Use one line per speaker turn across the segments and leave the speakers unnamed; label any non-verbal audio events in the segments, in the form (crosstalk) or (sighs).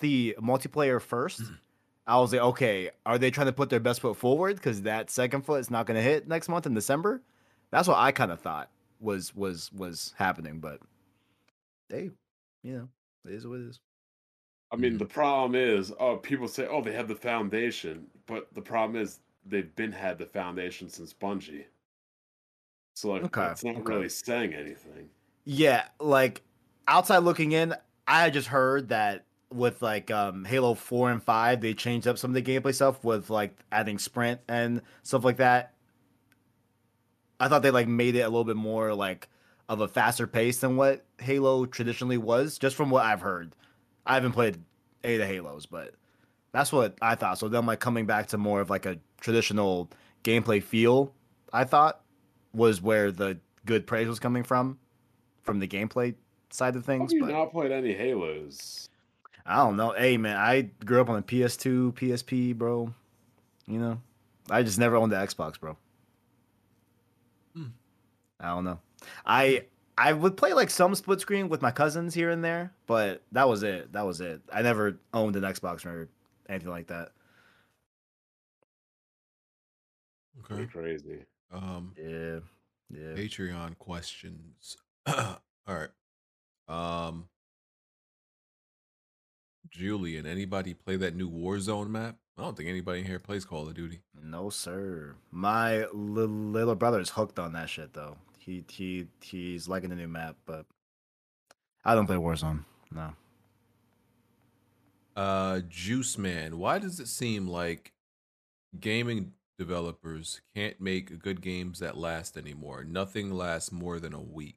the multiplayer 1st I was like, okay, are they trying to put their best foot forward? Because that second foot is not going to hit next month in December. That's what I kind of thought was was was happening, but they, you know, it is what it is.
I mean, the problem is, oh, people say, oh, they have the foundation, but the problem is they've been had the foundation since Bungie. So like,
Okay,
it's not
okay.
really saying anything.
Yeah, like outside looking in, I had just heard that with like um Halo 4 and 5, they changed up some of the gameplay stuff with like adding sprint and stuff like that. I thought they like made it a little bit more like of a faster pace than what Halo traditionally was, just from what I've heard. I haven't played any of the Halos, but that's what I thought. So them like coming back to more of like a traditional gameplay feel, I thought was where the good praise was coming from from the gameplay side of
How
things,
have you
but
not played any Halos?
I don't know. Hey man, I grew up on a PS2, PSP, bro. You know, I just never owned the Xbox, bro.
Hmm.
I don't know. I I would play like some split screen with my cousins here and there, but that was it. That was it. I never owned an Xbox or anything like that.
Okay.
Pretty crazy.
Um,
Yeah, yeah.
Patreon questions. (clears throat) All right. Um, Julian, anybody play that new Warzone map? I don't think anybody here plays Call of Duty.
No sir. My li- little brother is hooked on that shit though. He he he's liking the new map, but I don't play Warzone. No.
Uh, Juice Man, why does it seem like gaming developers can't make good games that last anymore? Nothing lasts more than a week.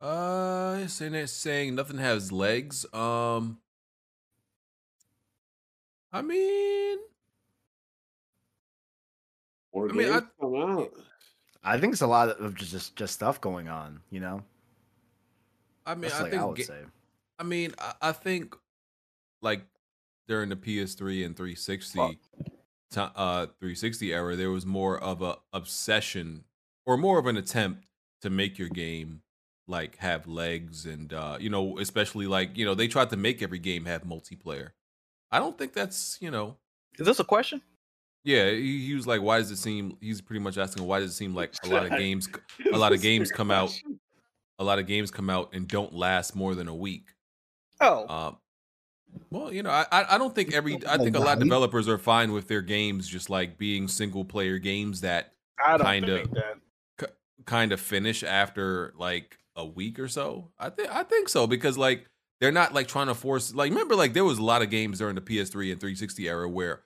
Uh, saying that saying nothing has legs. Um, I mean,
Or
I mean, I-
games come out.
I think it's a lot of just just, just stuff going on, you know.
I mean,
That's
I
like
think
I would
ga-
say.
I mean, I, I think like during the PS3 and 360
Well-
ti- uh 360 era, there was more of a obsession or more of an attempt to make your game like have legs and uh you know, especially like, you know, they tried to make every game have multiplayer. I don't think that's, you know,
Is this a question?
yeah, he, he was like why does it seem he's pretty much asking why does it seem like a lot of games a lot of games come out. a lot of games come out and don't last more than a week.
Oh,
Um, well, you know, I I I don't think every I
Oh,
think a lot of developers are fine with their games just like being single player games that
I don't
kinda.
think that.
kind of finish after like a week or so. I think I think so because like they're not like trying to force like remember like there was a lot of games during the PS3 and 360 era where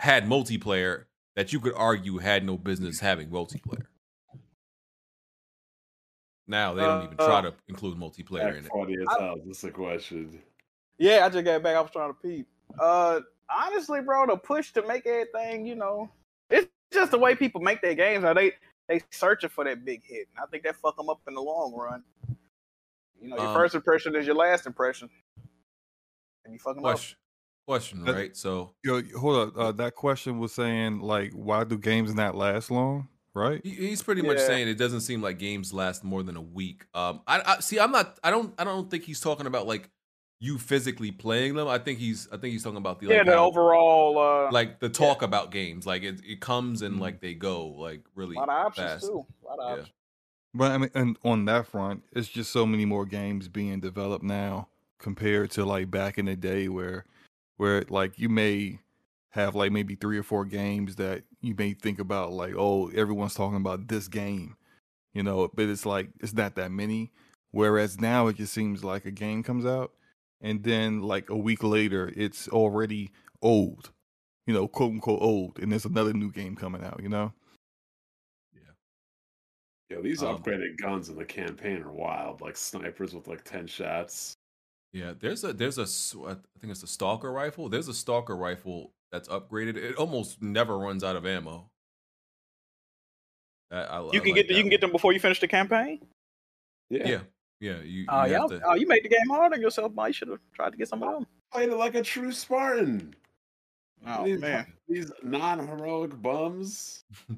had multiplayer that you could argue had no business having multiplayer. Now they don't even try to include multiplayer
Uh,
in
That's
it.
funny as
I-
hell. That's the question.
Yeah, I just got back. I was trying to peep. Uh, honestly, bro, the push to make everything, you know, it's just the way people make their games. Now they they searching for that big hit, and I think that fuck them up in the long run. You know, your
Um,
first impression is your last impression, and you fucking up.
Question, question,
That-
right? So
Yo, hold up. Uh, that question was saying like, why do games not last long? Right?
He- He's pretty much
Yeah.
saying it doesn't seem like games last more than a week. Um, I, I see. I'm not. I don't. I don't think he's talking about like you physically playing them. I think he's. I think he's talking about the like,
yeah, the
how-
overall uh,
like the talk about games. Like it, it comes and like they go like
a
really
lot of options
fast.
too. A lot of
Yeah.
options.
But I mean, and on that front, it's just so many more games being developed now compared to like back in the day where, where like you may have like maybe three or four games that you may think about like, oh, everyone's talking about this game, you know, but it's like it's not that many. Whereas now it just seems like a game comes out and then like a week later it's already old, you know, quote unquote old, and there's another new game coming out, you know?
Yeah, these
Um,
upgraded guns in the campaign are wild. Like snipers with like ten shots.
Yeah, there's a there's a s- I think it's a stalker rifle. There's a stalker rifle that's upgraded. It almost never runs out of ammo. I, I,
you can get the, you can get them before you finish the campaign.
Yeah,
Yeah, yeah. You,
Uh,
Oh,
you
yeah.
have to-
Oh, you made the game hard on yourself, Mike. You should have tried to get some of them.
played it like a true Spartan.
Oh
these,
man,
these non-heroic bums.
(laughs)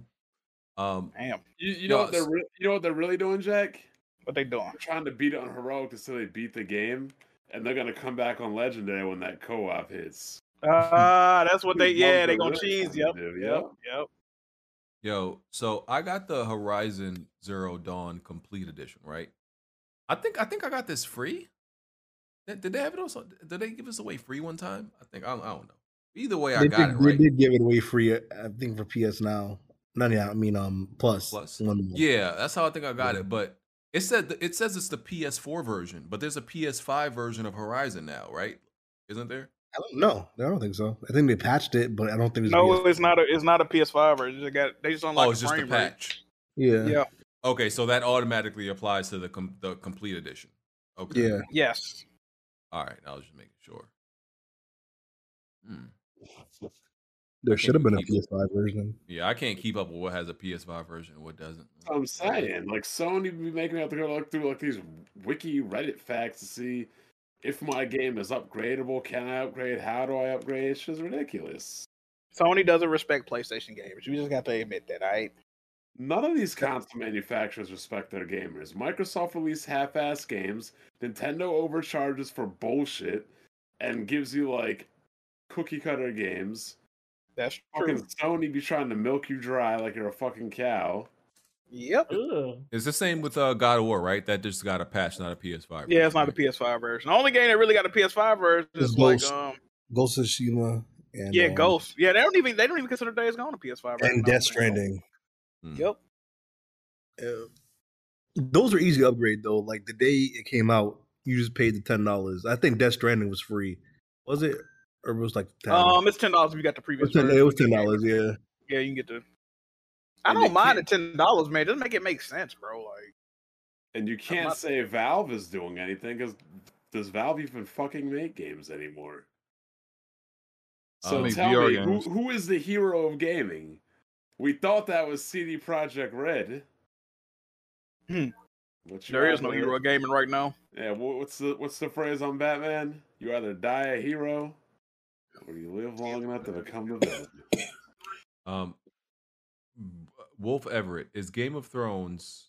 um,
damn,
You, you
No,
know what they're
s-
re- you know what they're really doing, Jack?
what they doing?
They're trying to beat it on heroic to so they beat the game, and they're gonna come back on legendary when that co-op hits.
Ah, that's what they. Yeah, they gonna
Really?
cheese. Yep.
Dude,
Yep. Yep.
Yo, so I got the Horizon Zero Dawn Complete Edition, right? I think I think I got this free. Did did they have it also? Did they give us away free one time? I think I don't, I don't know. Either way, I
they,
got
did,
it
they
right.
did give it away free, uh, I think, for PS Now. No, yeah, I mean, um, plus,
Plus.
one more.
Yeah, that's how I think I got it. But it said th- it says it's the PS4 version, but there's a PS5 version of Horizon now, right? Isn't there?
I don't know. I don't think so. I think they patched it, but I don't think it's
No,
PS
it's not a. It's not a PS5 version. They got. They just unlock
oh, it's
the
just the
frame rate.
patch.
Yeah.
Yeah.
Okay, so that automatically applies to the com- the complete edition. Okay.
Yeah.
Yes.
All right. I was just making sure. Hmm.
There should have been a
People-
PS5 version.
Yeah, I can't keep up with what has a PS5 version and what doesn't.
That's what I'm saying. Like Sony be making me have to go look through like these wiki Reddit facts to see if my game is upgradable. Can I upgrade? How do I upgrade? It's just ridiculous.
Sony doesn't respect PlayStation games. You just got to admit that. All right.
None of these console manufacturers respect their gamers. Microsoft released half-ass games. Nintendo overcharges for bullshit and gives you like cookie cutter games.
That's true.
Fucking Sony be trying to milk you dry like you're a fucking cow.
Yep.
Ugh.
It's the same with uh, God of War, right? That just got a patch, not a PS5.
Yeah, it's
version,
not a
right?
PS5 version. The only game that really got a PS5 version
It's
is like
Ghost.
um
Ghost of Tsushima and
yeah
um,
Ghost. Yeah, they don't even they don't even consider Days Gone a PS5 version.
and
I don't
Death
think.
Stranding.
Hmm.
Yep.
Uh, those are easy to upgrade though. Like the day it came out, you just paid the ten dollars. I think Death Stranding was free. Was it? Or was it like $10?
Um, it's ten dollars if you got the
it was
previous.
ten
version.
it was ten dollars. Yeah.
Yeah, you can get the. I
And
don't
they
mind the ten dollars, man. Just make it make sense, bro. Like,
And you can't
not-
say Valve is doing anything because does Valve even fucking make games anymore?
Uh,
So
make
tell
VR
me, who,
games.
who is the hero of gaming? We thought that was CD Projekt Red.
Hmm.
But you
there is no
either-
hero gaming right now.
Yeah, wha- what's the what's the phrase on Batman? You either die a hero, or you live long enough to become the villain.
Um, B- Wolf Everett is Game of Thrones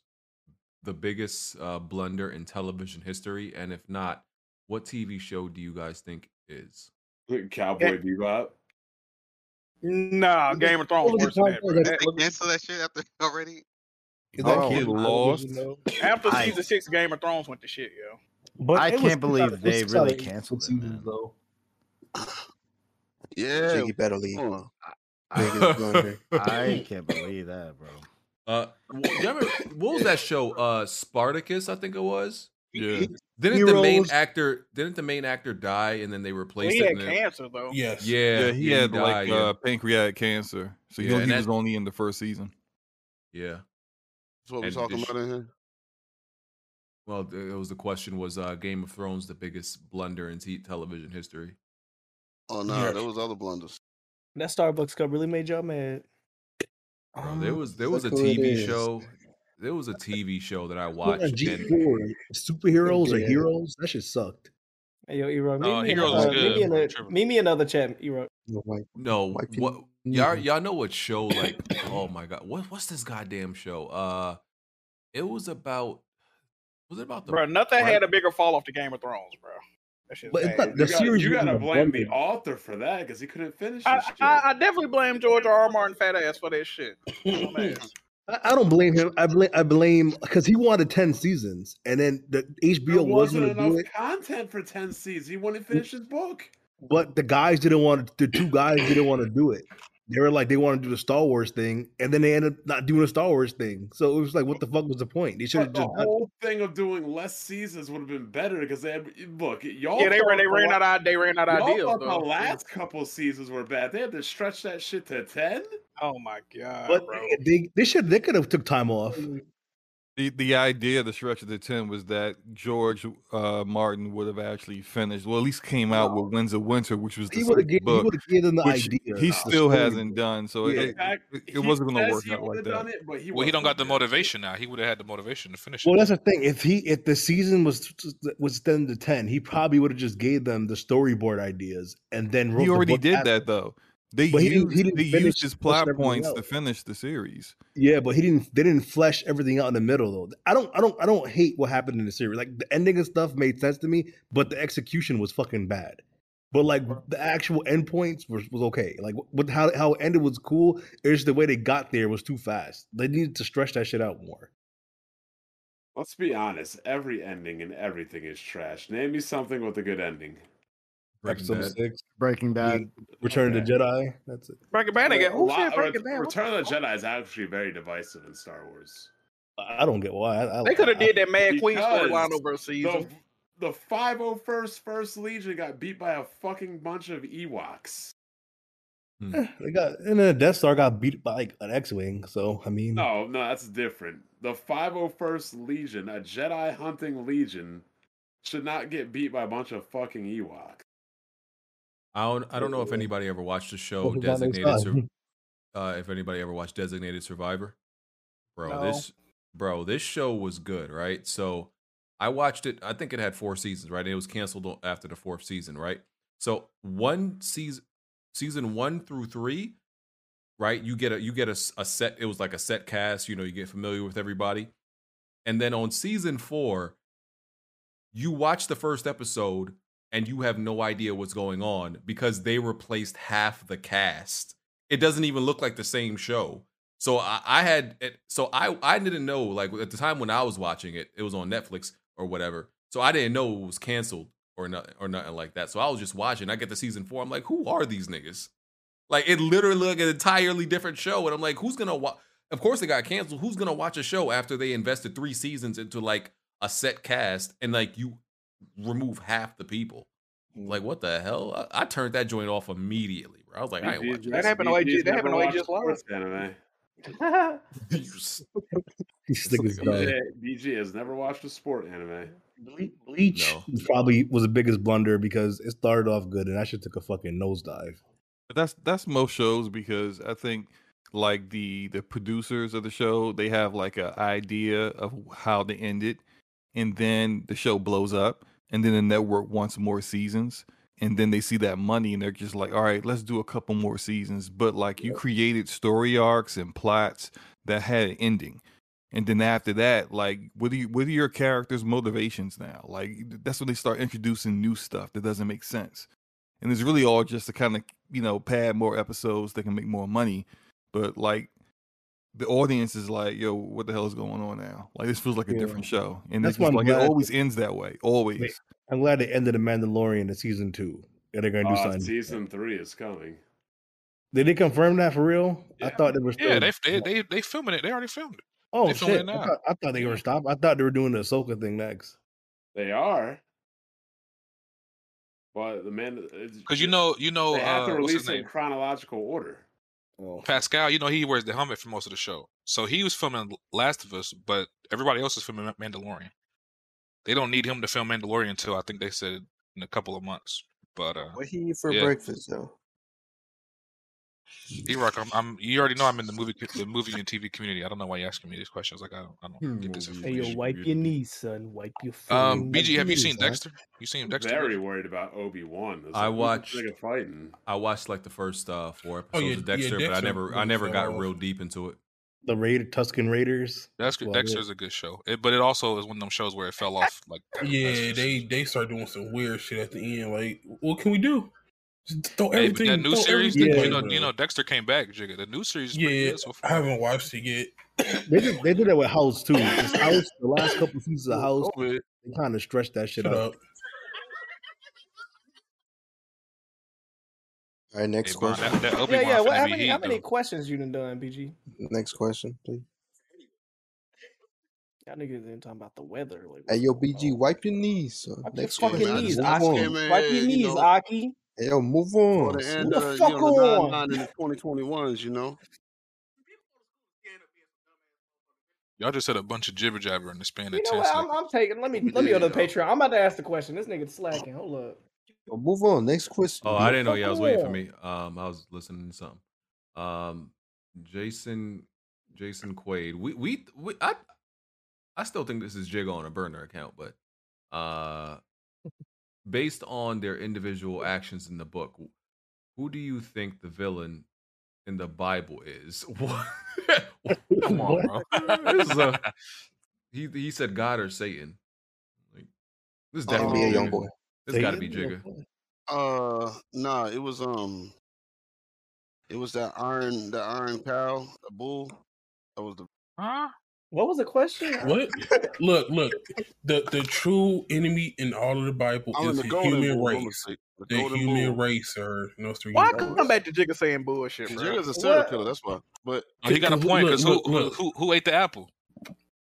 the biggest uh, blunder in television history, and if not, what TV show do you guys think is?
Cowboy Bebop.
Nah, Game of Thrones worse than that, bro.
That's-
That-
They cancel that shit after already.
Is
Oh,
kid-
Lost.
After
I-
season six, Game of Thrones went to shit, yo.
But
I
it was
can't
put out-
believe
it was
they
put out
really
in-
canceled it,
seasons,
man.
though.
Yeah.
Jiggy better leave.
uh,
I-
I can't believe that, bro.
Uh, wh- do you remember, what was that show? Uh, Spartacus, I think it was.
Yeah.
Didn't the main
Heroes.
actor? Didn't the main actor die, and then they replaced
He
it?
had
and then-
cancer though.
Yes.
yeah,
Yeah, he had
died,
like
yeah.
uh, pancreatic cancer, so
Yeah,
yeah,
and
he
that-
was only in the first season.
yeah.
That's what we're
And
talking
this-
about in here.
Well, th- it was the question was uh, Game of Thrones the biggest blunder in te- television history?
Oh no,
Yeah.
there was other blunders.
That Starbucks cup really made y'all mad. Um,
Bro, there was there was a
Look who it
TV
is.
show. There was a TV show that I
Put
watched.
on
and-
G4. Superheroes or
Yeah.
heroes? That shit sucked.
Hey, yo, Ero, meet,
No,
me, in-
Ero's
uh,
good.
meet me in a-
Tripping.
meet me another chat, Ero.
no,
Why can-
what y'all y'all know what show? Like, oh my god, what what's this goddamn show? Uh, it was about was it about the
Bro, nothing
Right.
had a bigger fall off to Game of Thrones, bro. That shit's
But it's
bad.
not-
You,
The
got,
series
you
was
gotta
in
blame the
abundance.
author for that because he couldn't finish this
I,
shit.
I, I definitely blame George R. R. Martin fat ass for that
(laughs)
shit. Dumb ass.
I, I don't blame him. I blame I blame because he wanted ten seasons, and then the
There
HBO
wasn't
wasn't,
enough
going to do it.
content for 10 seasons. He wouldn't finish his book.
But the guys didn't want the two guys didn't want to do it. They were like they want to do the Star Wars thing, and then they ended up not doing the Star Wars thing. So it was like, what the fuck was the point? They should
But
have
the
Oh,
just done-
whole thing of doing less seasons would have been better because they had, look, y'all.
yeah, they
thought
ran they
the
ran
la-
out of they ran out of
y'all
ideas
thought
though.
the last couple seasons were bad. They had to stretch that shit to 10.
Oh my god,
but
bro.
they they should they could have took time off.
The the idea of the stretch of the ten was that George uh, Martin would have actually finished, well, at least came out with Winds of Winter, which was the
He would have
second
given, he
book,
would have given the
which
idea.
he
the
still
story.
hasn't done. So
Yeah.
it,
fact,
it, it
he
wasn't going
says
to work
he
out like
would've done
that.
it, but
Well, he don't got
wasn't
the
doing it.
motivation now. He would have had the motivation to finish.
Well,
it.
that's the thing. If he if the season was was then to ten, he probably would have just gave them the storyboard ideas and then wrote
He
the
already
book
did
after.
that though. They
But he
used,
didn't- he didn't
they
finish
used his
most
plot
everything
points to
else.
finish the series.
Yeah, but he didn't. They didn't flesh everything out in the middle though. I don't. I don't. I don't hate what happened in the series. Like the ending and stuff made sense to me, but the execution was fucking bad. But like the actual endpoints was was okay. Like what how how it ended was cool. It's just the way they got there was too fast. They needed to stretch that shit out more.
Let's be honest. Every ending and everything is trash. Name me something with a good ending.
Breaking
Episode
Bad.
six,
Breaking Bad.
Return of the Jedi. That's it.
Breaking Bad again. Who
Lot-
said Breaking Bad? What
Return of the Jedi is actually very divisive in Star Wars.
I I don't get why. I, I,
the- They could have
I-
did that Mad Queen
Because
storyline over a season.
The, the 501st First Legion got beat by a fucking bunch of Ewoks.
eh, They got and then Death Star got beat by like an X-wing. So I mean,
No, no, that's different. The 501st Legion, a Jedi hunting legion, should not get beat by a bunch of fucking
(laughs)
Ewoks.
I don't, I don't know if anybody ever watched the show
What was that next
Designated Sur-
time? (laughs)
uh if anybody ever watched Designated Survivor. Bro,
No.
this bro, this show was good, right? So I watched it, I think it had 4 seasons, right? And it was canceled o- after the 4th season, right? So one season season 1 through 3, right? You get a you get a, s- a set it was like a set cast, you know, you get familiar with everybody. And then on season 4, you watch the first episode and you have no idea what's going on because they replaced half the cast. It doesn't even look like the same show. So I, I had it, so I I didn't know like at the time when I was watching it, it was on Netflix or whatever. So I didn't know it was canceled or nothing or nothing like that. So I was just watching. I get to season four. I'm like, who are these niggas? Like it literally looked an entirely different show, and I'm like, who's gonna watch? Of course, it got canceled. Who's gonna watch a show after they invested three seasons into like a set cast and like you remove half the people? Like what the hell? I, I turned that joint off immediately. Bro. I was like, I ain't watching.
That happened to
BG's
AJ that happened to
never
AJ's
watched
live.
sports Anime.
You
(laughs)
s-
these niggas
something about
dumb.
BJ, BG has never watched a sport anime.
Ble- Bleach
No.
was probably was the biggest blunder because it started off good and I should took a fucking nosedive.
But that's that's most shows because I think like the the producers of the show they have like a idea of how to end it, and then the show blows up, and then the network wants more seasons, and then they see that money and they're just like, all right, let's do a couple more seasons. But like you created story arcs and plots that had an ending. And then after that, like, what are you, what are your characters' motivations now? Like, that's when they start introducing new stuff that doesn't make sense and it's really all just to kind of you know pad more episodes they can make more money but like the audience is like yo what the hell is going on now like this feels like a
Yeah.
different show and
That's
it's
why I'm
like it
glad-
always ends that way always
Wait. I'm glad they ended the Mandalorian in season two. And they're gonna do
Uh,
something.
season three is coming.
Did they confirm that for real? I
Yeah.
thought they were. Still,
Yeah, they they they they filming it. They already filmed it.
oh
they filmed it
shit! I
now.
thought, I thought they were stopped. I thought they were doing the Ahsoka thing next.
They are. But the man, uh, it's-
Because you know, you know,
they have
uh,
to
what's
release
his
it in
name?
chronological order.
Oh,
Pascal. You know, he wears the helmet for most of the show. So he was filming Last of Us, but everybody else is filming Ma- Mandalorian. They don't need him to film Mandalorian until I think they said in a couple of months. But uh,
What he eat for
Yeah.
breakfast though?
E-Rock, I'm, I'm, you already know I'm in the movie, co- the movie and TV community. I don't know why you're asking me these questions. Like I don't, I don't get this
Hey, yo,
information.
wipe your knees, son. Wipe your.
Um,
Mm,
fucking
BG, have you
knees,
seen
son.
Dexter? You seen
I'm
Dexter?
very
yet?
worried about Obi Wan.
I watched-
Nigga fighting.
I watched like the first uh, four episodes
Oh, yeah,
of
yeah,
Dexter, but I
Dexter
never I
really
never
fell
got
off.
real deep into it.
the Raider Tuscan Raiders.
That's good.
Well,
Dexter
yeah.
is a good show, it, but it also is one of them shows where it fell off. Like kind of fast.
Yeah, they they start doing some weird shit at the end. Like, what can we do? Just throw
Hey, but
Oh, everything.
that new
throw
series,
everything
you
away,
know,
bro.
you know, Dexter came back, Jigga. The new series, is pretty
yeah,
good so
I
far.
haven't watched it yet.
They did. They did that with House too. 'cause House, the last couple seasons of House,
COVID.
they kind of stretched that shit
Shut up.
out.
All right,
Hey,
next
Brian,
question.
that, that Obi
Yeah,
Wan
yeah. What, how
be
many,
heat,
how many
though.
questions you done done, BG?
Next question, please.
Y'all niggas didn't talking about the weather. Like,
Hey,
what's
yo,
going
Oh.
BG,
on?
wipe your knees. Son.
Wipe your
Next
fucking
question.
I
knees,
just,
Move
I just
on.
came in
Wipe
here,
your
you
knees,
know,
Aki.
Hey, yo, move
for
on.
the end
the
of
fuck
you know, the
on.
9-9 and the 2021s, you know.
(laughs) Y'all just said a bunch of jibber jabber in the span
You
of
know
ten
what? I'm,
seconds.
I'm taking. Let me let me on the
Yeah.
Patreon. I'm about to ask the question. This nigga slacking. Hold up.
Yo, move on. Next question.
Oh, I didn't know
fuck
y'all was waiting for
yeah.
me. Um, I was listening to something. Um, Jason, Jason Quaid. We, we, we I, I still think this is Jigga on a burner account, but uh, based on their individual actions in the book, who do you think the villain in the Bible is? (laughs)
Come on, bro.
This is a- he he said God or Satan. Like, this is
Gotta
definitely
be a young
Jigga.
boy.
This got to be
Satan?
Jigga.
Uh, nah, it was um, it was that iron, the iron cow, the bull. That was the
Huh?
What was the question?
What? look, look. The the true enemy in all of the Bible
I'm in
is
Oh, the
the,
golden
human
bull, I'm gonna
race.
say.
The,
The golden
human
bull.
race, or no three.
Why come back to Jigga saying bullshit, bro?
Jigga's a serial What? killer,
that's why. But
Oh, he got a point because who,
Look,
who
look.
who who ate the apple?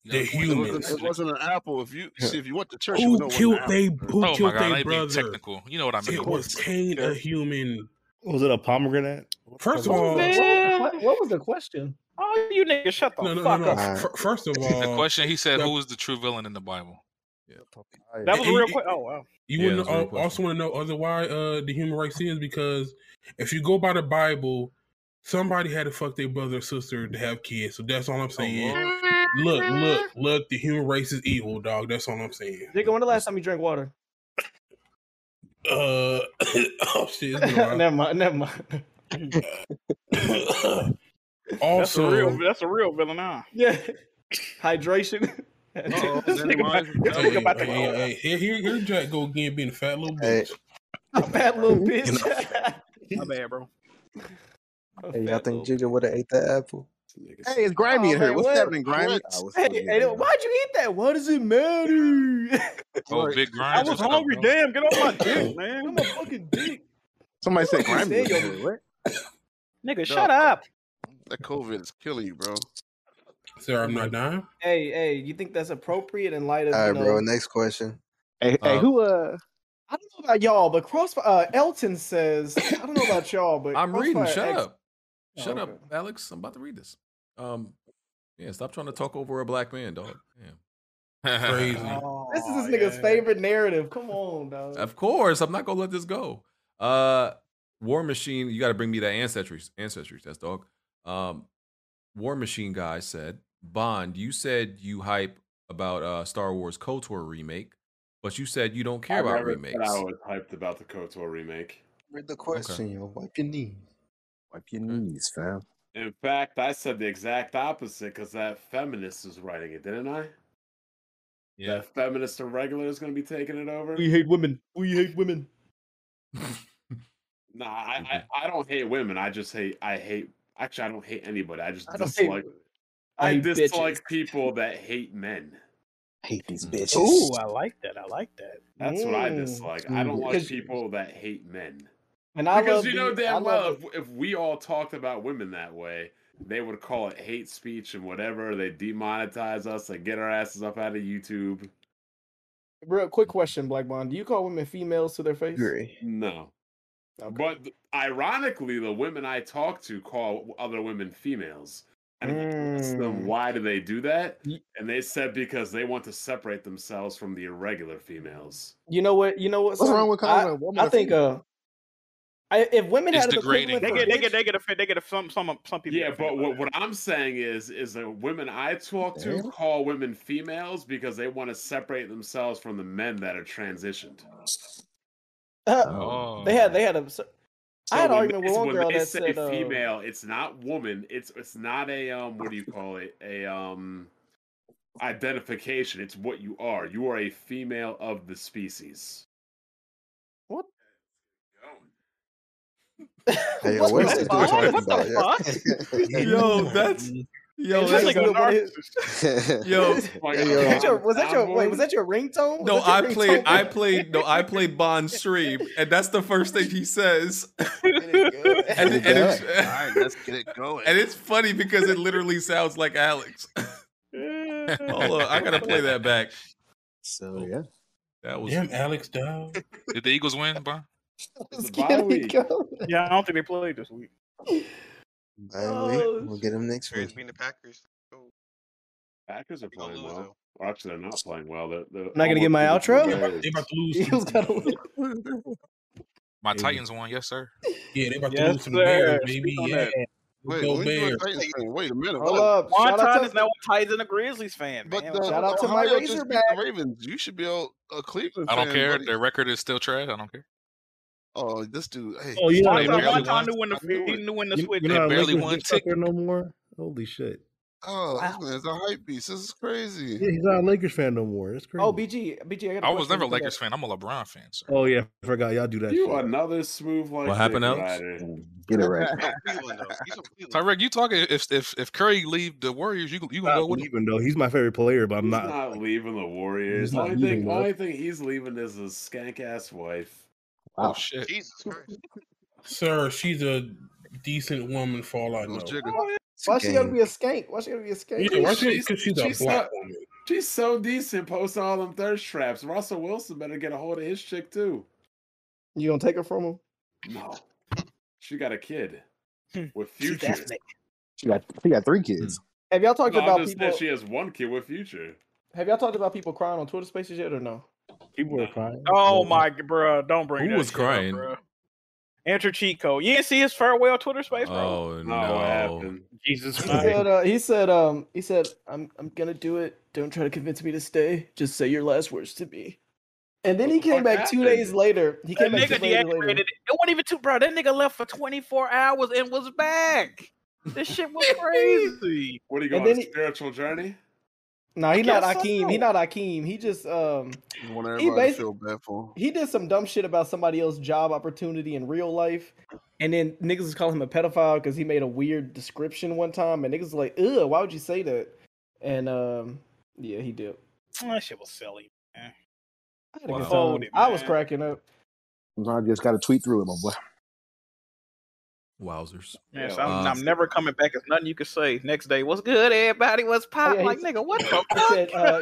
They're humans.
It wasn't an apple. If you see, if you went to church, you
Who
would know it wasn't
killed
an
they?
apple.
Who
Oh my
killed
God, I
they
ain't being
brother?
technical. You know what I mean.
It was Cain, a human.
Was it a pomegranate?
First of
What
all,
was the- what, what was the question?
Oh, you niggas, shut the
No, no, no,
fuck
no.
up.
F- First of
The
all,
question he said,
the-
"Who is the true villain in the Bible?"
That was
And
real
you-
quick. Oh wow.
You
Yeah,
wouldn't
that's a real
al- also want to know other why uh, the human rights is because if you go by the Bible, somebody had to fuck their brother or sister to have kids. So that's
Oh,
all I'm saying. look, look, look. The human race is evil, dog. That's all I'm saying.
Jigga, when the last time you drank water?
Uh, (coughs) oh shit.
(laughs)
It's been a
(laughs)
while.
never mind. Never mind.
also,
that's a real. That's a real villain, huh?
Yeah. (laughs) Hydration.
This nigga about-
(laughs)
this
hey,
nigga about to
hey, hey, hey, here, here, here, Jack go again, being a fat little bitch.
fat little bitch. (laughs)
My bad, bro.
Hey, y'all think Jigga would have ate that apple?
Hey, it's grimy in
Oh,
here.
man,
What's
what?
happening, grimy?
What? Hey, hey, why'd you eat that? What does it matter?
Oh, big
I
grind.
was hungry. Damn, get
(laughs)
off my dick, man.
I'm a fucking dick.
Somebody said
Fucking
grimy. in
say
here, What?
Nigga,
No.
(laughs)
shut up.
That COVID is killing you, bro.
Sir, I'm not dying.
Hey, hey, you think that's appropriate in light of?
All
you
right,
know,
bro. Next question.
Hey,
hey, who,
Uh, I don't know about y'all, but Crossfire uh, Elton says I don't know about y'all, but
I'm reading.
Crossfire
Shut
X-
up.
Oh,
Shut
okay.
up, Alex. I'm about to read this. Um, yeah, stop trying to talk over a black man, dog.
(laughs)
Damn.
Crazy.
This
Oh,
Oh,
is this nigga's favorite narrative. Come on, dog.
Of course, I'm not gonna let this go. Uh, War Machine, you got to bring me that ancestry ancestry test, dog. Um, War Machine guy said, Bond, you said you hype about uh Star Wars KOTOR remake, but you said you don't care
I
about
never said
remakes.
I was hyped about the KOTOR remake.
Read the question, yo. Wipe your knees. Wipe your knees, fam.
In fact, I said the exact opposite because that feminist is writing it, didn't I?
Yeah.
That feminist irregular is going to be taking it over.
We hate women. We hate women.
Nah, I, I, I don't hate women. I just hate I hate actually I don't hate anybody. I just
I don't hate
dislike
women. I
I,
hate bitches.
dislike people that hate men. Mm.
Hate these bitches.
Ooh, I like that. I like that.
That's what I
Mm.
dislike. I don't like
Because-
people that hate men.
And I love
because you know
the- I love
damn well
the-
if, if we all talked about women that way, they would call it hate speech and whatever. They demonetize us. They get our asses up out of YouTube.
Real quick question, Black Bond. Do you call women females to their face?
No. But th- ironically, the women I talk to call other women females. And
Mm,
I asked
Hmm.
them why do they do that? And they said because they want to separate themselves from the irregular females.
You know what? You know what?
What's
son?
wrong with calling
I,
a woman
I
a
think
female?
uh, I, if women had an equivalent
They
for
get, they get,
bitch-
they get, offended. They get a, some, some, some people.
Yeah, but what, what I'm saying is, is the women I talk to call women females because they want to separate themselves from the men that are transitioned.
Uh, they had they had a. s- I had an
when
argument
they-
with one
when
girl
they
that
say
said uh,
female, it's not woman. It's it's not a um. What do you call it? A um. Identification. It's what you are. You are a female of the species.
What?
Hey, yo,
What
what is
the
this nigga
fuck?
talking
What
about?
the
yo?
(laughs)
(laughs) yo, that's yo,
This
that's,
nigga wanted his-
(laughs)
yo.
was that your, was that your wait? Was that your ringtone? Was
No,
that your
I played.
ringtone? (laughs)
I played. No, I played Bond stream, and that's the first thing he says. (laughs) and, and it's,
right, let's get it going.
and it's funny because it literally sounds like Alex.
oh.
Hold on, I gotta play that back.
So yeah,
that was
Damn, Alex, dog.
Did the Eagles win, Bon?
Yeah, I don't think they played this week.
Oh.
All right, we, will get him next week.
Between the Packers.
Packers are playing well. Or actually, they're not playing well. They're, they're
I'm not gonna get my
almost losing
outro?
games.
They about to lose.
Eagles
to-
gotta win.
My Titans won, yes sir.
yeah, they about to
Yes,
lose to the Bears,
sir.
baby.
Speak on
Yeah,
that.
Let's
Wait,
go
when you were
Bears.
Titans fan, wait a minute.
Hold
what?
up. Shout out
Wonton
to-
is now a Titans and a Grizzlies fan, man.
the-
Shout out to my
Ohio just beat
Razorback.
the Ravens. You should be a, a Cleveland
I don't
fan,
care.
buddy.
Their record is still trash. I don't care.
Oh, this dude. Hey,
Oh, you know,
Hey,
Wonton-
barely
Wonton
won.
(laughs)
knew when to-
I knew
he
it.
knew when
You, you know,
They
how
barely
Lakers
one
ain't out there no more. Holy shit!
Oh, this man's a hype beast. This is crazy.
Yeah, he's not a Lakers fan no more. It's crazy.
Oh, BG, BG, I got.
I was never a Lakers fan. I'm a LeBron fan. So.
Oh yeah, I forgot y'all do that.
You
shit.
another smooth like
What happened
dick
else?
rider.
Get it right.
(laughs)
Tyrek, you talking if if if Curry leave the Warriors, you you gonna go with him?
Even though he's my favorite player, but I'm
He's
not.
not leaving the Warriors.
He's
The
not
only
leaving,
thing,
bro.
only thing he's leaving is his skank ass wife.
Oh shit!
Sir, she's a decent woman for all I know.
Why she gotta be a skank? Why she gotta be a skank?
Yeah, why she- 'cause she's a black
so, She's so decent. Posting all them thirst traps. Russell Wilson better get a hold of his chick too.
You gonna take her from him?
No, she got a kid with future.
She got she got three kids.
Have y'all talked
No, I'm
about
just saying
people?
she has one kid with future.
Have y'all talked about people crying on Twitter Spaces yet or no?
People are crying.
Oh my, g- bruh, Don't bring
Who
that
was
shit
crying?
Up, bruh. Enter cheat code. You didn't see his farewell Twitter space, bro.
Oh
what
no!
happened?
Jesus
He said, uh, he said, um, he said, I'm, I'm gonna do it. Don't try to convince me to stay. Just say your last words to me. And then he came back two days later. He
That
came back two
nigga
days later.
deactivated it. It wasn't even two, bro. That nigga left for 24 hours and was back. This
(laughs)
shit was crazy.
What are you
And
going on a
then he-
spiritual journey?
No, he
I
not
guess so.
Akeem. He not Akeem. He just um
You want
he
everybody to
basically
feel bad for him.
he did some dumb shit about somebody else's job opportunity in real life, and then niggas was calling him a pedophile because he made a weird description one time, and niggas was like, "Ugh, why would you say that?" And um, yeah, he did.
That shit was silly. Man.
I had a good
Wow.
time.
Fold it,
I was
man.
cracking up.
Sometimes you just gotta tweet through it, my boy.
Wowzers!
Man, so I'm,
Uh,
I'm never coming back. It's nothing you can say. Next day, what's good, everybody? What's pop?
Oh,
Oh, yeah, he
like,
said-
nigga, what the
He
fuck?
said, uh,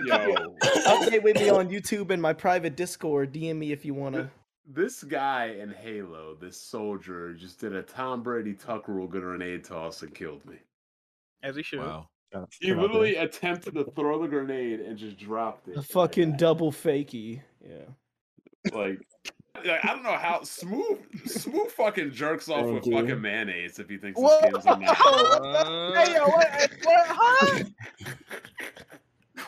"Update with me on YouTube and my private Discord. DM me if you wanna."
This guy in Halo, this soldier, just did a Tom Brady tuck rule good grenade toss and killed me.
As he should.
Wow.
He literally attempted to throw the grenade and just dropped it.
A fucking double fakie. Yeah.
Like, like, I don't know how smooth smooth fucking jerks off with
Thank you.
fucking mayonnaise if he thinks
Whoa!
this game's
(laughs)
a
(laughs)
Hey, yo, what, what, huh?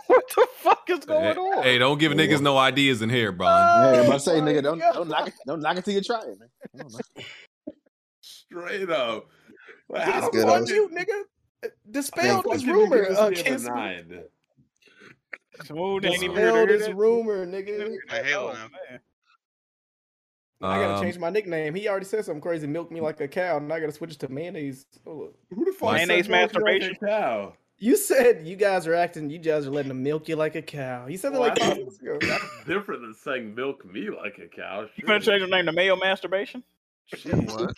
what the fuck is going on? Oh,
Hey, don't give niggas no ideas in here,
Oh,
bro.
Yeah, but I say, nigga, don't don't knock it, don't knock it till you try it, man.
straight up. Like,
That's
how the
good,
fuck
Oz.
did-
you, nigga. Dispel
how the fuck
this
did you
rumor.
give
Uh,
this man a
Kiss me.
nine?
Smooth ain't even
Dispel
heard
this
it.
rumor, nigga.
Oh, man.
I gotta
Um,
change my nickname. He already said something crazy. Milk me like a cow. Now I gotta switch it to mayonnaise. Hold up.
Who the fuck said
Mayonnaise
milk you like a
masturbation.
cow?
You said you guys are acting. You guys are letting them milk you like a cow. You said that
Well,
like uh,
that's-
five minutes ago.
That's different than saying milk me like a cow.
You finna change your name to Mayo Masturbation?
Shit, what?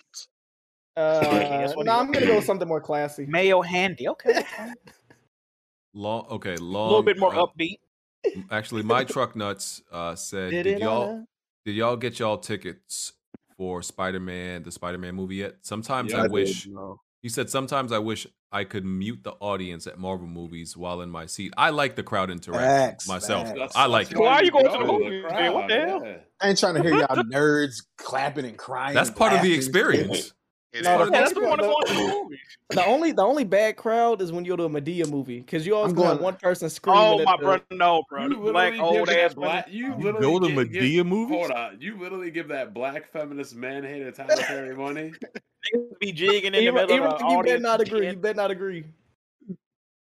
Uh,
That's
no,
what he-
I'm gonna go with something more classy.
Mayo
(laughs)
Handy. Okay.
Uh,
long. Okay,
A
long.
little bit more
uh,
upbeat.
Actually, my truck nuts uh, said,
Did
"Did,
it
y'all
on
did y'all get y'all tickets for Spider Man the Spider Man movie yet? Sometimes
Yeah,
I
I did,
wish."
no.
He said, "Sometimes I wish I could mute the audience at Marvel movies while in my seat. I like the crowd interaction
Facts,
myself.
facts.
I like it.
Why are you going to the
Go to the
movie? Man, what the
crowd,
hell?
yeah.
I ain't trying to hear y'all
(laughs)
nerds clapping and crying.
That's
and
part of the
laughing.
(laughs)
experience.
No,
Yeah,
the,
(laughs) that's
first
the
part,
one that's going
the,
to the movie.
the only the only bad crowd is when you go to a Medea movie because you always
I'm
gonna have
going-
one person screaming.
Oh
at
my
the-
brother, no, bro.
You
The
literally
Black
give
old
that
ass
black-
black.
You
You
literally
go to
give- give-
Madea movies?
Hold on. You literally give that black feminist man hater Tyler
(laughs)
Perry money?
be jigging in the
Even,
middle
even
of the
you better
audience.
not agree. You
shit.
better not agree.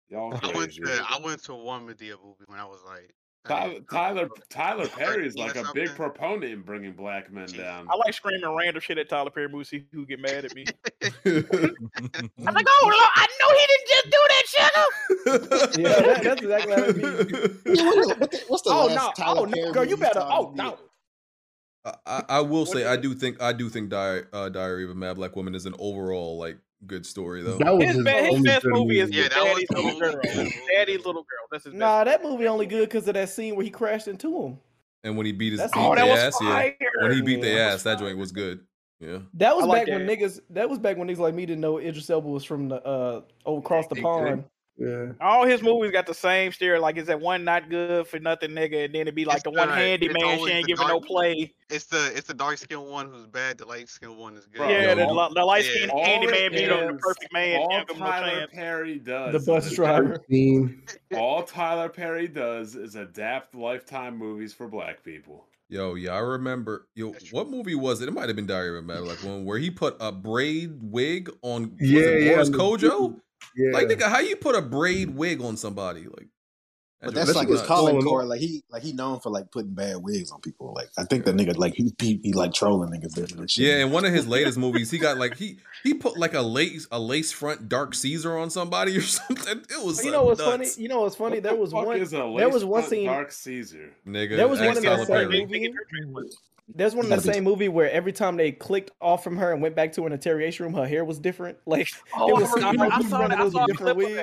Y'all
I went
crazy.
to I went to one Medea movie when I was like uh,
Tyler Tyler Tyler Perry is
Yeah,
like a
something.
big proponent in bringing black men down.
I like screaming random shit at Tyler Perry Moosey who get
(laughs)
mad at me. I'm like, oh, Lord, I know he didn't just do that shit.
Yeah, that, that's exactly
(laughs)
how it be.
Yeah, what- what the- what's the
Oh
last
no!
Tyler
oh no,
Perry
girl, you
movie
better.
Tyler
Oh
did?
no!
I, I will say I do think I do think Diary, uh, Diary of a Mad Black Woman is an overall like good story though.
That was
His,
his
ba- his
only
best
good
movie is
movie.
Yeah, that was
Daddy's
the
Little
only
Girl.
good movie.
Daddy's Little Girl. That's his best.
Nah, that movie only good because of that scene where he crashed into him.
And when he beat his
That's-
beat
Oh, that
they
was
ass, yeah. When he beat
fire.
their ass, that joint was good. Yeah.
That was
I like
back when niggas. That was back when niggas like me didn't know Idris Elba was from the uh over across the
They
pond.
Yeah.
All his movies got the same stare. Like, is that one not good for nothing, nigga? And then it'd be like the one
not.
handy
It's
man. She
always
ain't
the
giving no
dark-
play.
It's the it's the dark skinned one who's bad. The light skinned one is good.
Bro,
yeah, the,
all-
li- the light skinned
all
handy
it
man beat on the
is-
perfect man.
all
Don't give him no
Tyler
chance.
Perry does
The
is
bus
adapt-
driver.
Scene.
(laughs)
All Tyler Perry does is adapt lifetime movies for black people.
Yo, yeah, I remember. Yo, what movie was it? It might have been Diary of a
(laughs)
Mad Black Woman, where he put a braid wig on was
Yeah,
it
yeah,
Boris
the-
Kojo.
yeah.
Like, nigga, how you put a braid wig on somebody? Like,
But
that
that's
shit
like
was
his calling
nuts.
card. Like he, like he known for like putting bad wigs on people. Like I think that nigga, like he, he, he like trolling niggas. That shit.
Yeah, in one of
(laughs)
his latest movies, he got like he he put like a lace a lace front dark Caesar on somebody (laughs) or something. It was
you know what's
nuts.
funny? You know what's funny?
What
there
the
was
fuck
one.
is a
There was one
lace-front
scene.
Dark Caesar.
Nigga,
There was one
ask
in that
Tyler
same
Perry.
movie. There's one in the
Gotta be-
same movie where every time they clicked off from her and went back to her interrogation room, her hair was different. (laughs) Like
Oh,
it
I
was
remember- I saw that- I saw a
different (laughs)
clip
wig.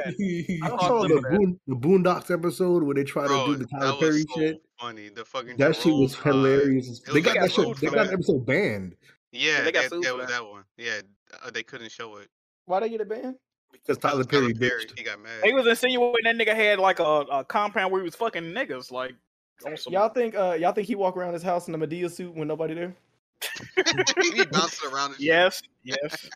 I
saw the, boon, the Boondocks episode where they try to do the Tyler Perry shit.
Funny, the fucking
That shit was hilarious. They
It was
got
like
that shit.
road
They got
trip.
an episode banned
yeah,
they got
that,
sued
that
for
was
that.
that one. Yeah, uh, they couldn't show it.
Why they get a ban?
because Tyler Perry bitched.
He got mad.
He was insinuating that nigga had like a, a compound where he was fucking niggas. Like, on some-
Y'all think uh y'all think he walk around his house in a Medea suit when nobody there?
(laughs) he bouncing around. And
yes, yes.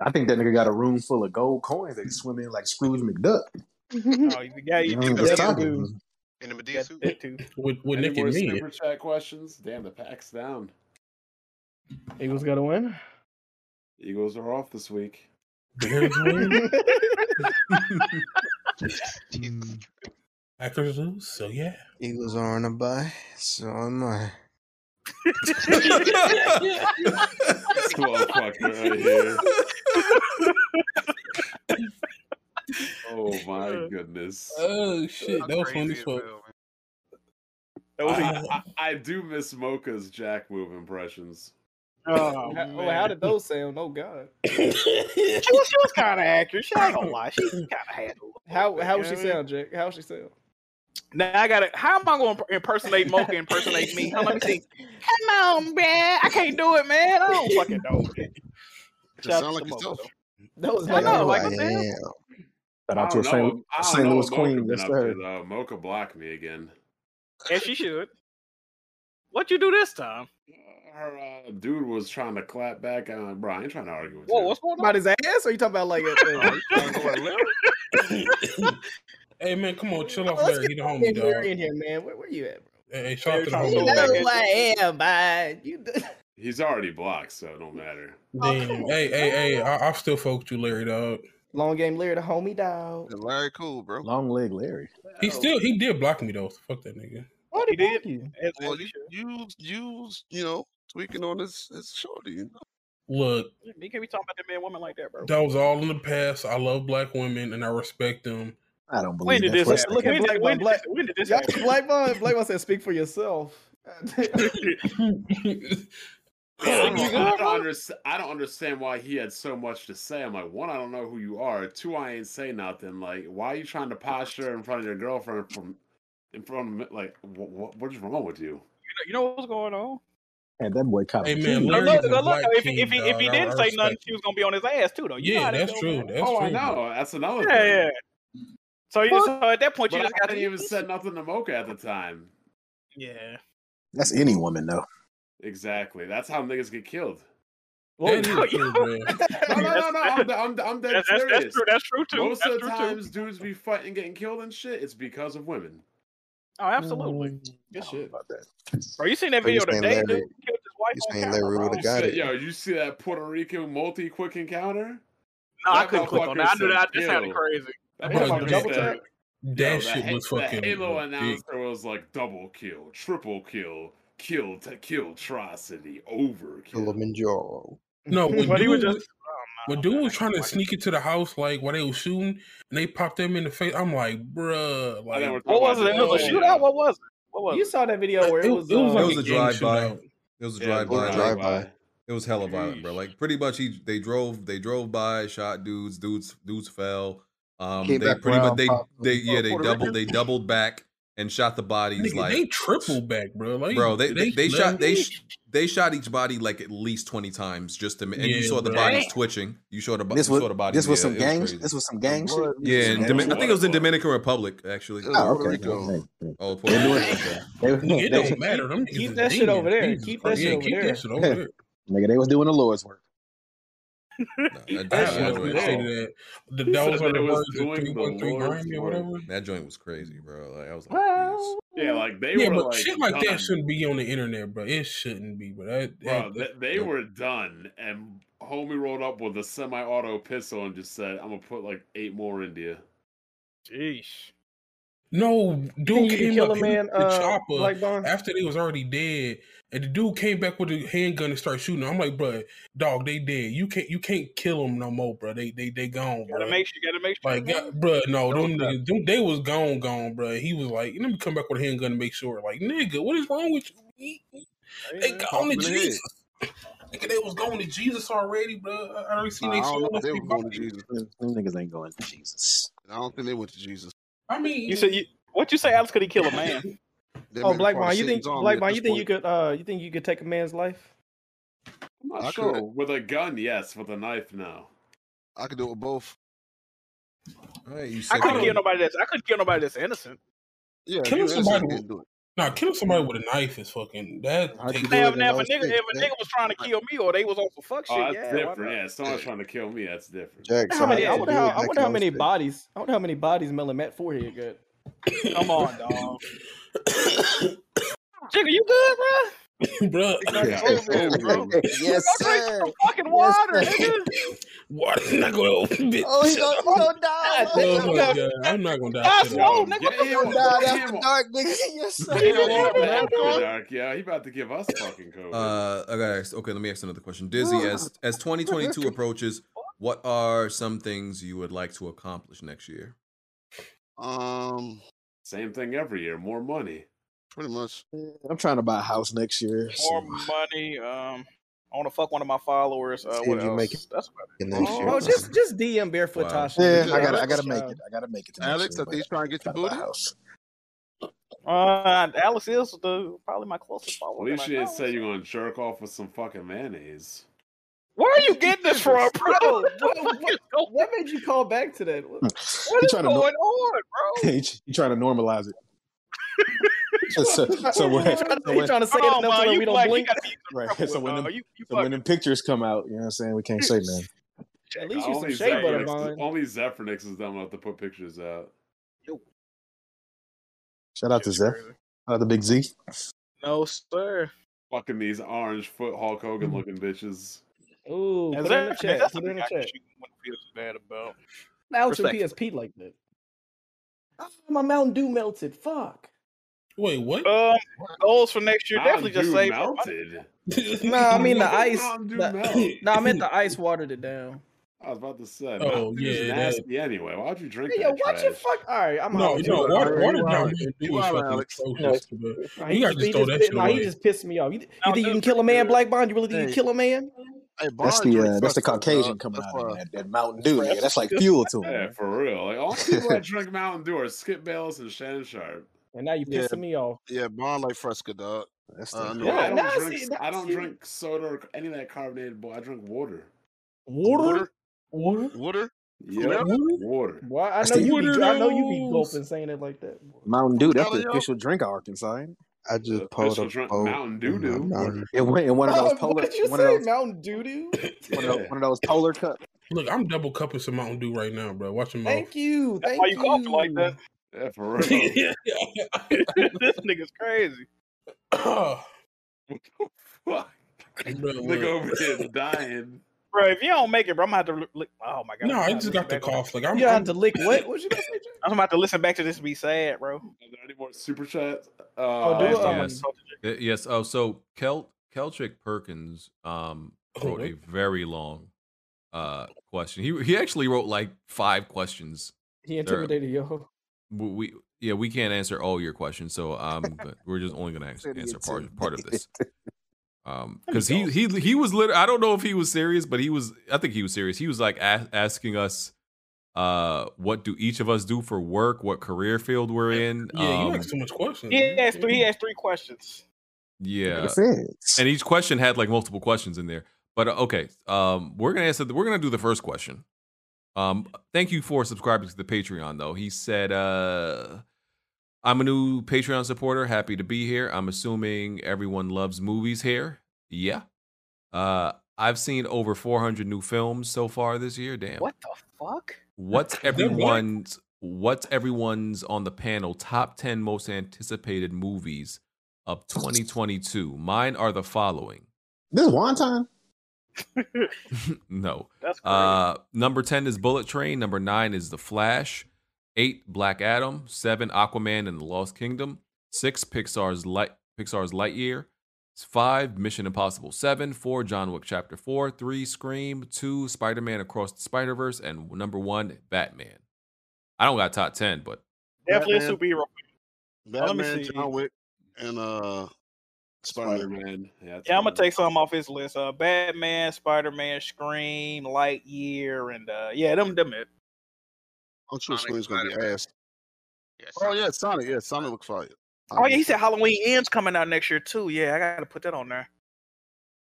I think that nigga got a room full of gold coins that he swim in like Scrooge McDuck.
oh, you got
You
you.
know,
you
just
got
talking.
you.
In the Medea suit.
With,
Any
Nick and
more
me.
super chat questions? Damn, the pack's down.
Eagles gotta win.
Eagles are off this week.
(laughs) Bears
(laughs)
win.
Hmm.
Packers lose, so yeah.
Eagles are on a bye, so am I.
This motherfucker right (laughs) here. Oh my goodness.
Oh shit, that was funny as fuck.
That was-
Ah.
I, I do miss Mocha's Jack move impressions.
Oh,
how, oh, how did those sound? Oh god.
(laughs) she was, she was kind of accurate. She ain't gonna lie. She kind of had.
How how would she
Yeah.
sound, Jake? How would she sound?
Now I gotta. How am I gonna impersonate Mocha? Impersonate me? Hold on, let me see. Come on, man. I can't do it, man. I don't fucking
(laughs)
know.
Just sound like yourself.
That was
I know, like
I
what the hell?
am. Shout
I
out to a
don't know.
St.
I don't
St.
know
Louis
what Mocha
Queen.
been
That's
up
her.
to, though. Mocha blocked me again.
And she should. What you do this time?
Her uh, dude was trying to clap back on. Bro, I ain't trying to argue with
Whoa, Oh, what's going on?
About his ass? Or you talking about (laughs) like? a- a-
(laughs)
Hey man, come on, chill off
Let's
there.
get
He the
out of
homie,
here
dog.
in here, man. Where, where you at?
Hey, shout out to the
Every
homie,
time I
dog.
go
Who I am, but you.
He's already blocked, so it don't matter.
Damn. Hey, hey, hey, I, I'm still fuck with you, Larry, dog.
Long game, Larry, the homie dog.
Larry, cool, bro.
Long leg Larry.
He still he did block me though. So fuck that nigga.
What
he did?
Well, you, you, you, you know, tweaking on this, this shorty. You know?
Look,
You can't be talking about that man woman like that, bro.
that was all in the past. I love black women and I respect them.
I don't
When did this?
Look, look at Black Bond.
when did- when did
Black,
this- when did this
y'all-
happen?
Black Bond. Black Bond said, "Speak for yourself." (laughs)
I
you
don't,
good,
I, don't understand, I don't understand why he had so much to say. I'm like, one, I don't know who you are. Two, I ain't say nothing. Like, why are you trying to posture in front of your girlfriend from in front of like what, what what is wrong with you?
You know what's going on.
Had that boy caught
Hey,
a
man,
kid.
But
Larry's
look,
a
but look,
black
if, if,
king,
he, if he didn't
dog. I
say nothing,
respect
she was gonna be on his ass too, though. You know
Yeah,
how that
that's
go,
true.
man.
That's
oh, I
true, bro.
know. That's another
Yeah,
thing.
yeah. So you just so at that point you
But
just
I
got
didn't even said nothing to Mocha at the time.
yeah.
That's any woman, though.
Exactly. That's how niggas get killed.
That is true, bro.
No,
(laughs)
no, no, no. I'm, I'm, I'm dead
That's- that's- that's
serious.
true- that's true, too.
Most
That's
of the
true, too.
times, dudes be fighting, getting killed and shit. It's because of women.
Oh, absolutely.
Good shit.
Bro, you seen that
So you
video
saying
today?
Larry-
Dude killed his wife
you
on
saying
camera,
Larry
bro.
You said, yo, you see that Puerto Rican multi quick encounter?
No, I couldn't click on that. I knew
motherfucker
that. That
said
sounded
kill.
crazy.
That
Bro,
motherfucker
double
said-
tap?
yo,
That
the
shit
ha-
was fucking
The Halo
big.
announcer was like double kill, triple kill, kill to kill, atrocity, over.
Kilimanjaro.
No, when
But
dude,
he was
was-
just-
when dude was trying to sneak into the house, like while they was shooting, and they popped him in the face. I'm like, bruh, like
we're talking What was about it? It was a the-
shootout? What was it? What
You saw that video where it was. uh,
like
it was
a
a
gang
drive by.
shootout.
It was
Yeah,
a drive
it was
by.
a drive-by.
It was hella violent, bro. Like pretty much, he they drove they drove by, shot dudes, dudes dudes fell. Um,
Came
they
back
pretty much
around,
they
popped
they yeah
uh,
they
Puerto
doubled
Ricans.
they doubled back and shot the bodies
Nigga,
like
they triple back, bro. Like,
bro they they, they shot
left-
they sh- they shot each body like at least twenty times just to ma- and you
Yeah,
saw the
bro.
bodies
Damn.
twitching. You saw the bo-
This
you
was
saw the bodies.
this was
yeah,
some
it
gang.
crazy.
this was some gang shit.
Yeah, in Domin- I think it was in Dominican Republic actually.
Oh, Puerto okay. Rico.
Oh, Puerto
They do
Rico.
it. They,
Nigga, it
they-
don't matter. Them niggas
Keep
is
that shit
demons.
over there.
Jesus
Keep that
Christ.
shit
Yeah,
over
keep
there.
that shit over there.
Nigga, they was doing the Lord's work.
That,
I
that
shouldn't
joint
say
was-
that. The- He that said was that on it the was verge of doing the 313 Lord's Grammy or work. whatever.
That joint was crazy, bro. Like I was like,
Well,
yeah, like they
yeah,
were
but
like
shit like
done.
that shouldn't be on the internet, bro. It shouldn't be, but that,
Bro,
that-
they, they were done, and homie rolled up with a semi-auto pistol and just said, "I'm gonna put like eight more in there."
Jeez.
No, dude
you can
came
kill
up
a
hit
man,
the
uh,
chopper
Black Bond?
after they was already dead, and the dude came back with a handgun and started shooting. I'm like, bro, dog, they dead. You can't, you can't kill them no more, bro. They, they, they gone, bro.
Gotta make sure. Gotta make sure.
Like, God, bro, no, them, niggas- them, they was gone, gone, bro. He was like, let me come back with a handgun to make sure. Like, nigga, what is wrong with you? They
Pop
gone to
him in the head.
Jesus. Nigga, they was going to Jesus already, bro. I I already seen
Nah,
they
I don't
soul.
know if
on
they
their
were going
body.
to Jesus.
Them niggas ain't going to Jesus.
I don't think they went to Jesus.
I mean,
you said you. What you say, Alex? Could he kill a man?
They
oh,
made it
Black
part of
Bond, you think
Satan's army
Black
at
Bond,
this
you think you
point.
could uh you think you could take a man's life?
I'm not
I
sure.
could-
With a gun, yes. With a knife, no.
I could do it with both.
I couldn't kill nobody that's. I couldn't kill nobody that's innocent.
Yeah,
killing somebody with,
do it.
nah, killing somebody with a knife is fucking that. takes-
Now, if, now, if a nigga, if a nigga was trying to kill me or they was on some fuck shit,
Oh, that's
yeah. why
different.
not?
Yeah, if someone's trying to kill me, that's different.
I wonder how many, I wonder how, I wonder how many bodies. I wonder how many bodies Melon Matt Forehead got.
Come on, dog. Jigga, you good, bro?
bro.
(laughs)
Yes, sir. Fucking water, nigga.
Water not gonna open, bitch.
Oh, he gonna- he gonna die,
Oh
man.
my
He
God, I'm not gonna die.
That's
Shut
low,
up.
nigga.
Get him
Don't
on-
die, that's
get him
the
on-
dark, nigga. Yes, sir.
Get him
Yeah,
on the
man,
after
dog.
dark. Yeah, he about to give us fucking COVID.
Uh, I gotta ask. Okay, let me ask another question. Dizzy, as as 2022 approaches, what are some things you would like to accomplish next year?
Um,
same thing every year. More money.
Pretty much.
(laughs) I'm trying to buy a house next year. so-
More money. Um, I want to fuck one of my followers. Uh,
See
what
if you
else?
make it
That's about it.
next year.
Oh, just just DM Barefoot
Wow.
Tasha.
Yeah,
Just
I gotta,
let
I gotta
her
make
shine.
it. I gotta make it. To next
Alex,
year,
I think he's trying to get your
but I gotta
booty.
buy a house.
Uh, Alex is the, probably my closest follower.
At least
that
you
I know.
didn't say you're gonna jerk off with some fucking mayonnaise.
Where are you getting this from, bro?
(laughs) Bro, what, what, what made you call back to that? What,
What
He
is
trying
going
to nor- (laughs)
on, bro?
he, he trying to normalize
(laughs)
it. so, so, so when,
He
so
tryna- he
when-
tryna say Hold it on, enough so Ma, that you we don't black, you blink. gotta
Right. So
uh,
when, them, so when them pictures come out, you know what I'm saying? We can't say nothing.
At least
Nah,
you some
only
shea butter,
Zephyrnix-
Bond.
Only Zephyrnix is dumb enough to put pictures out.
Shout out to Zeph. Shout out to Big Z.
No, sir.
Fucking these orange foot Hulk Hogan looking bitches.
Ooh,
And
put it in the
Zach-
chat.
that's
Put it in the
something I
chat.
wouldn't feel so bad about.
Out your
Respect.
PSP like that. Ah, my Mountain Dew melted. Fuck.
Wait, what?
Um, goals for next year definitely just save for money.
melted.
No, I mean the
Mountain
ice.
Dew
(laughs) No,
melt.
I meant the ice watered it down.
I was about to say.
Oh,
Mountain Dew's
yeah, that-
nasty anyway.
(laughs)
Why'd you drink
Yeah,
that
watch your
trash?
fuck. All right, I'm
No,
out.
no, water,
Alright,
water
you
down
wild.
here do
You
is
wild,
fucking
Alex.
atrocious, bro.
Nah,
You
he
gotta
just,
just
he
throw
just,
that
pissed-
shit
nah, he
away.
just pissed me off. You, th- you
No,
think you can
dude,
kill a man,
dude.
Black Bond? You really think you
Hey.
can kill a man?
Hey,
That's
Bond
the
drink
uh, that's the
first though,
Caucasian
dog.
coming
That's
out of
why.
him, that, that Mountain Dew, nigga. That's like fuel to him.
Yeah, for real. Like all the people that drink Mountain Dew are Skip Bayless and Shannon Sharp.
And now you
Yeah.
pissing me off.
Yeah, Bond like Fresca, dog.
That's
Uh, I know
Yeah,
it.
I
now
don't
I
drink.
see-
s-
now
I
I
don't
see it.
drink soda or any of that carbonated. Boy, I drink water.
Water,
Water?
water.
Water?
Yeah,
Water?
water.
Why? I
That's
know
the-
you be.
Water
I know you be
those.
gulping saying it like that.
Mountain Dew. That's the
Galileo?
official drink of Arkansas. Ain't
I just
The
pulled
official
up
drink
both
Mountain Dew
in my
Dew.
Mountain
it? It went in one of those
Bro,
polar
(laughs) what did you
one of
say,
those
Mountain Dew Dew?
(laughs)
one of those,
Yeah.
one of those polar cups.
Look, I'm double cupping some Mountain Dew right now, bro. Watch your mouth.
Thank you,
That's
thank
why you coughing like that.
Yeah,
(laughs)
for
(laughs)
real.
this nigga's
(coughs)
crazy.
Bro,
Fuck. Look
look.
over here dying.
Bro, if you don't make it, bro, I'm gonna have to li- li- Oh my god.
No,
I'm
I
gonna
just
listen
got the
back to-
cough. Like I'm,
You
I'm
have to lick
(laughs)
what? What you gonna say? Jay?
I'm about to listen back to this and be sad, bro.
Are there any more super chats?
Oh,
Uh,
do
Yes,
um,
yes, Y- yes. Oh, so Kel Keltrick Perkins um wrote a very long uh question. He he actually wrote like five questions.
He
They're-
intimidated yo.
we, we yeah we can't answer all your questions
(laughs)
so um but we're just only gonna ans-
Said he
answer part part of this
(laughs)
um
Let me
because he he he was literally i don't know if he was serious but he was i think he was serious he was like a- asking us uh what do each of us do for work what career field we're in
yeah, you
um
asked too much questions.
He asked three. He asked three questions.
yeah
That's it.
and each question had like multiple questions in there but uh, okay um we're gonna answer the, we're gonna do the first question um thank you for subscribing to the patreon though he said uh i'm a new patreon supporter happy to be here i'm assuming everyone loves movies here yeah uh I've seen over 400 new films so far this year. Damn.
What the fuck? (laughs)
What's
That what?
everyone's What's everyone's on the panel top 10 most anticipated movies of 2022? Mine are the following.
This wonton.
No.
That's
uh number 10 is Bullet Train, number 9 is The Flash, 8 Black Adam, 7 Aquaman and the Lost Kingdom, 6 Pixar's Light Pixar's Lightyear, 5 Mission Impossible 7, 4 John Wick Chapter 4, 3 Scream, 2 Spider-Man Across the Spider-Verse and number 1 Batman. I don't got top 10, but
Definitely a
Batman.
superhero. Let me
Batman,
see.
John Wick, and uh, Spider Man.
Yeah, I'm gonna take some off his list. Uh, Batman, Spider Man, Scream, Lightyear, and uh, yeah, them them it.
I'm sure Scream's gonna be ass. oh yeah, Sonic. Yeah, Sonic looks fire.
Oh yeah, he said Halloween Ends coming out next year too. Yeah, I gotta put that on there.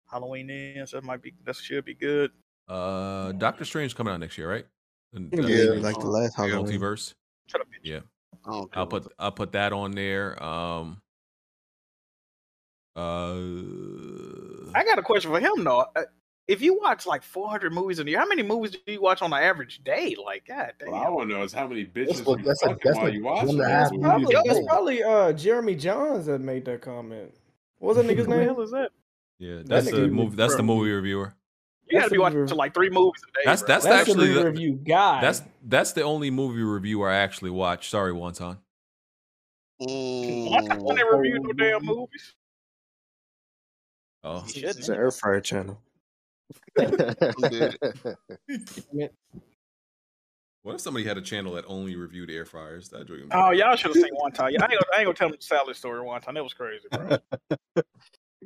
Halloween Ends. That might be. That should be good.
uh Doctor Strange coming out next year, right? And-
Yeah,
uh,
like the last
yeah,
Halloween. Oh,
Multiverse. Yeah. I'll put I'll put that on there. Um uh
I got a question for him though. Uh, If you watch like 400 movies in a year, how many movies do you watch on an average day? Like, god damn.
What I want to know is how many bitches
what-
you
that's a-
fucking
that's
while
a-
you watch
one and
it.
a half
That's
(laughs) Probably,
what it
that's
is.
probably uh, Jeremy Johns that made that comment. What was that (laughs)
(laughs)
nigga's
What the
name?
hell is that?
Yeah,
That
that's
nigga
the
even
movie. That's the
from-
movie reviewer.
You gotta be watching like three movies a day.
That's
bro.
that's,
That's a
actually
movie
the,
review guy.
That's that's the only movie review I actually watch. Sorry, Wonton.
Why can't they review no damn movies?
Oh,
Shit,
It's an air fryer channel.
(laughs)
what if somebody had a channel that only reviewed air fryers? That dream.
Oh, y'all should have seen one time. I ain't, gonna, I ain't gonna tell them the salad story one time. That was crazy,
(laughs)
bro.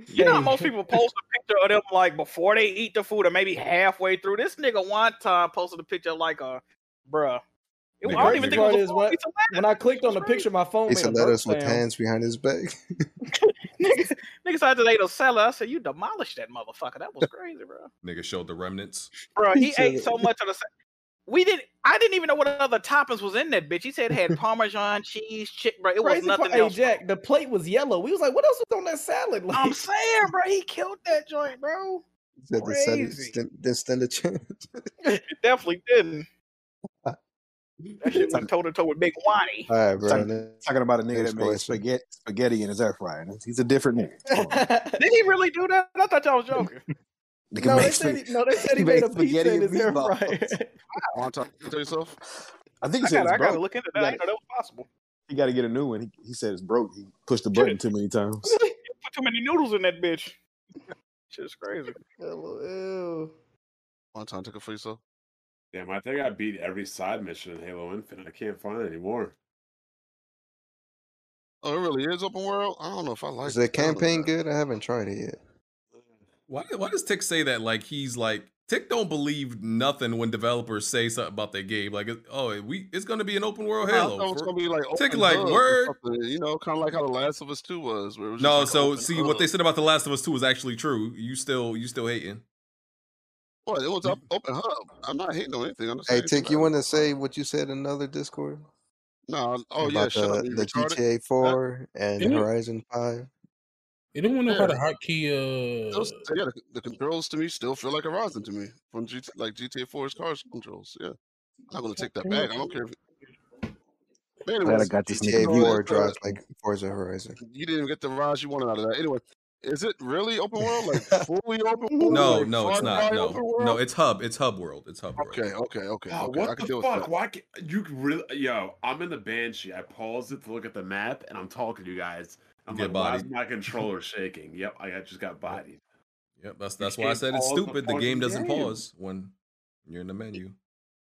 You know how most people post a picture of them like before they eat the food or maybe halfway through. This nigga one time posted a picture like a bruh. It, I don't even think it was a
Is
full
when,
pizza.
when I clicked on the picture, my phone
He
made a
said, "Let
burp
us with
sound.
hands behind his
(laughs)
back."
Niggas, niggas had to ate a salad. I said, You demolished that motherfucker. That was crazy, bro.
Nigga showed the remnants.
(laughs) Bro, he ate
(laughs)
so much of the sa- we didn't I didn't even know what other toppings was in that bitch. He said it
(laughs)
had parmesan, cheese, chick, bro. It was
Crazy
nothing
part, hey,
else.
Jack, the plate was yellow. We was like, what else was on that salad? Like,
I'm saying, bro, he killed that joint, bro.
He said, "This stand- stand- This stand a chance."
It (laughs) definitely didn't. That shit went toe to toe with Big Wani.
All right,
Talk-
bro.
talking about a nigga
Next
that made
question.
spaghetti, spaghetti in his air fryer. He's a different nigga.
(laughs) Did he really do that? I thought y'all was joking.
(laughs) Nigga
No, they
makes
said
me-
he, no, they said he
makes
made a pizza
spaghetti
in
and
his air
meatballs.
fryer.
(laughs)
(laughs) Want to talk to yourself?
I think
I
he said it's
gotta, I gotta
broke.
look into that. I didn't know that was possible.
He got to get a new one. He, he said it's broke. He pushed the button too many times.
Put too many noodles in that bitch. (laughs) Shit's crazy.
Want to take it for yourself?
Damn, I think I beat every side mission in Halo Infinite. I can't find it anymore.
Oh, it really is open world. I don't know if I like.
Is the
it. I don't know.
campaign good? I haven't tried it yet.
Why why does Tick say that? Like he's like Tick don't believe nothing when developers say something about their game. Like it- oh we it's gonna be an open world
I
Halo.
thought it was
Oh, For-
gonna be like
Tick
open
like
hub or
word.
something, You know, kind of like how the Last of Us Two was. Where it was just
No,
like
so
open
see what they
hub.
said about The Last of Us 2 was actually true. You still you still hating.
What it was up, open hub. I'm not hating on anything. I'm just
Hey,
saying.
Tick, you want to say what you said in another Discord
No. Oh yeah.
about
Shut up.
the,
You
the
retarded.
GTA Four and
Yeah.
Horizon Five?
It didn't want to know how
Yeah.
the hotkey. Uh,
Mm. Those, yeah, the, the controls to me still feel like a Horizon to me from GT, like GTA 4's cars controls. Yeah, I'm not gonna take that back. I don't care. If, but
Glad I
anyways,
got this
you
GTA
know,
Four
it's, uh,
dropped like Forza Horizon.
you didn't even get the rise you wanted out of that. Anyway, is it really open
(laughs)
world? Like fully open world?
No,
Like,
no, it's
Far
not.
Cry
No,
open world?
no, it's Hub. It's Hub World. It's Hub World.
Okay, okay, okay,
God,
okay.
what
I can
the
deal with
fuck?
that.
Why can you really? Yo, I'm in the banshee. I paused it to look at the map, and I'm talking to you guys. I'm
You
like,
get
why is
bodied.
my controller shaking? Yep, I got- just got bodied.
Yep, that's
You
that's why I
can't
said it's
pause the
stupid. The
fucking
game doesn't
game.
pause when you're in the menu.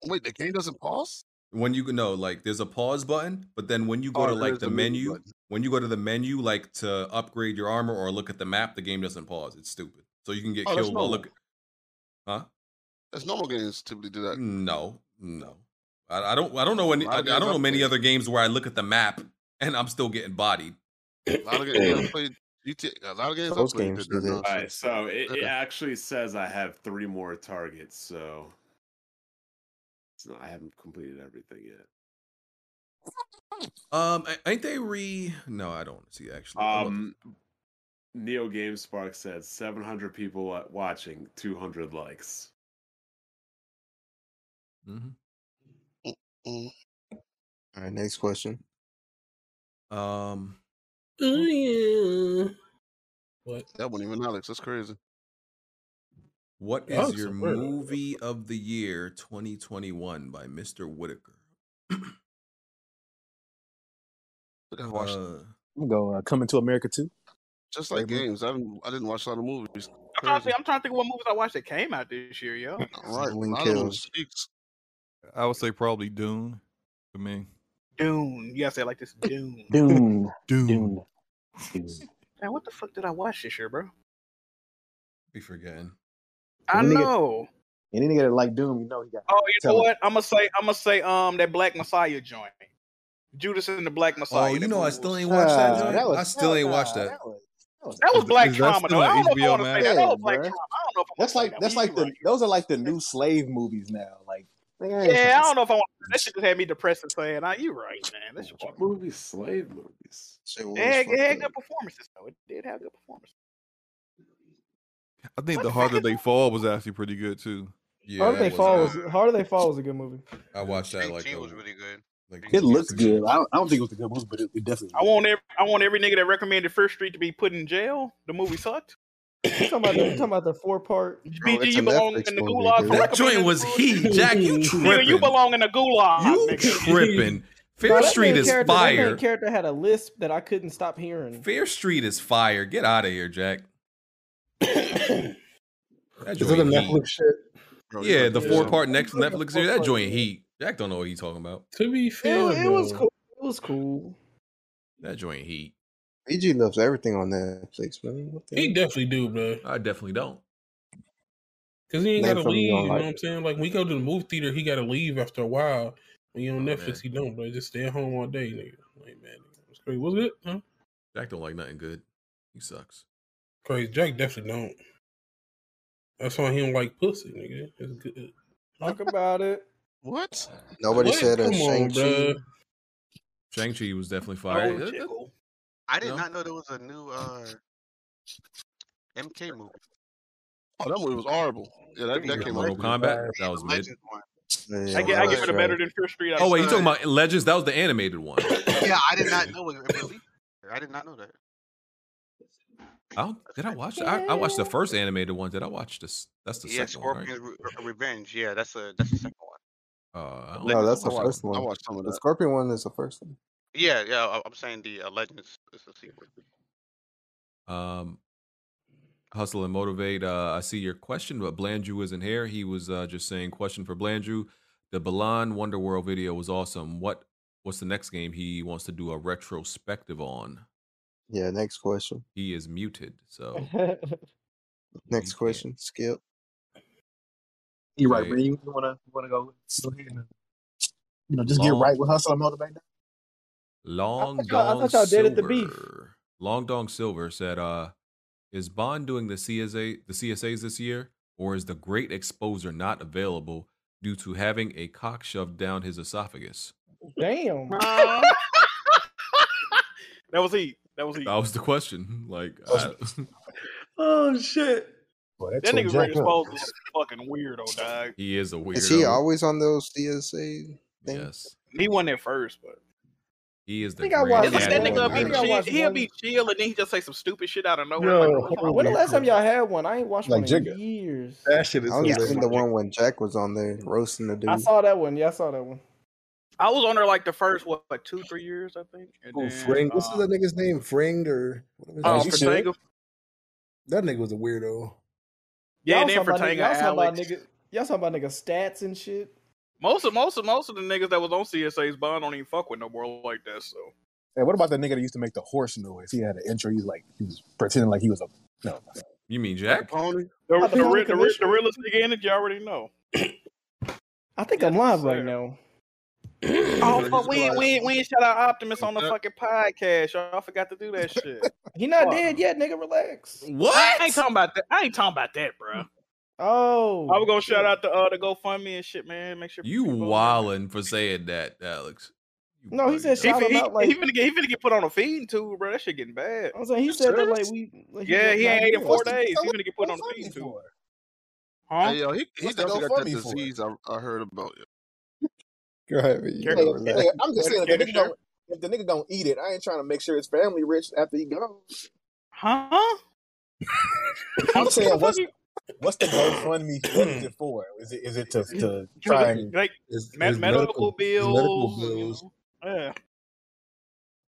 Wait, the game doesn't pause?
When you no, like there's a pause button, but then when you go
Oh,
to
there
like
is
the
the menu
menu, when you go to the menu, like to upgrade your armor or look at the map, the game doesn't pause. It's stupid. So you can get
Oh, that's
killed while
normal.
looking. Huh?
That's normal games typically do that.
No, no. I, I don't. I don't know any.
A
I,
lot
I
of
don't
games
know
I've
many
played-
other games where I look at the map and I'm still getting bodied.
A lot of
(clears throat)
games I've played. GTA, a lot of games I've played did that
All right,
nonsense.
so it, it
(laughs) Yeah.
actually says I have three more targets, so it's not, I haven't completed everything yet.
Um, a- ain't they re? No, I don't see actually. I'm looking-
Um, Neo GameSpark said 700 people wa- watching, 200 likes.
All Mm-hmm. right, next question.
Um,
What?
That one even Alex. That's crazy.
What is
Oh,
Alex
your
is weird.
movie of the year 2021 by Mr. Whitaker? (clears throat) Uh,
I'm going uh, coming to America too.
Just like
Maybe.
games, I didn't. I didn't watch a lot of movies.
I'm trying, to think, I'm trying to think of what movies I watched that came out this year, yo.
Right,
Halloween
a lot of them
Kills.
speaks.
I would say probably Dune for me.
Dune. You gotta say it like this. Dune.
Dune. Dune.
Man, what the fuck did I watch this year, bro?
be forgetting.
I
Any nigga-
know.
Any nigga that like Doom, you know he got.
Oh, you
Tell
know
it.
what? I'm gonna say. I'm gonna say. Um, that Black Messiah joint. Judas and the Black Messiah.
oh, you
that
know I
movie
still
was-
ain't watched that.
Nah,
joint?
that was-
I still ain't watched
nah,
that.
that That was
Is-
black
is that
trauma,
still
though.
on
I don't know if I
HBO
want to say that. That
Max?
was black
Yeah,
trauma. I don't know if I
That's like that's like the those are like the new slave movies now. Like nigga, I ain't
Yeah, I
tryna-
don't know (laughs) if I want. That shit just had me depressed and saying, nah, "You right, man. That's
what movies? Slave movies.
It had, it had good performances, though. It did have good performances.
I think the harder they fall was actually pretty good too.
Yeah,
Harder They Fall was Harder They Fall was a good
(coughs)
movie.
I watched that like
was really good.
It looks good. I don't, I don't think it was a good movie, but it, it definitely.
I want every I want every nigga that recommended First Street to be put in jail. The movie sucked.
You talking about the, you talking about the four part?
BG, you belong in the gulag. for
That joint
recommending
was
food.
heat. Jack,
Nigga,
you
you
tripping.
belong in the gulag.
You
nigga.
tripping.
Nah,
Fair
that
Street
main
is
character, that main
fire.
character had a lisp that I couldn't stop hearing.
Fair Street is fire. Get out of here, Jack. That
Is it
joint
a
heat.
Netflix shit?
yeah, the
Yeah.
four part next
Yeah, the
Netflix series. That
four-part,
joint heat. Jack don't know what he's talking about.
To be
It,
fair,
wa- it was
though,
cool. It was cool.
That joint heat.
BG loves everything on Netflix, man. What the
he definitely do, bro.
I definitely don't.
Cause he ain't
Name
gotta
from you
leave. You
don't
know
like
what I'm saying? Like when you go to the movie theater, he gotta leave after a while. When you on Netflix, he don't, bro. Just stay at home all day, nigga. Like man, nigga, it's crazy. Was it? Huh?
Jack don't like nothing good. He sucks.
Crazy. Jack definitely don't. That's why he don't like pussy, nigga. It's good.
Talk about it.
What?
Nobody
What?
said a
Come on,
Shang-Chi.
bruh.
Shang Chi was definitely
Oh,
fire. Uh, that-
I did
No.
not know there was a new uh, MK
(laughs)
movie.
Oh, that movie was horrible. Yeah, that, that came
Mortal
out.
Kombat. That was mid.
Legends one.
I, gi- I give it a better than First Street. I
Oh wait, you
said.
talking about Legends? That was the animated one.
Yeah, I did not know it. was released. I did not know that.
I don't, did I watch? I,
(laughs)
I watched the first animated one. Did I watch this? That's the
Yeah,
second one. Right?
Scorpion's Re- Re- Revenge. Yeah, that's a that's the second one.
Uh, I don't
No,
know.
that's
I
the
watched-
first one.
I watched some of
The
that.
Scorpion one is the first one.
Yeah, yeah. I- I'm saying the uh, Legends is a sequel.
Um, hustle and motivate. Uh, I see your question, but Blandrew isn't here. He was uh, just saying question for Blandrew. The Balan Wonderworld video was awesome. What what's the next game he wants to do a retrospective on?
Yeah, next question.
He is muted,
(laughs)
so
Next question. Skip.
You right,
Right.
man. You want to want to go go ahead and you know just
Long-
get right with hustle and motivate. now?
Long
y'all- I
Dong
thought y'all
Silver.
dead at the beef.
Long Dong Silver said, uh, "Is Bond doing the CSA the CSAs this year, or is the Great Exposer not available due to having a cock shoved down his esophagus?"
Damn.
(laughs) that was he. That was he.
That was the question. (laughs) Like, I,
Oh shit.
Boy,
That nigga
jacked
Ray
up.
Exposed is a fucking weirdo, dog.
he is a weirdo.
Is he always on those DSA things?
Yes,
He wasn't at first, but
he is the.
think I
grand
watched
It's like that
daddy
one.
nigga
of
I
be
think I
chill.
watched
He'll
one-
be chill and then he just say some stupid shit out of nowhere.
Yo,
I'm like, what the fuck?
When the last time y'all had one? I ain't watched
Like
one in
Jigga.
years.
That shit
is
I was
so
just in
bad.
the one when Jack was on there roasting the dude.
I saw that one. Yeah, I saw that one.
I was on there like the first what, like two, three years, I think. And
Oh,
then,
Frank,
uh,
this is
oh,
a- a-
that nigga's name Fring or whatever his
Oh,
name
for
is.
Tango.
That nigga was a weirdo.
Yeah,
Y'all
and then
talking
for
about nigga-
Tango,
y'all talking about
Alex.
nigga. Y'all talking about nigga stats and shit.
Most of most of most of the niggas that was on CSA's bond don't even fuck with no more like that. So
Hey, what about the nigga that used to make the horse noise? He had an intro. He was like he was pretending like he was a no.
You mean Jack?
Pony?
the
About
the,
the
the,
Pony
re- the, re- the
Commission?
realest nigga in it, you already know.
I think I'm live right now.
Oh fuck, we ain't, we ain't, we ain't shout out Optimus on the fucking podcast. Y'all I forgot to do
(laughs)
that shit.
He not
Fuck.
dead yet, nigga. Relax.
I, I ain't talking about that. I ain't talking about that, bro.
Oh,
I was gonna shout out the uh the GoFundMe and shit, man. Make sure
You wildin' for saying that, Alex. You
No, he said
He,
shout
fin-
him
he,
out like
he finna get he finna get put on a feed too, bro. That shit getting bad.
I'm saying. He said that like we. like
yeah,
was
he
not
ain't ate in
good.
four days. He finna get put on a feed too. Huh?
Hey, yo, he, he
What's the
definitely got that
GoFundMe for?
disease I, I heard about. Yo.
Go ahead, man. You
Like,
know that.
nigga, I'm just
Care-
saying, if the,
care to
nigga
share?
gonna, if the nigga gonna eat it, I ain't trying to make sure his family rich after he goes.
Huh?
(laughs) I'm saying, what's what's the (clears throat) GoFundMe budget for? Is it is it to, to try and
like
is,
me-
is
medical, bills?
medical
you
bills.
know? Yeah.
I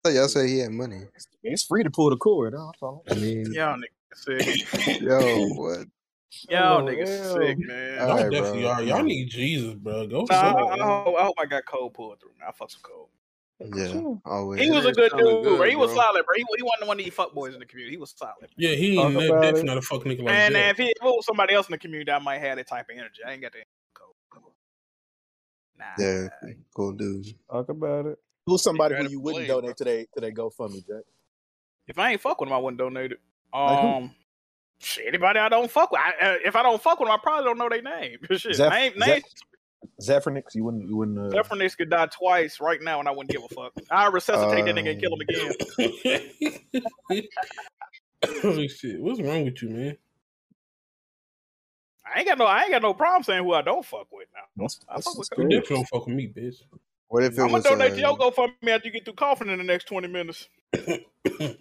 thought y'all said he had money.
It's free to pull the cord. Huh? That's all.
I mean,
(laughs)
Y'all niggas
(laughs)
sick.
yo, what?
Y'all
Oh,
niggas
ew.
sick, man.
All
Y'all
right,
definitely
bro.
are. Y'all need Jesus, bro. Go
Nah, I,
somewhere,
I,
bro.
hope, I hope I got Cole pulled through. Man, I fuck some Cole.
Yeah, always.
He was a good dude,
sounding
bro.
good,
He was
bro.
solid, bro. He, he wasn't one of these fuckboys in the community. He was solid.
Yeah, he
Talk
ain't that,
about
definitely
it.
not a fuck nigga like
And
that.
if, he, if it was somebody else in the community, I might have that type of energy. I ain't got that.
Yeah, cool dude.
Talk about it.
Who's somebody
Gotta
who you wouldn't
play,
donate to they to they GoFundMe, Jack?
If I ain't fuck with him, I wouldn't donate it.
Like who?
Um, shit, anybody I don't fuck with. I, uh, if I don't fuck with them, I probably don't know their name. (laughs) shit,
Zeph-
name,
Zeph-
name.
Zephyrnix, you wouldn't you wouldn't. Uh,
Zephyrnix could die twice right now, and I wouldn't give a fuck. I resuscitate that nigga and kill him again.
(laughs) Holy shit, what's wrong with you, man?
(laughs) I ain't got no, I ain't got no problem saying who I don't fuck with now. I fuck with
You
Cole.
definitely don't fuck with me, bitch.
What if it
I'm gonna
was?
donate
uh,
to your GoFundMe after you get through coughing in the next 20 minutes. Make sure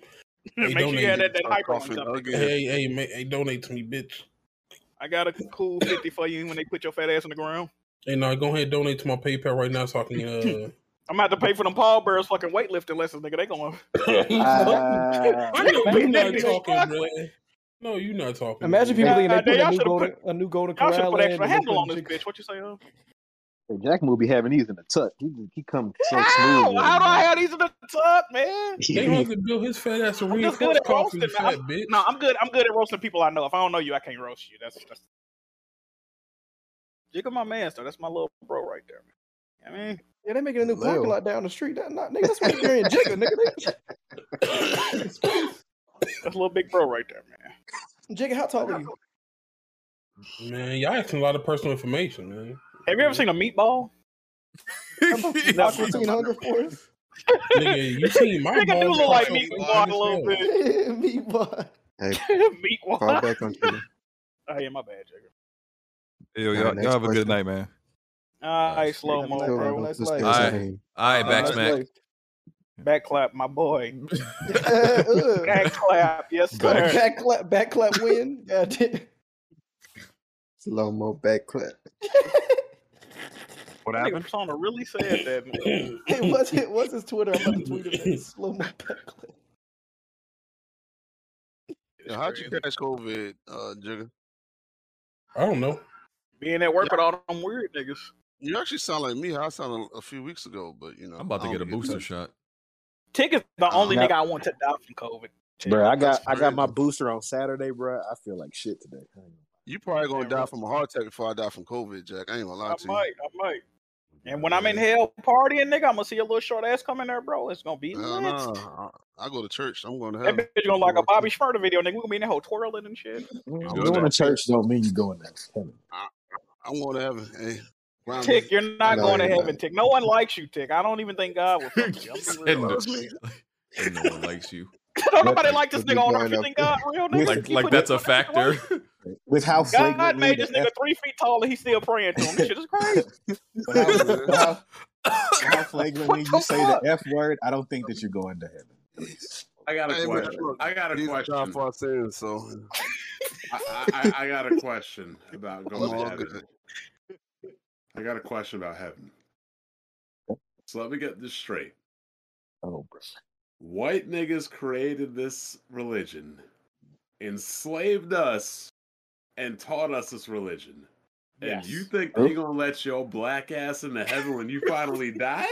you had that, that hyperlink up. nigga.
Hey, hey, ma- hey, donate to me, bitch.
I got a cool 50 for you when they put your fat ass on the ground.
Hey, no, go ahead and donate to my PayPal right now so I can. Uh, (laughs)
I'm about to pay for them Paul Bear's fucking weightlifting lessons, nigga. They going.
Ah.
I know
(laughs) They
you not
niggas
talking,
struggling.
bro. No, you not talking.
Imagine people
bruh.
thinking they
God,
put a
y'all
new
shoulda
golden, a new golden
Y'all should
corral.
put
in
extra
and they
handle
put
on this
chick-
bitch. What you say, huh?
Hey, Jack will be having these in the tuck. He he come so smooth.
How?
with
Oh, How
it,
do I
man.
have these in the tub, man?
They gonna have to build his fat ass a
I'm just good
reinforced
at
coffee, you
roasting.
fat
I'm-
bitch.
no, I'm good. I'm good at roasting people I know. If I don't know you, I can't roast you. That's that's. Jigga my man, though. That's my little bro right there. Man. I mean,
Yeah, they making a new
Lil.
parking lot down the street. That not nigga. That's what they're in Jigga, nigga.
(coughs)
They, (coughs)
that's little big bro right there, man.
Jigga, how tall are you?
Man, y'all asking a lot of personal information, man.
Have you ever seen a meatball?
Aqua Teen Hunger Force.
Nigga, you seen my
(laughs) Nigga do
balls
look like
pop out
Meek
so
Wad
wide
a
as
little
hell.
bit.
Hey,
Meek
fall
Wad.
back on you.
Oh yeah, my bad, Jigga.
Yo,
All
y'all,
right, next
y'all have a
question.
good night, man.
All right, slow mo,
Yo,
bro.
what's
nice
this
life.
guy's
Alright.
name?
Alright,
Uh,
back
nice
smack.
life.
Back clap,
(laughs)
my boy. (laughs)
Ugh.
Back clap, yes sir.
Back, back clap, back clap
(laughs)
win. God damn.
Slow mo back clap.
What
That nigga Persona really said that. Man.
(laughs) Hey, what's it? What's his Twitter? I'm about to tweet him. It's Slow mo back clap.
Yo, how'd you catch COVID, uh, Jigga?
I don't know.
Being at work with all them weird niggas.
You actually sound like me. How I sounded a few weeks ago, but you know,
I'm about to
I
get a
don't
booster
touched.
shot.
Tick is the only
Nah.
nigga I want to die from COVID.
Bro, I got
That's
I got my
crazy.
booster on Saturday, bro. I feel like shit today.
You probably gonna die from a heart attack before I die from COVID, Jack. I ain't gonna lie
I
to you.
might, I might. And when I'm in hell partying, nigga, I'm gonna see a little short ass coming there, bro. It's gonna be lit.
Nah, nah, Uh, I, I go to church. I'm going to hell.
That bitch gonna like a Bobby Schmurter video, nigga. We gonna be in that whole twirling and shit.
I'm
You
going to
going to (laughs) church don't mean you going to heaven.
I'm going to heaven. Hey, grind me.
Tick, you're not
No,
going to
you're
heaven, Tick. No one likes you, Tick. I don't even think God will fuck you. I'm being real.
And,
Loves me.
and no one
(laughs)
likes you.
Don't nobody like
Like-
this
like we
nigga on
going
earth. You
up
think God real, nigga?
Like,
You
like
put that-
that's a factor.
With how
God
flagrantly
made
the
this nigga three feet tall and he's still praying to him. This shit is
(laughs)
crazy.
F- how, (laughs)
(laughs)
how, how flagrantly you say the F word, I don't think that you're going to heaven.
I got a
Hey, but
question.
look,
I got a
Jesus
question.
died for our sins, so
I, I, I got a question about going
(laughs) I'm all
to heaven. I got a question about heaven. So let me get this straight.
Oh, bro.
White niggas created this religion, enslaved us, and taught us this religion. And
Yes.
you think they gonna let your black ass into heaven when you finally die?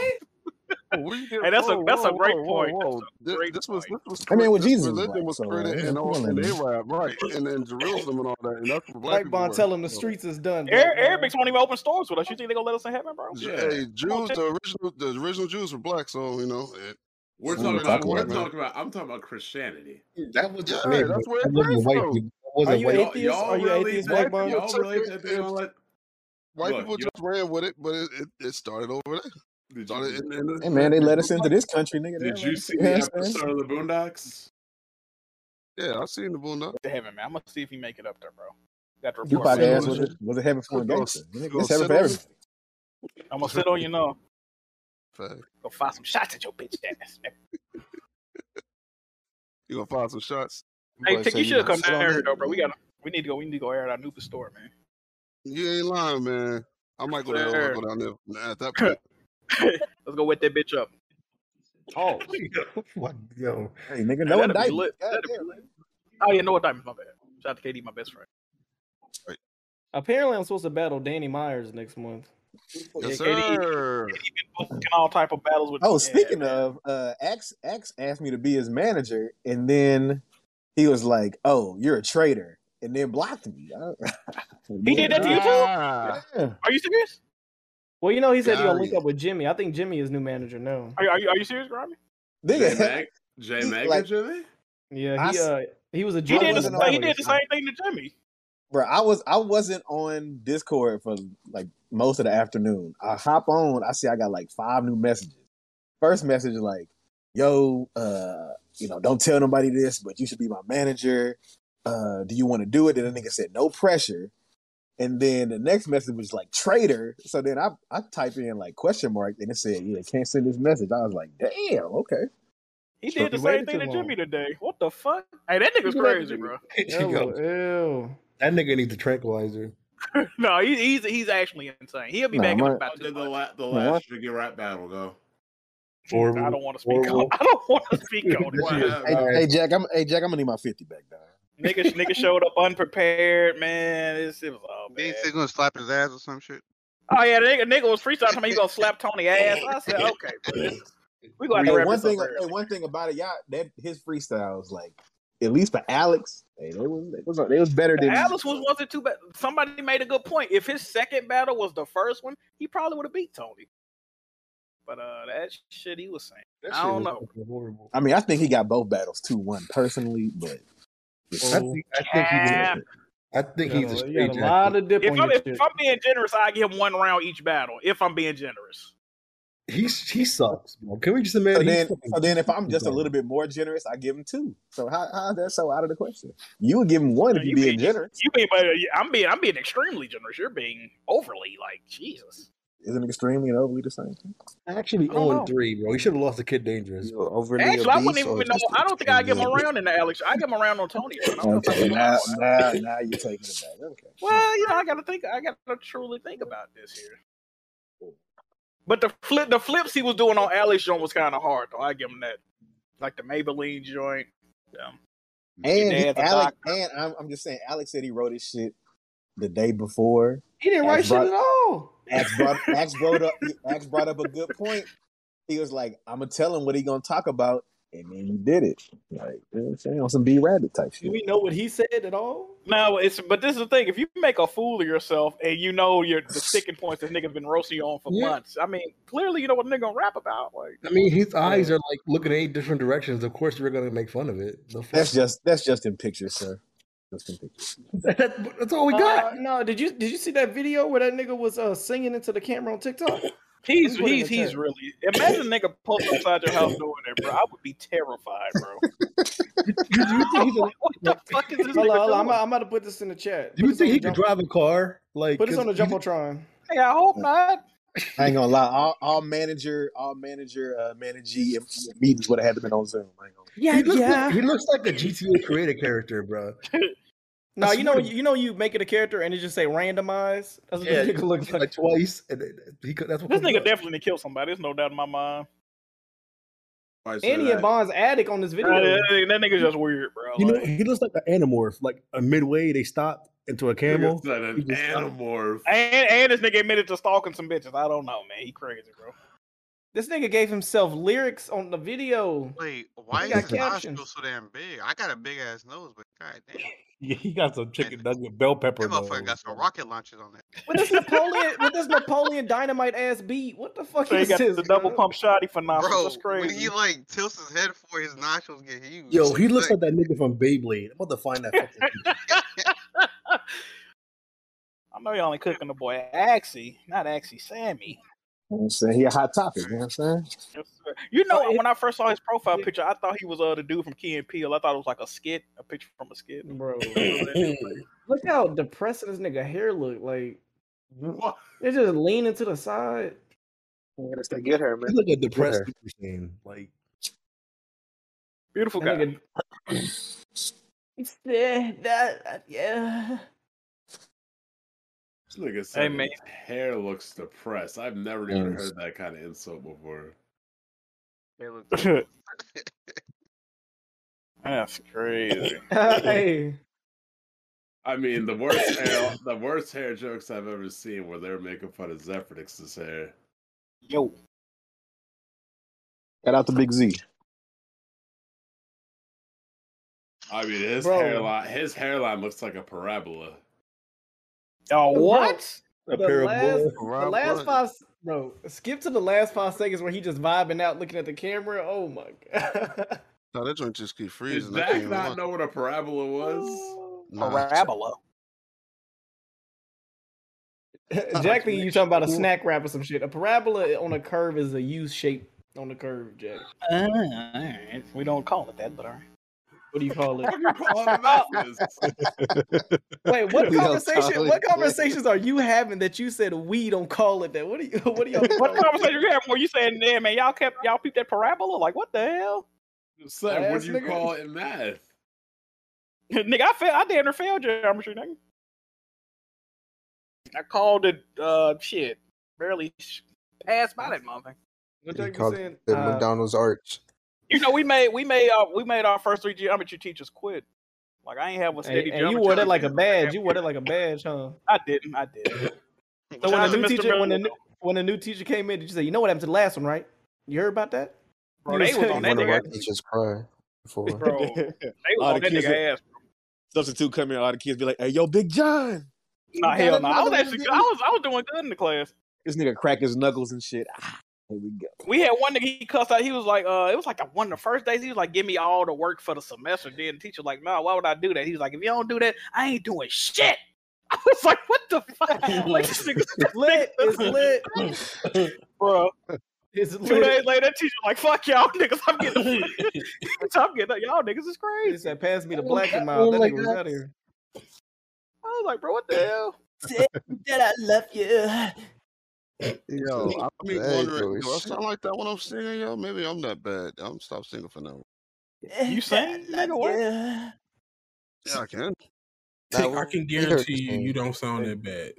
Hey, that's a- that's a great point.
Whoa,
That's a
Thi-
great
this, was
point.
this was
I mean, well,
this
Jesus was
religion
black,
was
so, uh,
created in
come
all
on,
in
man.
Arab, right? And in Jerusalem and all that, and that's where black
Like
people
Bon,
were.
tell him the
So,
streets is done.
(laughs) Air,
Black Bon.
Arabics won't even open stores with us. You think they gonna let us in heaven, bro?
J- Hey, Jews, the original, the original Jews were black, so you know. It,
We're
it's
talking
what it
about
is,
we're
man.
talking about I'm talking about Christianity.
That was
Yeah, that's where it came from.
Are you
Y'all-
atheist?
Y'all
Are you
really
atheist,
think-
Black Bon?
Y'all really think they're gonna let
White
Look,
people
you-
just ran with it, but it, it, it started over there.
Hey man, they let us into this country, nigga.
Did
They
you
let us-
see
you know what
the
I'm saying?
episode of the Boondocks?
Yeah, I've seen the Boondocks.
To heaven, man. I'm gonna see if you make it up there, bro. Got the
You
report.
probably asked, was it, was it heaven for a
Go-
gangster?
go
It's heaven
sit
for
on-
everything.
I'm gonna sit on you now. Go fire some shots at your bitch ass. nigga.
You gonna find some shots?
Hey,
Boy,
Tick,
say
you should
gonna
come
sit
down
on
here
that?
though, bro. We got we need to go. We need to go air at our new store, man.
You ain't lying, man. I might go down, I
Sir.
might go down there Nah, at that
(laughs)
point.
Let's go wet that bitch up.
(laughs)
Oh,
What? Yo, hey, nigga, no
Hey, that'd be
indictment.
lit. That'd be lit. Oh yeah, Noah Diamond. My bad. Shout out to KD, my best friend.
Apparently, I'm supposed to battle Danny Myers next month.
Yes, Yeah,
E.
KD. sir. In all type of battles with.
Oh, speaking of, uh, X X asked me to be his manager, and then he was like, "Oh, you're a traitor," and then blocked me. (laughs)
He did that to you too?
Yeah.
Are you serious?
Well, you know, he said he's gonna
Golly.
link up with Jimmy. I think Jimmy is new manager now.
Are you are you, are you serious, Grammy?
J Mag, J Mag, or Jimmy.
Yeah, he
I s-
uh, he was a
He
judge.
did,
on
the,
Power
he did the
yesterday.
same thing to Jimmy.
Bro, I was I wasn't on Discord for like most of the afternoon. I hop on, I see I got like five new messages. First message like, "Yo, uh, you know, don't tell nobody this, but you should be my manager. Uh, do you want to do it?" Then the nigga said, "No pressure." And then the next message was like, "Traitor." So then I I type in like question mark, and it said, "Yeah, can't send this message." I was like, "Damn, okay."
He
So
did the
he
same
waited
thing
too
to
long.
Jimmy today. What the fuck? Hey, that nigga's
He waited
crazy, bro. (laughs)
Ew.
That nigga needs a tranquilizer.
no, he, he's he's actually insane. He'll be
Nah,
back in
my-
about
two the, la- the
Nah,
last Jiggy Rap battle go.
Horrible.
I don't want to speak on. (laughs) I don't want to speak on it.
Hey, hey, Jack, I'm hey Jack, I'm gonna need my fifty back.
Nigga, nigga showed up unprepared, man. It's, it was all bad.
They're gonna slap his ass or some shit.
Oh yeah, nigga, nigga was freestyling. Somebody gonna slap
(laughs)
Tony ass. I said, okay, bro, this is- we gonna have to
Hey,
wrap
one
this up
thing,
early.
hey, one thing about it, y'all, that his freestyles, like at least for Alex, hey, they was they was, they was better
The
than
Alice was wasn't too bad. Somebody made a good point. If his second battle was the first one, he probably would have beat Tony. But uh, that shit he was saying, I don't know.
Horrible.
I mean, I think he got both battles two one personally, but
I think, I think
Cap.
Oh,
he's, I think
You
he's a
got a-
straight
you got a
jacket.
lot of dip
If I'm, if I'm being generous, I give him one round each battle. If I'm being generous,
He's he sucks. Man. Can we just admit?
So
he's
then,
fucking-
so then, if I'm just a little bit more generous, I give him two. So how how is that so out of the question? You would give him one if you're being generous.
you being, but I'm being, I'm being extremely generous. You're being overly like Jesus.
Isn't extremely and overly the same thing?
Actually,
I don't
on
know.
three, bro. He should have lost the kid dangerous. Bro.
Overly
Actually, I wouldn't even know. I don't think I give him a round in the Alex. I give him a round on Tony. I don't know if I
Okay,
give him a
now,
round.
now, now you're taking it back. Okay.
Well, you know, I gotta think. I gotta truly think about this here. But the flip, the flips he was doing on Alex joint was kind of hard, though. I give him that. Like the Maybelline joint. Yeah.
And
Your
he,
dad's a
Alex, and I'm, I'm just saying, Alex said he wrote his shit the day before.
He didn't
Axe
write shit
brought-
at all.
Axe
(laughs)
brought, Axe brought up Axe brought up a good point. He was like, "I'm gonna tell him what he gonna talk about," and then you did it. Like you know what I'm saying, on some B Rabbit type shit.
Do we know what he said at all?
No, it's but this is the thing. If you make a fool of yourself and you know you're the sticking points that nigga's been roasting you on for
Yeah.
months, I mean, clearly you know what nigga gonna rap about. Like,
I mean, his eyes are like looking in eight different directions. Of course, we're gonna make fun of it. The fuck?
That's just that's just in pictures, sir. Just in pictures.
that's all we
got. Uh, no, did you did you see that video where that nigga was uh, singing into the camera on TikTok?
He's
Let me put it in
he's
the
he's
chat.
really. Imagine a nigga posted outside your house doing that, bro. I would be terrified, bro. what the fuck is this
Hold on, hold on, I'm,
nigga doing?
about- I'm about to put this in the chat.
You
Put this
think
on
he
the
could
jump-
drive a car? Like,
Put this on the
cause he-
jumbotron.
Hey, I hope not.
I ain't gonna lie. All, all manager, all manager, uh, managee meetings would have had to been on Zoom. I ain't gonna
he looks Like, he looks like a GTA creator character, bro.
No, you know you know you make it a character and it just say randomize. That's what
Yeah,
this nigga looks
like, twice, and it- he
(laughs)
could, (laughs) that's what
This
comes
nigga
up.
definitely killed somebody. There's no doubt in my mind.
And he in Bond's attic on this video.
Uh, that nigga- that nigga's just weird, bro.
You
Like,
know,
He looks like an animorph. Like a midway, they stopped into a camel.
That
(laughs)
an animorph.
and, and this nigga admitted to stalking some bitches. I don't know, man. He crazy, bro.
This nigga gave himself lyrics on the video.
Wait, Why
he
is
got
his eyes
captions?
still so damn big? I got a big ass nose, but god damn,
Yeah, he got some chicken nugget bell pepper
that motherfucker
though.
got some rocket launchers on that.
With this Napoleon, with this Napoleon Dynamite ass beat. What the fuck
So he
is
got (laughs)
this?
the double pump shotty for nostrils.
Bro,
That's crazy.
when he like tilts his head forward, his nostrils get huge.
Yo, he looks like that nigga from Beyblade. I'm about to find that. fucking-
I know y'all ain't cooking the boy Axie, not Axie Sammy.
You know what I'm saying? He a hot topic, you know what I'm saying?
You know, when I first saw his profile picture, I thought he was uh, the dude from Key and Peele. I thought it was like a skit, a picture from a skit.
Bro, Look how depressing this nigga hair look. Like, it's just leaning to the side.
get her, man.
He look a depressed
Like,
beautiful
guy. It's there, that, uh, yeah.
This nigga said
Hey, man.
his hair looks depressed. I've never even
Yes.
heard that kind of insult before.
That's crazy.
(laughs) hey.
I mean, the worst hair, the worst hair jokes I've ever seen were they're making fun of Zephyrix's hair.
Yo.
Shout out to Big Z.
I mean, his
Bro.
hairline, Uh, his hairline looks like a parabola.
Oh,
what?
A
the
pair of (laughs)
last,
balls.
the
Rob
last
Wood.
five, bro. Skip to the last five seconds where he just vibing out, looking at the camera. Oh my god!
No, that joint just keep
Did
freezing. I can't
Zach
even
not
watch.
know what a parabola was?
Oh. (laughs)
Nah.
Parabola.
Jack, think you talking about a snack wrap or some shit? A parabola on a curve is a U shape on the curve, Jack.
all right. Uh, We don't call it that, but all right.
What do you call it? Wait,
Wait,
what conversation? What conversations are you having that you said we don't call it that? What do you? (laughs) What do y'all?
(laughs) What conversation you have where you saying, "Yeah, man, y'all kept y'all peeped that parabola"? Like, what the hell?
Zach, what
Ass
do you
nigga.
call it in
(laughs)
math?
(laughs) nigga, I failed. I damn near failed geometry, nigga. I called it uh shit. Barely sh- passed by that motherfucker.
he called it the
uh,
McDonald's arch.
You know, we made we made uh, we made our first three geometry teachers quit. Like I ain't have a
And,
steady.
and you
geometry
wore that like a
teacher.
badge. You wore that like a badge, huh?
I didn't. I didn't.
So when
Shout out
the
to
new
Mr.
teacher, when the
Miller,
new, when the new teacher came in, did you say, you know what happened to the last one, right? You heard about that?
Bro,
You
they
just- (laughs)
was on that
One of our
nigga.
teachers cried before.
(laughs)
Bro, they was
All
on
the
that
kids
nigga ass.
Substitute come in, all the kids be like, "Hey, yo, Big John,
Nah,
got
hell no. I
another
was
one
actually good. I was I was doing good in the class.
this nigga crack his knuckles and shit." Ah, here we go.
We had one nigga he cussed out. He was like, uh, it was like the one of the first days. He was like, give me all the work for the semester. Then the teacher like, no, why would I do that? He was like, if you don't do that, I ain't doing shit. (laughs) I was like, what the
(laughs)
fuck? like this nigga
lit. It's lit,
(laughs)
(laughs) bro.
It's
Two
lit.
days later, that teacher like, fuck y'all (laughs) niggas. I'm getting, I'm getting y'all niggas is crazy.
He said, pass me the
Oh,
black
that
and mild. That
one like
nigga was
that.
out of
(laughs)
here.
I was like, bro, what the hell?
that I love you.
Yo, I'm
Hey,
wondering.
Joey.
Do I sound like that when I'm singing, yo? Maybe I'm not bad. I'm stop singing for now.
You sang, nigga, what?
Yeah, I can.
Tick, I can guarantee you, you don't sound that bad.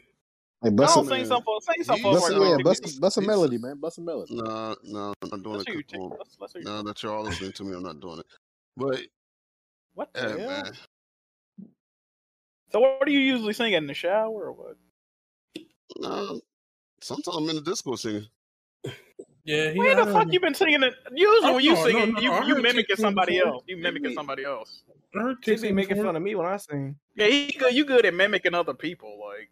Hey,
I
bust
don't
a-
sing something for sing something for us
Bust,
right
yeah,
quick.
bust, a- bust a melody, man. Bust a melody.
Nah, nah, I'm not doing
Let's
it.
hear you,
'cause,
Tick.
well,
Let's, let's hear you.
Now that y'all listening to me, I'm not doing it. But
What the
yeah,
hell?
man,
So what do you usually sing in the shower or what?
nah, sometimes I'm in the disco singing.
Yeah,
Where the fuck you been singing it? Usually
Oh,
when you
no,
sing
no,
it,
no,
you,
I
you
heard
mimicking
Tick sing
somebody
before.
else. You mimicking somebody else.
She be making fun of me when I sing.
Yeah, he good. You good at mimicking other people. Like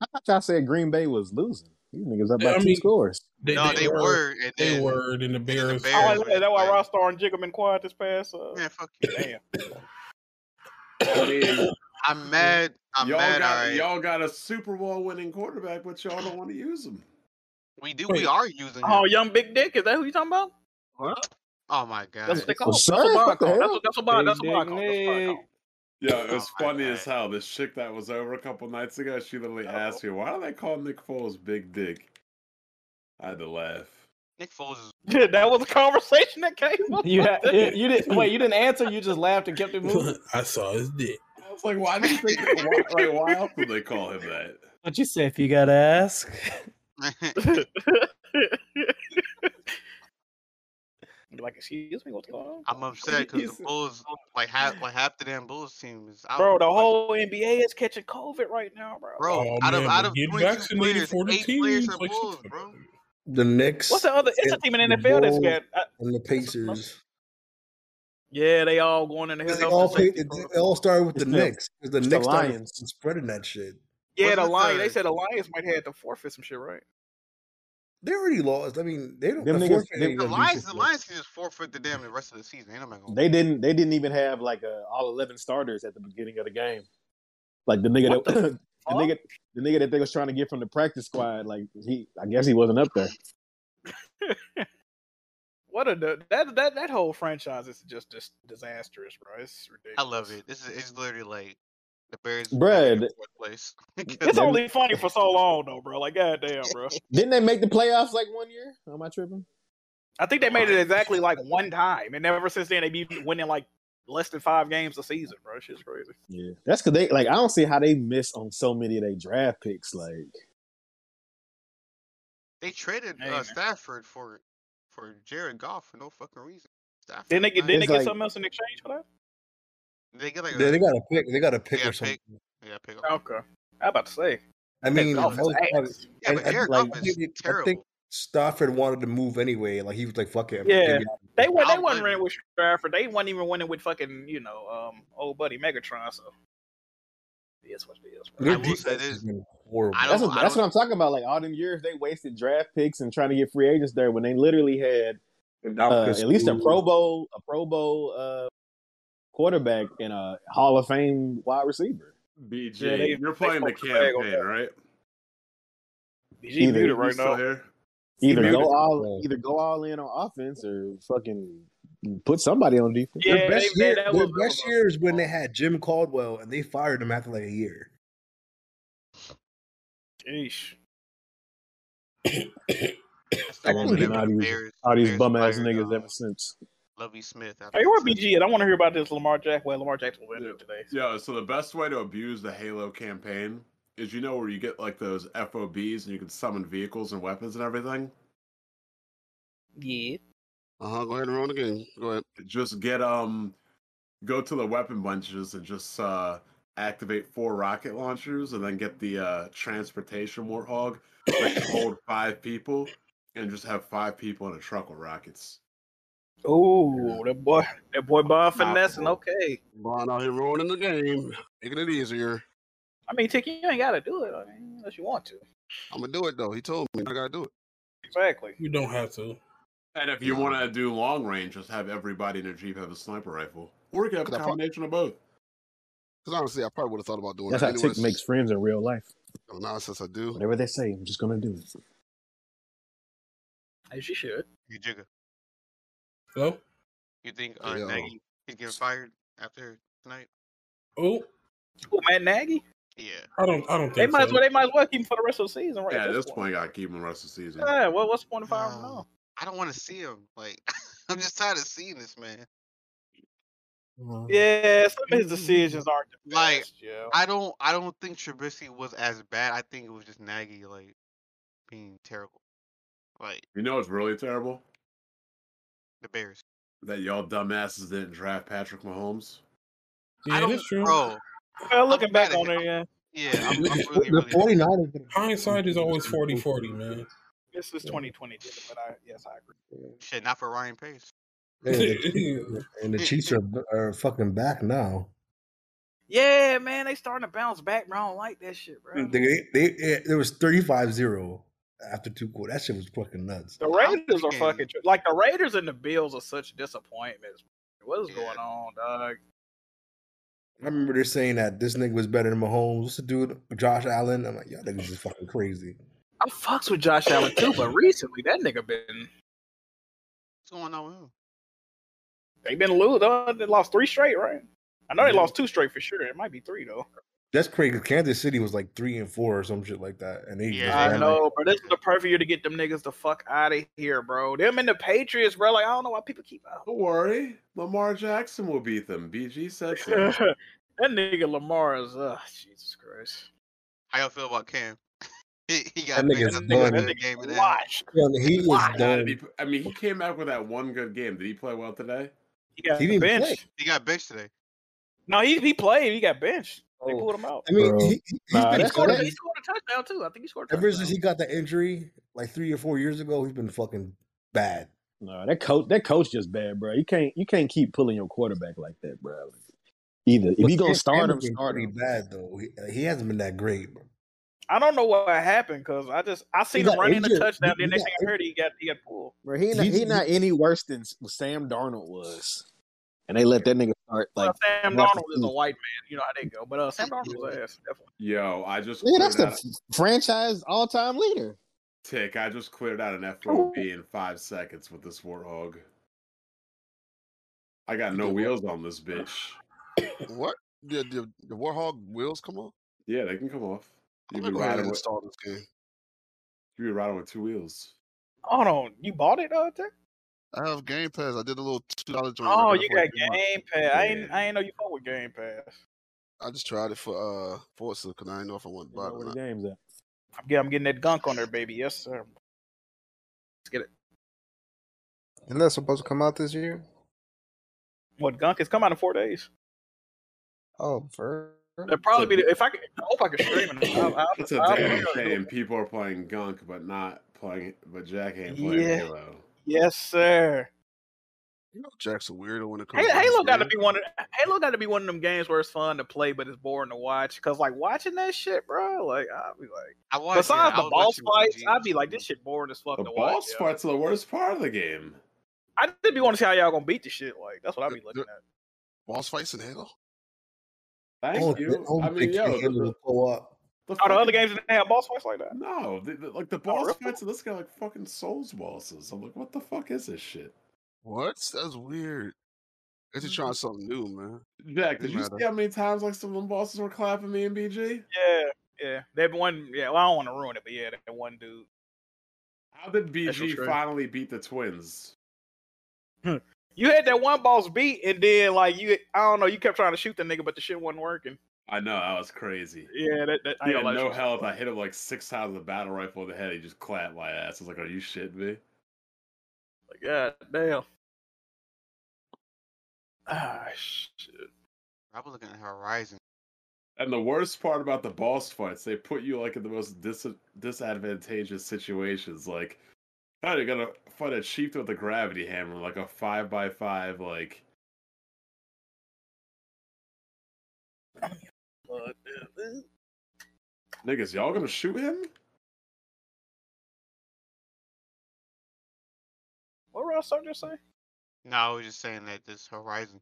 I thought y'all said Green Bay was losing. These niggas up by
Yeah, I
two
mean,
scores.
No, they were, and
they
then-
were in the Bears.
oh, is that why Rostar and Jigga been quiet this past? Uh,
Man, fuck
you. Damn. (laughs)
I mean,
I'm mad. I'm
y'all
mad.
got
all right.
y'all got a Super Bowl winning quarterback, but y'all don't want to use him.
We do.
Wait.
We are using.
Oh,
him.
young big dick. Is that who you talking about?
Oh my god.
That's what they
Oh,
call.
sir,
That's what Bond
what the
call. That's
hell?
what that's what Bond.
Big
That's what Oh Bond
dick
call. That's what Bond call.
Yeah, it was funny as hell. This chick that was over a couple nights ago, she literally asked me, "Why do they call Nick Foles Big Dick?" I had to laugh.
Nick Foles is
Yeah, (laughs) that was a conversation that came up.
You, ha- you, you (laughs) didn't wait. You didn't answer. You just laughed and kept it moving.
I saw his dick.
I was like, "Why do you
(laughs)
think? Why, like, why else would they call him that?"
(laughs) What you say if you gotta (laughs) ask?
Be like, excuse me, what's going on? (laughs)
I'm upset because the Bulls, like half, like half the damn Bulls team is out.
Bro, the whole NBA is catching COVID right now, bro.
Bro,
Oh,
out of
man,
out
but
of
get
22
vaccinated
players,
for the
eight players are
teams, like,
Bulls, bro.
The Knicks.
What's the other? It's a team in
the
NFL that's
Bulls,
got. I,
and the Pacers.
yeah, they all going in the
They
health
all
and
play,
safety.
it, it all started with the
It's the-
Knicks. 'cause The
it's the
Knicks started
Lions.
spreading that shit.
Yeah, the
Wasn't
Lions.
the-
They said the Lions might have to forfeit some shit, right?
They already lost. I mean, they don't.
Them
the
niggas-
fourth
them-
ain't
The
gonna do
Lions,
shit.
the Lions can just forfeit the damn the rest of the season. Ain't nobody gonna.
They didn't. They didn't even have like uh all eleven starters at the beginning of the game. Like (coughs) the nigga that the, nigga the nigga that they was trying to get from the practice squad. Like he, I guess he wasn't up there.
What a du- that that that whole franchise is just just disastrous, bro. It's ridiculous.
I love it. This is it's literally like the Bears
Bread.
fourth place. (laughs)
It's only funny for so long though, bro. Like goddamn, bro.
Didn't they make the playoffs like one year? Am I tripping?
I think they made it exactly like one time, and ever since then they've been winning like less than five games a season, bro. Shit's crazy.
Yeah, that's because they like. I don't see how they miss on so many of their draft picks. Like,
They traded uh, Stafford for for Jared Goff for no fucking reason. Stafford,
Then they get then
nice.
they get something else in exchange for that.
They get like
They,
a,
they got a pick. They got a pick or something.
yeah, pick up.
Okay, I'm about to say.
I mean,
Golf
that was
is
probably-
ass.
Yeah, but Jared Goff
I
is
think- I think
terrible.
Stafford wanted to move anyway. Like he was like, "Fuck it."
Yeah,
give me-
they were they wasn't winning with Stafford. They wasn't even winning with fucking you know um old buddy Megatron. So it is what it is.
Their
I will say
defense has been horrible.
I
that's,
don't-
what,
I
that's
don't-
what I'm talking about. Like all them years they wasted draft picks and trying to get free agents there when they literally had uh, at least a Pro Bowl, a Pro Bowl uh, quarterback and a Hall of Fame wide receiver.
BJ,
Yeah, they-
you're
they
playing the
smoked Craig on
campaign, right?
BG muted
You
right
still
now.
here?
Either
He
go
muted.
all, either go all in on offense or fucking put somebody on defense.
Their best, year, their best year is when they had Jim Caldwell and they fired him after like a year.
Jeez.
I
All
can
these-
get
all
the
these,
Bears-
all these
Bears
bum ass
fired,
niggas ever since.
Lovey Smith. I
Hey, where BG at? I want to hear about this Lamar Jack. Well, Lamar Jackson win today.
Yeah, so the best way to abuse the Halo campaign is you know where you get like those FOBs and you can summon vehicles and weapons and everything?
Yeah.
Uh huh. Go ahead and run the game. Go ahead.
Just get um go to the weapon bunches and just uh activate four rocket launchers and then get the uh transportation warthog that
(coughs)
can hold five people and just have five people in a truck with rockets.
Oh, that boy, that boy Bon finessing. Okay.
Bond out here ruining the game, making it easier.
I mean, Tiki, you ain't got to do it I mean, unless you want to.
I'm gonna do it though. He told me I gotta do it.
Exactly.
You don't have to.
And if you want to do long range, just have everybody in a jeep have a sniper rifle. Or you can have a
Could I pro-
combination of both.
Because honestly, I probably would have thought about doing
That's
that
how Tick
anyways.
makes friends in real life.
Now since I do,
Whatever they say, I'm just gonna do it.
As you should.
You jigger.
Hello?
You think uh,
Yo.
Nagy he's getting fired after tonight?
Oh,
Oh, Matt Nagy.
Yeah.
I don't. I don't
They
think
might as
so.
well. They might as well keep him for the rest of the season, right?
Yeah, at
That's
this point, I keep him the rest of the season.
why. Yeah. Well, what's the point of firing him now?
Um, I don't want to see him. Like (laughs) I'm just tired of seeing this man.
Yeah, some of his decisions aren't the
Like
best. yeah.
I don't. I don't think Trubisky was as bad. I think it was just Nagy like being terrible. Like
You know what's really terrible?
the Bears.
That y'all dumbasses didn't draft Patrick Mahomes.
I don't,
(laughs)
Bro,
Well, looking back on it, yeah.
Yeah, I'm,
(laughs)
I'm really,
The
really.
49ers Hindsight is always 40-40, man.
This is 2020, but I yes, I agree.
Shit, not for Ryan Pace.
(laughs)
And the, and the Chiefs are, are fucking back now.
Yeah, man, they starting to bounce back, bro. I don't like that shit, bro.
They, they, it, it was 35-0 after two quarters. That shit was fucking nuts.
The Raiders are fucking tr- like the Raiders and the Bills are such disappointments. What is going on, dog?
I remember they're saying that this nigga was better than Mahomes. What's the dude, Josh Allen? I'm like, y'all niggas is fucking crazy.
I fucks with Josh Allen too, but recently that nigga been
What's going on with him?
they been lose. uh, They lost three straight, right? I know they lost two straight for sure. It might be three though.
That's crazy. 'cause Kansas City was like three and four or some shit like that, and they just
I
ran
know, but this is the perfect year to get them niggas the fuck out of here, bro. Them and the Patriots, bro. Like I don't know why people keep oh, out.
Don't worry, Lamar Jackson will beat them. BG said so.
(laughs) that nigga Lamar is, uh, Jesus Christ.
How y'all feel about Cam? he, he
That
got
nigga's
picked up
done.
in the
That
game and a half.
Watch.
Yeah, he is
Why?
done.
Did he- I mean, he came back with that one good game. Did he play well today?
He got
He didn't
benched.
play.
He got benched today.
No, he, he played. He got benched. They
Oh.
pulled him out.
I mean,
Bro.
he, he- he's
Nah,
been
he, scored a,
good.
he scored a touchdown too. I think he scored a
ever
touchdown.
since he got that injury, like three or four years ago. He's been fucking bad.
No, that coach, that coach just bad, bro. You can't, you can't keep pulling your quarterback like that, bro. Like, either if
But
you gonna
Cam-
start
Cam
him,
has been
start
pretty
him.
bad though. He, he hasn't been that great. Bro.
I don't know what happened because I just I seen him
got
running a
injured.
touchdown.
He-
Then
he
next
got
thing I heard, he got he got pulled.
Bro, he not, he not any worse than Sam Darnold was, and they let that nigga start like.
Uh,
half
Sam
the
Donald is a
season.
white man. You know how they go. But uh, Sam Donald was ass. Definitely.
Yo, I just
Nigga, that's
cleared
the
out-
f- franchise all time leader.
Tick, I just cleared out an F4B in five seconds with this warthog. I got no wheels on this bitch.
What? The, the, the Warhog wheels come on?
Yeah, they can come off.
I'm
You've been
gonna go ahead and
riding with
install this game.
you've been riding with two wheels.
Hold on, you bought it, uh, Tick?
I have Game Pass. I did a little two dollar joint.
Oh,
I got it
you
for
got
a few months.
Game Pass. I ain't, I ain't know you fuck with Game Pass.
I just tried it for uh Forza because I didn't know if I wanted to buy it or not.
game's at? I'm, get- I'm getting that gunk on there, baby. Yes, sir.
Isn't that supposed to come out this year?
What gunk has come out in four days?
Oh, for
It'll probably be if I could. I hope I could stream
(laughs)
it. I'll, I'll,
It's a
I'll-
damn shame. People are playing Gunk, but not playing. But Jack ain't playing
Yeah.
Halo.
Yes, sir.
You know Jack's a weirdo when it comes.
Halo,
to
Halo
this
got to
game.
be one. Of, Halo got to be one of them games where it's fun to play, but it's boring to watch. Cause like watching that shit, bro. Like I'll be like,
I watch,
besides
yeah, I
the
was
boss
watching
fights, I'd be like, this shit boring as fuck
The
to watch.
boss
yo.
fights are the worst part of the game.
I did be want to see how y'all gonna beat the shit. Like that's what I'd be looking at.
Boss fights in Halo.
Thank
Oh,
don't
you.
thi- I don't
I mean,
think
yo,
Halo
the- the-
will pull up.
The
Are Oh, the other
fucking-
games that have boss fights like that? Oh,
No, the, the- like the boss fights in this guy like fucking Souls bosses. I'm like, what the fuck is this shit?
What? That's weird. It's
Mm-hmm.
just trying something new, man.
Jack, did
Doesn't
you
matter.
see how many times like some of them bosses were clapping me and BG?
Yeah, yeah. That one. Yeah. Well, I don't want to ruin it, but yeah, that one dude.
How did BG
trade.
finally beat the twins?
You had that one boss beat, and then like you, I don't know, you kept trying to shoot the nigga, but the shit wasn't working.
I know, I was crazy.
Yeah, that, that I
He
ain't
had
gonna lie,
no
that shit was-
health. I hit him like six times with a battle rifle in the head. He just clapped my ass. I was like, are you shitting me?
Like, God damn. Ah, shit.
I was looking at Horizon.
And the worst part about the boss fights, they put you like in the most dis- disadvantageous situations. Like, how you gonna fight a chief with a gravity hammer, like a five by five, like
But, uh,
niggas, y'all gonna shoot him?
What Ross Sergeant say?
No, I was just saying that this Horizon.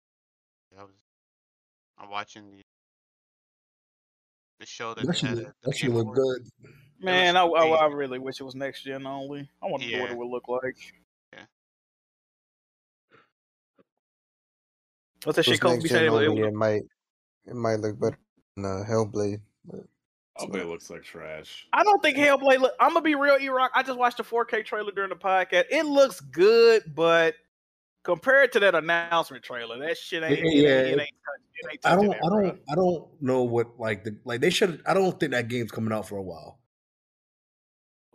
I was. I'm watching the the show that
That
they
shit
had.
look,
at the
that shit
Game
look
Awards.
good.
Man, I, I, I really wish it was next gen only. I wonder what
Yeah.
it would look like.
Yeah.
What's that shit?
this
Kobe
next
said
gen
it, would- it
only,
would
it might it might look better than uh, Hellblade. But
Oh, but it looks like trash.
I don't think Hellblade. Look, I'm gonna be real, E-Rock. I just watched the 4K trailer during the podcast. It looks good, but compared to that announcement trailer, that shit ain't.
Yeah,
It, ain't, it
it-
ain't, touch- it ain't
I
touching
don't.
it,
I
bro.
don't. I don't know what like the like they should. I don't think that game's coming out for a while.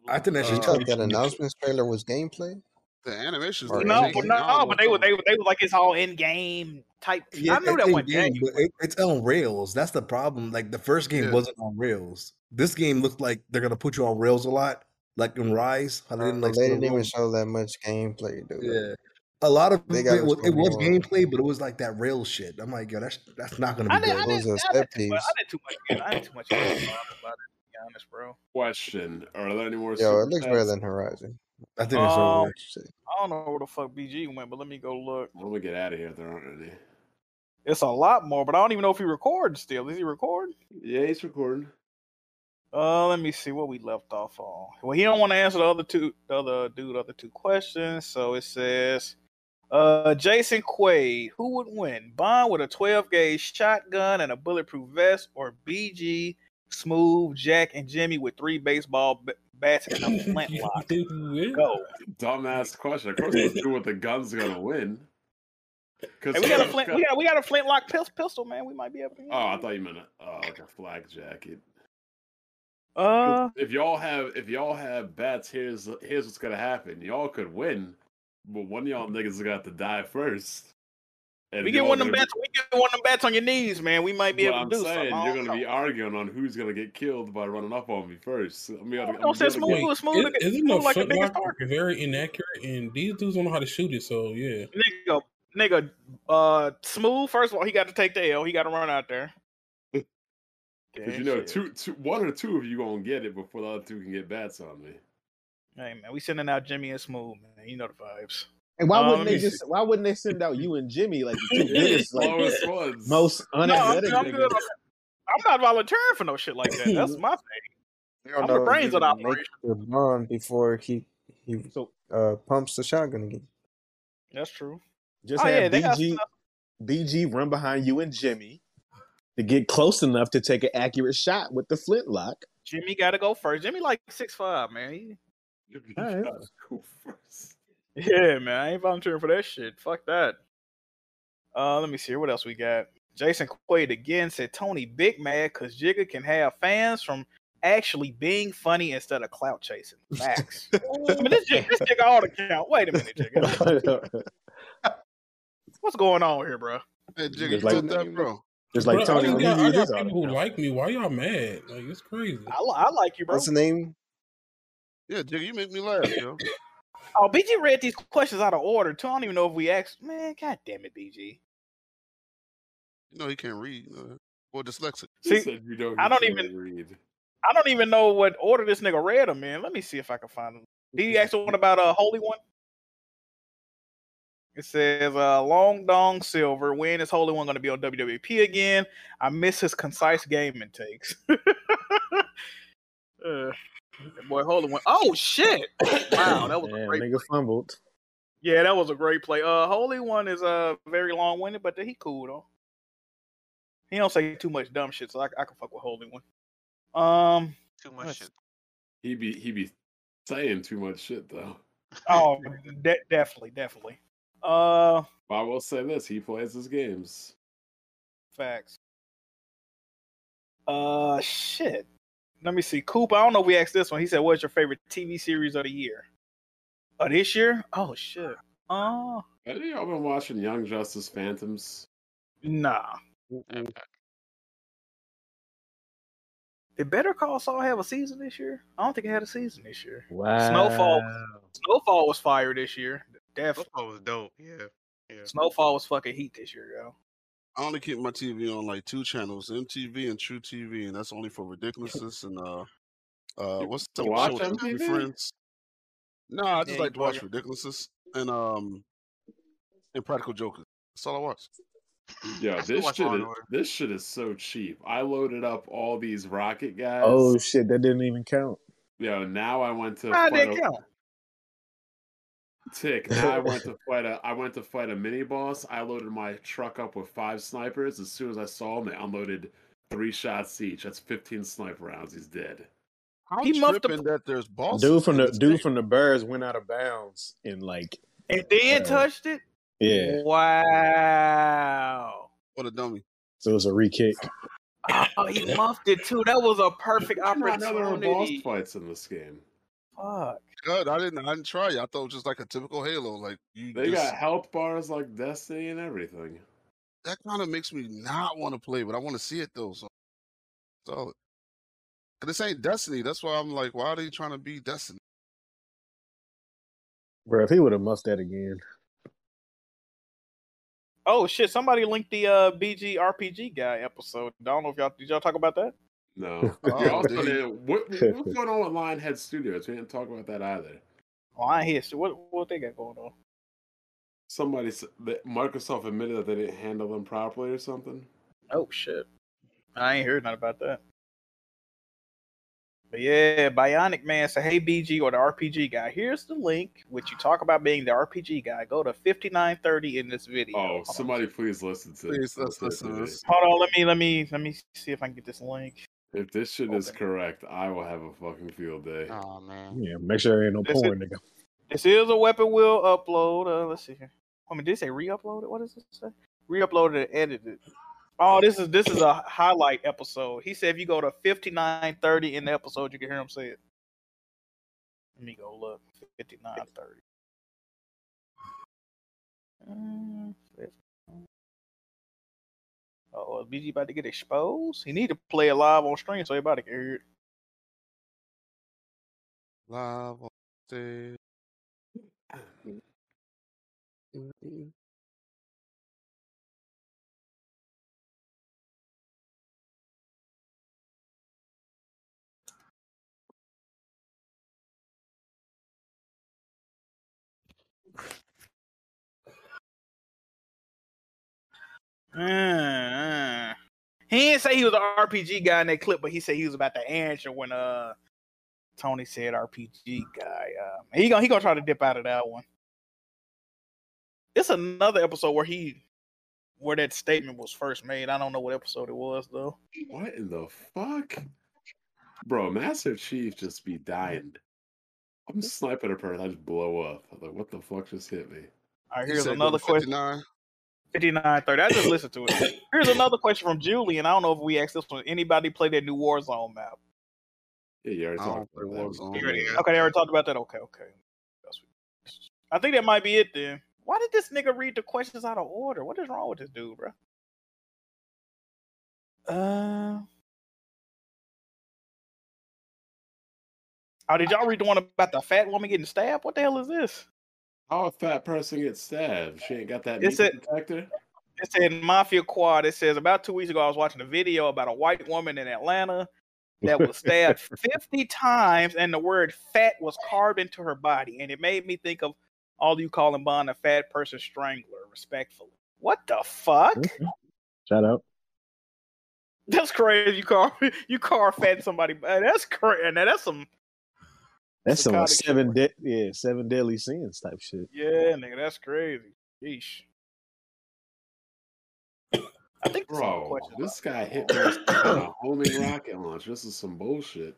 I think that's
you
just
thought that announcement trailer was gameplay?
The animation's
Or-
No,
Jake
but
and
no,
John
no, but they were, they were, they were like it's all in game type. I knew that one game.
game, but it, it's on rails. That's the problem. Like the first game wasn't on rails. This game looks like they're gonna put you on rails a lot, like in Rise. How they didn't
But
like
Uh, they
Skull
didn't even
Rock.
show that much gameplay, dude.
Yeah, a lot of
They
it
got
was,
us
it
for
was
more-
gameplay, but it was like that rail shit. I'm like, yo, that's that's not gonna
I
be
didn't, I
good.
didn't, I didn't too much. I didn't too much. Good. I didn't too much. Good about it, to be honest, bro.
Question: Are there any more?
Yo, it
super
looks better
chats?
than Horizon.
I
think it's over. Um,
Shit.
I don't know where the fuck BG went, but let me go look.
When we get out of here, there aren't any.
It's a lot more, but I don't even know if he recording still. Is he recording?
Yeah, he's recording.
Uh, let me see what we left off on. Well, he don't want to answer the other two, the other dude, other two questions. So it says, uh, Jason Quaid, who would win, Bond with a 12 gauge shotgun and a bulletproof vest, or BG, Smooth, Jack, and Jimmy with three baseball b- bats and a flintlock? Go.
Dumbass question. Of
(laughs)
course, the dude with the gun's gonna win. Because
Hey, we got a flint, we got we got a flintlock pis- pistol, man. We might be able to.
Oh, I thought you meant a, oh, like a flak jacket.
Uh,
if y'all have if y'all have bats, here's here's what's gonna happen. Y'all could win, but one of y'all niggas is gonna have to die first. And
we get
y'all
one of them
gonna
bats. We get one of them bats on your knees, man. We might
Be,
be
but
able
I'm
to do
saying
something. I
you're
don't
gonna
know.
be arguing on who's gonna get killed by running up on me first. I'm gonna, I'm
Don't say
gonna
smooth.
get-
It's smooth. like a-
Isn't
smooth
the
like a
foot
nigga's
lock very inaccurate? And these dudes don't know how to shoot it, so yeah.
nigga, nigga, uh, smooth. First of all, he got to take the L. He got to run out there.
Because you know, two, two, one or two of you gonna get it before the other two can get bats on me.
Hey man, we sending out Jimmy and Smooth, man. You know the vibes.
And why
Um,
wouldn't
let
they
me
just? Why wouldn't they send out you and Jimmy like the two
(laughs) Yeah,
biggest, like
slowest
ones.
most
(laughs) No, I'm,
unathletic?
I'm good.
niggas? (laughs)
I'm, I'm not volunteering for no shit like that. That's my thing. I'm the brains of the operation.
The bomb before he he uh, pumps the shotgun again.
That's true.
Just
Oh, yeah,
have
they got
BG, BG run behind you and Jimmy to get close enough to take an accurate shot with the flintlock.
Jimmy got to go first. Jimmy like six five, man. He- Yeah, man. I ain't volunteering for that shit. Fuck that. Uh, let me see here. What else we got? Jason Quaid again said Tony Big mad because Jigga can have fans from actually being funny instead of clout
(laughs)
chasing. Facts. I mean, this, jig- this jigga ought to count. Wait a minute, Jigga. What's going on here, bro?
Hey,
Jigga, you took that,
bro.
Bro, I just got, I got people who like me. Why y'all mad? Like it's crazy.
I, I like you, bro.
What's the name?
Yeah, Jigga, you make me laugh, yo.
Oh, BG read these questions out of order too. I don't even know if we asked. Man, god damn it, BG.
You know he can't read. You know. Well, dyslexic.
See, said
you know
I don't even
read.
I don't even know what order this nigga read them in. Let me see if I can find them. Did he ask the one about a uh, holy one? It says, uh, "Long Dong Silver, when is Holy One going to be on WWP again? I miss his concise game (laughs) intakes." uh, that boy, Holy One. Oh shit! Wow, that was a great.
nigga fumbled.
Yeah, that was a great play. Uh, Holy One is uh very long winded, but he cool though. He don't say too much dumb shit, so I, I can fuck with Holy One. Um,
too much shit.
He be he be saying too much shit though.
Oh, de- definitely, definitely. Uh,
But I will say this: he plays his games.
Facts. Uh, shit. Let me see. Coop, I don't know if we asked this one. He said, What's your favorite TV series of the year? Of this year? Oh, shit. Oh.
Have y'all been watching Young Justice Phantoms?
Nah. Did Better Call Saul have a season this year? I don't think it had a season this year.
Wow.
Snowfall. Snowfall was fire this year. Definitely.
Snowfall was dope. Yeah. Yeah.
Snowfall was fucking heat this year, yo.
I only keep my TV on like two channels: MTV and True TV, and that's only for ridiculousness and uh, uh, what's the
to watch
show with Family
MTV?
Friends? No, I just
Yeah,
like to
you
watch
bugging.
ridiculousness and um, and Practical Jokers. That's all I watch. (laughs) (clears throat)
Yo,
still
this
watch
shit
Law
is
and
this shit is so cheap. I loaded up all these Rocket guys.
Oh shit, that didn't even count.
Yo, now I went to
How'd
fight
that
a
count?
tick. Now I went to fight a I went to fight a mini boss. I loaded my truck up with five snipers. As soon as I saw him, they unloaded three shots each. That's fifteen sniper rounds. He's dead.
How
he
muffed that there's bosses.
dude from
in
the
this
dude
game.
from the birds went out of bounds and like
And then
Uh,
touched it?
yeah,
Wow.
What a dummy.
so it was a re kick.
Oh, he muffed it too. That was a perfect
Now there are boss
opportunity.
fights in this game.
Fuck.
Good. I didn't. I didn't try. it. I thought it was just like a typical Halo. Like you,
They
just,
got health bars like Destiny and everything.
that kind of makes me not want to play, but I want to see it though. So, so and this ain't Destiny. That's why I'm like, why are they trying to be Destiny?
Bro, if he would have muffed that again,
Oh shit! Somebody linked the uh, BG RPG guy episode. I don't know if y'all did y'all talk about that.
(laughs)
No.
Oh,
we also
dude.
didn't, what,
(laughs)
what's going on with Lionhead Studios? We didn't talk about that either.
Oh, I ain't hear. shit. what what they got going on?
Somebody, s- that Microsoft admitted that they didn't handle them properly or something.
Oh shit! I ain't heard nothing about that. But yeah, Bionic Man said, "Hey BG or the RPG guy, here's the link. Which you talk about being the RPG guy. Go to fifty nine thirty in this video.
Oh, somebody please listen to
Please, let's
to
listen to
me.
this.
Hold on, let me let me let me see if I can get this link.
If this shit is correct, I will have a fucking field day.
Oh man.
yeah, make sure there ain't no
That's
porn, nigga.
This is a weapon wheel upload. Uh, let's see here. I mean, did it say re-uploaded? What does it say? Re-uploaded and edited. Oh, this is this is a highlight episode. He said if you go to fifty nine thirty in the episode, you can hear him say it. Let me go look. Fifty nine thirty. Mm. Oh, is BG about to get exposed? He need to play it live on stream so everybody can hear it.
Live on stage.
Mm-hmm. Mm, mm. He didn't say he was an RPG guy in that clip, but he said he was about to answer when uh Tony said RPG guy. Um, he gonna he gonna try to dip out of that one. It's another episode where he where that statement was first made. I don't know what episode it was though.
What in the fuck? Bro, Master Chief just
Mm-hmm.
be dying. I'm sniping a person. I just blow up. I'm like, what the fuck just hit me?
All right, here's another question.
59.
5930. I just listened to it. Here's another question from Julian. I don't know if we asked this one. Anybody play that new Warzone map?
Yeah, you already
I
talked
don't
about
play
that.
Warzone.
You already-
Okay, they already talked about that. Okay, okay. That's what- I think that might be it then. Why did this nigga read the questions out of order? What is wrong with this dude, bro? Uh. Oh, did y'all read the one about the fat woman getting stabbed? What the hell is this?
How a fat person gets stabbed? She ain't got that
It's
meat
a-
detector.
It said Mafia Quad. It says about two weeks ago, I was watching a video about a white woman in Atlanta that (laughs) was stabbed 50 times, and the word fat was carved into her body. And it made me think of all you calling Bond a fat person strangler, respectfully. What the fuck? (laughs)
Mm-hmm. Shout out.
That's crazy. You call (laughs) you call fat somebody. uh, That's crazy. Now that's some
That's some
Psychotic shit,
seven de- yeah, seven deadly sins type shit.
yeah, nigga. That's crazy. Yeesh. I think this is all the
Bro,
questions.
this guy hit me with a
(coughs)
homing rocket launch. This is some bullshit.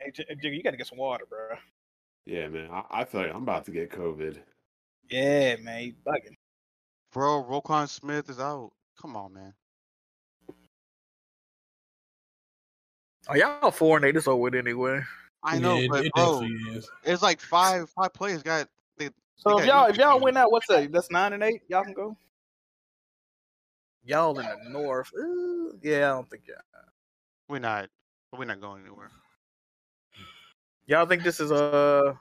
Hey, J- Jigga, you gotta get some water, bro.
Yeah, man. I, I feel like I'm about to get COVID.
Yeah, man, you bugging.
Bro, Roquan Smith is out. Come on, man.
Oh, y'all four and eight is over with anyway.
I know,
Yeah,
but
it
bro,
definitely is.
it's like five five players got. They,
So
they
if
got
y'all if y'all win that, what's that? That's nine and eight. Y'all can go. Y'all in the north. Ooh, yeah, I don't think y'all.
We're not. We're not going anywhere.
Y'all think this is uh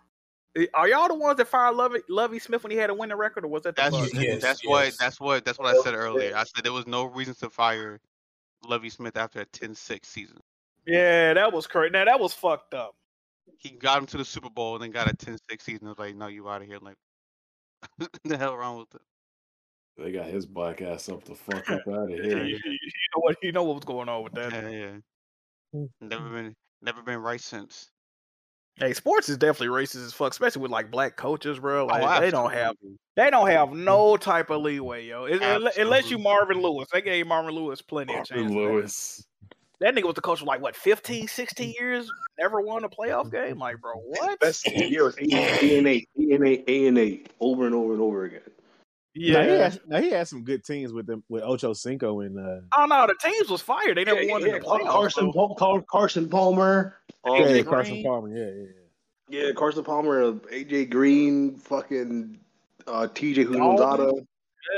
Are y'all the ones that fired Lovey, Lovey Smith when he had a winning record, or was that the
That's
Bucks?
that's what that's what that's what I said earlier. I said there was no reason to fire Lovey Smith after a 10-6 season.
Yeah, that was crazy. Now that was fucked up.
He got him to the Super Bowl and then got a 10-6 season. I was like, no, you out of here. Like, (laughs) what the hell wrong with it?
They got his black ass up the fuck
(laughs)
up out of here.
You know what? You know what was going on with that.
Yeah, yeah. Never been never been right since.
Mm-hmm. Hey, sports is definitely racist as fuck, especially with like black coaches, bro. Like
Oh, Mm-hmm.
they don't have they don't have no type of leeway, yo. It- it- unless you
Absolutely.
Marvin Lewis, they gave Marvin Lewis plenty of
Marvin
chances.
Lewis.
That nigga was the coach for like what 15,
(laughs)
16 years, never won a playoff game. Like, bro, what?
Best year was eight, eight and eight, eight and eight, eight and eight, over and over and over again.
Now he,
Yeah.
had, now he had some good teams with them with Ocho Cinco and uh
Oh no, the teams was fired. They never won in the playoffs.
Carson, Pal- Car- Carson Palmer, um,
yeah, Carson Palmer, yeah, yeah.
yeah, Carson Palmer, uh, AJ Green, fucking uh, TJ Hugonzada.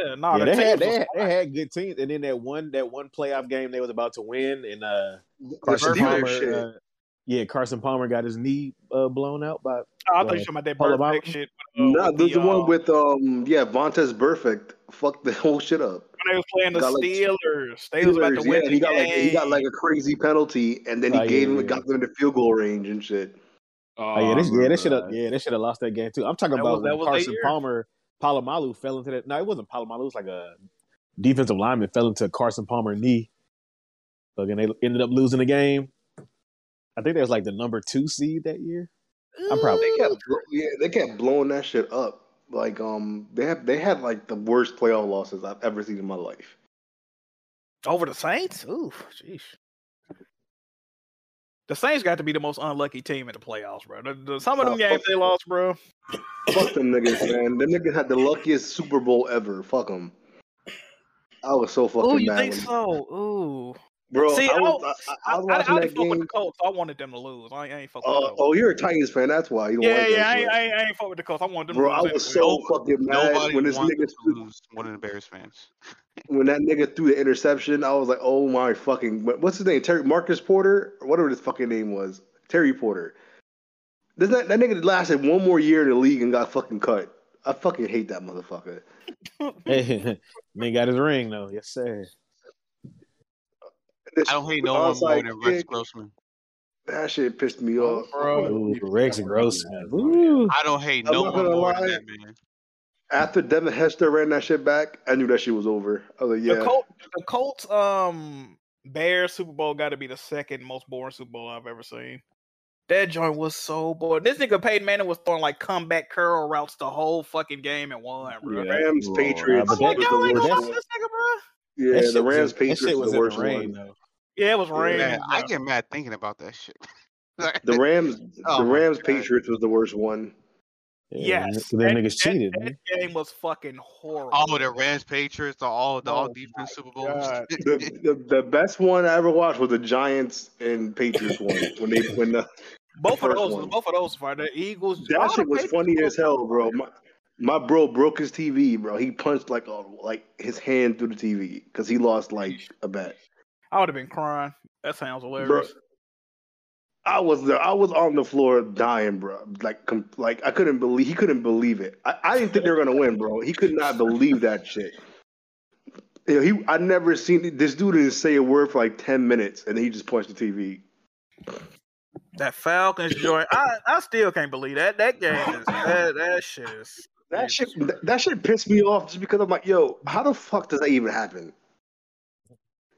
Yeah, nah,
yeah,
the
they had
teams was
they had, they had good teams, and then that one that one playoff game they was about to win, and uh, Carson
Steelers
Palmer,
shit.
uh, yeah, Carson Palmer got his knee uh, blown out by.
Oh, I
uh,
thought you were talking about that
Paul
bird
Obama.
pick shit.
Nah,
with
the,
the,
the
uh,
one with um, yeah, Vontez Perfect. Fucked the (laughs) whole shit up.
When they was playing the
Got, like,
Steelers, they was about to
Steelers,
win
yeah,
the
he got like he got
game.
like a crazy penalty, and then he
Oh, yeah,
gave him
yeah.
got them in the field goal range and shit.
Oh, yeah, this, yeah, they should have yeah they should have lost that game too. I'm talking
That
about
was- that
when
was their
Carson
year.
Palmer Palomalu fell into that. No, it wasn't Palomalu. It was like a defensive lineman fell into Carson Palmer's knee. Fucking, they ended up losing the game. I think they was like the number two seed that
(laughs)
year. (laughs) I'm probably
They kept, bl- yeah, they kept blowing that shit up. Like um, they have they had like the worst playoff losses I've ever seen in my life.
Over the Saints? Ooh, jeez. The Saints got to be the most unlucky team in the playoffs, bro. The- the- some of them
Nah,
games they lost, bro.
Fuck them niggas, man. Them niggas had the luckiest Super Bowl ever. Fuck them. I was so fucking
Ooh, you
mad.
think
when-
so? Ooh.
Bro,
See,
I
I,
was-
was,
I- I was watching
I, I,
that
didn't fuck with the
game.
Colts. I wanted them to lose. I, ain't- I ain't fuck with
Uh, oh, you're a Titans fan. That's why you don't
Yeah,
like
yeah,
that.
I,
shit.
ain't- I, ain't- I ain't fuck with the Colts. I wanted them
Bro,
to
I
lose.
was
anyway.
so fucking mad
Nobody
when this
wants
nigga
to lose more than the Bears fans. (laughs)
when that nigga threw the interception. I was like, oh my fucking what- what's his name? Terry Marcus Porter, or whatever his fucking name was. Terry Porter. Does that that nigga lasted one more year in the league and got fucking cut? I fucking hate that motherfucker.
man got his ring though. Yes sir.
I
don't hate no one more than Rex Grossman.
That shit pissed me off,
Ooh, Rex Grossman.
I don't hate
I'm
no
not
one
gonna
more
lie.
than that man.
After Devin Hester ran that shit back, I knew that shit was over. I was like,
The
yeah.
Colt, the Colts, um, Bears Super Bowl got to be the second most boring Super Bowl I've ever seen. That joint was so bored. This nigga Peyton Manning was throwing like comeback curl routes the whole fucking game and won, bro.
Yeah, Rams, Lord. Patriots,
I'm like,
that was
y'all
the
ain't gonna
worst
watch
one.
this nigga, bro.
Yeah,
That
the
shit was
Rams
in- that
Patriots
shit
was
was
the
in
worst
the rain,
one.
Yeah, it was raining.
Man,
bro.
I get mad thinking about that shit.
The Rams,
(laughs) Oh
the
my
Rams Patriots was the worst one.
Yeah,
Yes,
them niggas
cheated.
That game was fucking horrible. Oh
All Oh, the Rams Patriots, the all the all defense Super Bowl.
the, the, the best one I ever watched was the Giants and Patriots one when they when the
both
the
of
first
those,
one.
both of those, bro. The Eagles. all
That
the
shit was
Patriots-
funny as hell, bro. My, my bro broke his TV, bro. He punched like a, like his hand through the TV because he lost like a bet.
I would have been crying. That sounds hilarious.
Bro, I was there. I was on the floor dying, bro. Like, com- like I couldn't believe he couldn't believe it. I, I didn't think they were gonna win, bro. He could not believe that shit. You know, he I never seen this dude didn't say a word for like ten minutes, and he just punched the TV.
That Falcons joint. I, I still can't believe that. That game is that, that shit is
That shit, that, that shit pissed me off just because I'm like, yo, how the fuck does that even happen?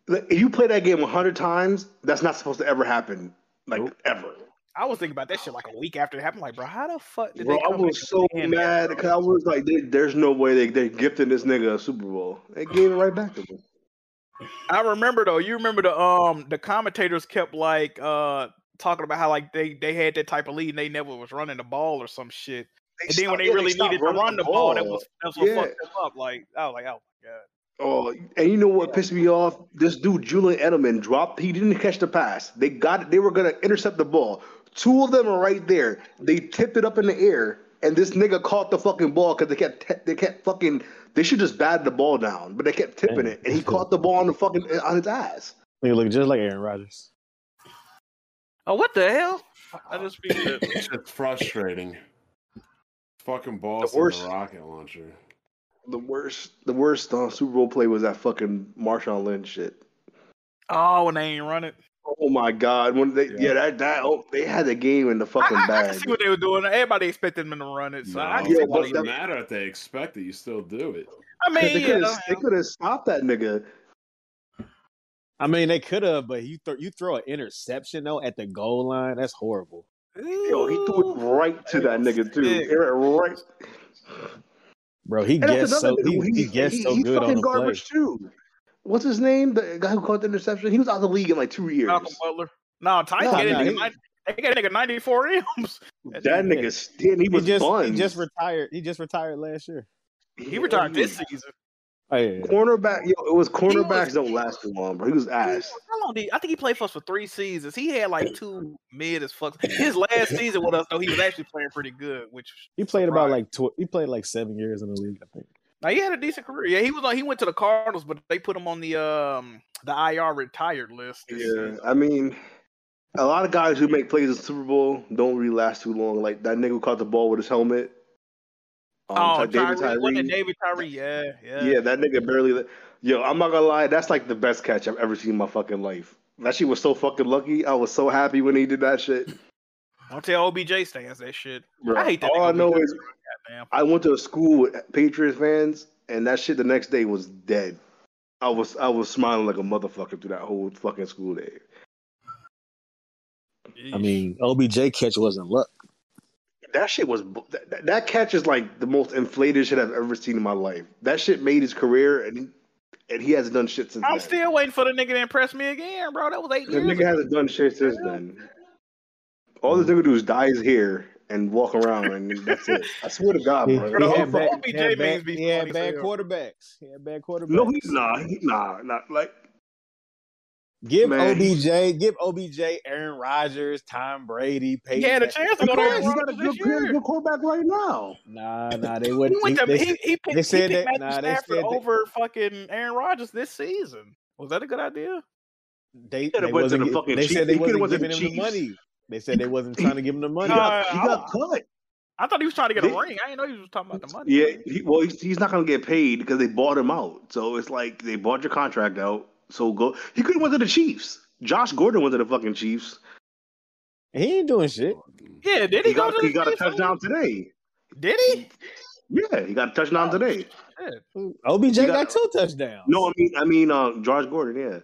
Like, if you play that game hundred times, that's not supposed to ever happen, like ever.
I was thinking about that shit like a week after it happened. Like, bro, how the fuck did
Bro,
they
I
come
was so mad because I was like, there, "There's no way they they gifted this nigga a Super Bowl." They gave it right back to him.
I remember though. You remember the um the commentators kept like uh talking about how like they they had that type of lead and they never was running the ball or some shit. and then
stopped-
when they
yeah, they
really
stopped
needed to
running
run
the
the ball, that
ball.
was that was what
Yeah.
fucked them up. Like I was like, oh my god.
Oh, and you know what pissed me off? This dude Julian Edelman dropped. He didn't catch the pass. They got. They were gonna intercept the ball. Two of them are right there. They tipped it up in the air, and this nigga caught the fucking ball because they kept. te- They kept fucking. They should just bat the ball down, but they kept tipping it, and he caught the ball on the fucking on his ass.
Nigga look just like Aaron Rodgers.
Oh, what the hell?
Uh,
I just be
It's frustrating. Fucking boss the,
worst-
the rocket launcher.
The worst. The worst uh, Super Bowl play was that fucking Marshawn Lynch shit.
oh, when they ain't running.
Oh my god! When they yeah, that that oh, they had the game in the fucking
I
bag.
can see what they were doing. Everybody expected them to run it. So I,
No,
can see
it
why
doesn't
they-
matter if they expect it. You still do it.
I mean,
they
yeah,
could
uh,
I
have they could have stopped that nigga.
I mean, they could have, but you throw you throw an interception though at the goal line. That's horrible.
Yo, he threw it right to that nigga too.
Sick.
It went Right.
Bro, he
And that's
gets
another
so he,
dude.
he gets so
he's
good on
fucking
the play.
garbage too. What's his name? The guy who caught the interception. He was out of the league in like two years.
Malcolm Butler. No, Titans
No,
get a
no,
nigga.
he-
nine- They got a nigga (laughs) 94 M's.
That nigga, stand- he was
just he
buns.
just retired. He just retired last year.
He retired this season.
Oh, yeah.
Cornerback, yo, it was cornerbacks don't last too long, bro. He was ass.
How long did I think he played for us for three seasons? He had like two mid as fuck. His last season with us, though, he was actually playing pretty good. Which
He played about like tw- he played like seven years in the league. I think.
now he had a decent career. Yeah, he was on. He went to the Cardinals, but they put him on the um the IR retired list. this
Yeah,
season.
I mean, a lot of guys who make plays in the Super Bowl don't really last too long. Like that nigga who caught the ball with his helmet. Um,
oh,
Ty-
Tyree,
David
wasn't it
Tyree.
David Tyree? Yeah, yeah.
Yeah, that nigga barely. Yo, I'm not gonna lie. That's like the best catch I've ever seen in my fucking life. That shit was so fucking lucky. I was so happy when he did that shit.
Don't tell OBJ stands that shit.
Bro,
I hate that.
all I
nigga.
know is
Goddamn.
I went to a school with Patriots fans, and that shit the next day was dead. I was I was smiling like a motherfucker through that whole fucking school day.
I mean, OBJ catch wasn't luck.
That shit was bu- that, that- that catch is like the most inflated shit I've ever seen in my life. That shit made his career, and he, and he hasn't done shit since.
I'm
Then.
still waiting for the nigga to impress me again, bro. That was eight
The
years.
nigga hasn't done shit since then. All this nigga do is dye his hair and walk around, and that's it. I swear to God,
He,
bro.
he had bad,
OBJ
he had
means
bad,
be
he had
funny as
bad
hell.
quarterbacks. He had bad quarterbacks.
No, he's not. He, nah, not like
Give
Man,
OBJ, give OBJ, Aaron Rodgers, Tom Brady, Peyton.
had a
Man-
chance to
Of
go to Aaron
course, you got a
Rodgers this
good career,
year.
good
quarterback right now.
Nah, nah, they wouldn't.
He went
he-
to,
they,
he, he, picked,
they
he
said
picked
that.
Matthew
Nah, they
Stafford
said that-
over fucking Aaron Rodgers this season. Was that a good idea?
they,
coulda
they
went to
wasn't.
the
gi-
fucking
they
Chiefs.
said they
He coulda
wasn't
went to the
giving him the
Chiefs.
money. They said they wasn't trying to give him the money.
got- he got
cut.
I thought he was trying to get
They-
a ring. I didn't know he was talking about the money.
Yeah, he, well, he's, he's not gonna get paid because they bought him out. So it's like they bought your contract out. So go. He could have went to the Chiefs. Josh Gordon went to the fucking Chiefs.
He ain't doing shit.
Yeah, did
he, got, he got a touchdown today.
Did he?
Yeah, he got a touchdown today.
OBJ
He
got,
got-
two touchdowns.
No, I mean, I mean, uh, Josh Gordon. Yeah,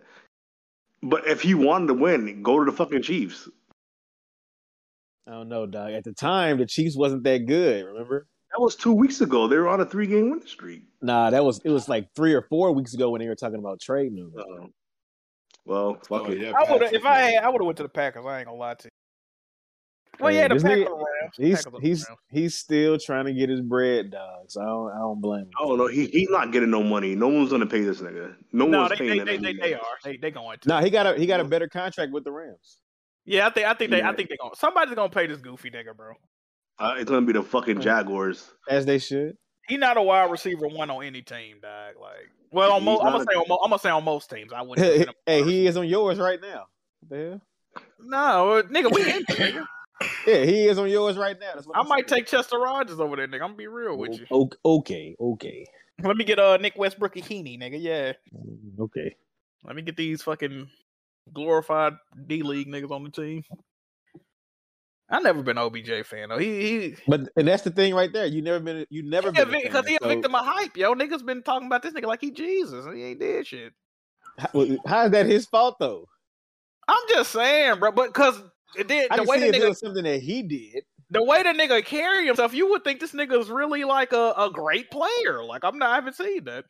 but if he wanted to win, go to the fucking Chiefs.
I don't know, dog. At the time, the Chiefs wasn't that good. Remember?
That was two weeks ago. They were on a three-game win streak.
Nah, that was it. Was like three or four weeks ago when they were talking about trading him.
Uh, Well, fuck it.
I would have if I had, I would have went to the Packers. I ain't gonna lie to you. Well,
Yeah,
yeah, the
this
Packers.
nigga-
around.
He's
Packers are
he's
around.
he's still trying to get his bread, dog. So I don't, I don't blame him.
I don't know. Oh, He he's not getting no money. No one's gonna pay this nigga. No,
No,
one's
they,
paying
they,
him.
they, they, they are. They they going to.
No, he got a he got a better contract with the Rams.
Yeah, I think I think they I
Yeah.
think they going. to Somebody's gonna pay this goofy nigga, bro.
Uh, it's gonna be the fucking Jaguars.
As they should.
He not a wide receiver one on any team, dog. Like, well, on
He's
mo- I'm
not
gonna
a-
say on mo- I'm gonna say on most teams. I wouldn't.
hey, (laughs)
put him-
he is on yours right now. What the hell?
no, nigga, we in. this, nigga.
Yeah, he is on yours right now. That's what
I
I'm
might take Chester Rogers over there, nigga. I'm gonna be real with you.
O- okay, okay,
(laughs) Let me get uh Nick Westbrook and Heaney, nigga. Yeah.
okay.
Let me get these fucking glorified D League niggas on the team. I never been an OBJ fan though. He he
But and that's the thing right there. You never been you never been a fan,
because he a
so-
victim of hype, yo. Niggas been talking about this nigga like he Jesus and he ain't did shit.
How- how is that his fault though?
I'm just saying, bro. But because it did
I
the
can
way
see
the
if it
nigga
was something that he did.
the way the nigga carry himself, you would think this nigga is really like a, a great player. Like I'm not, I haven't seen that.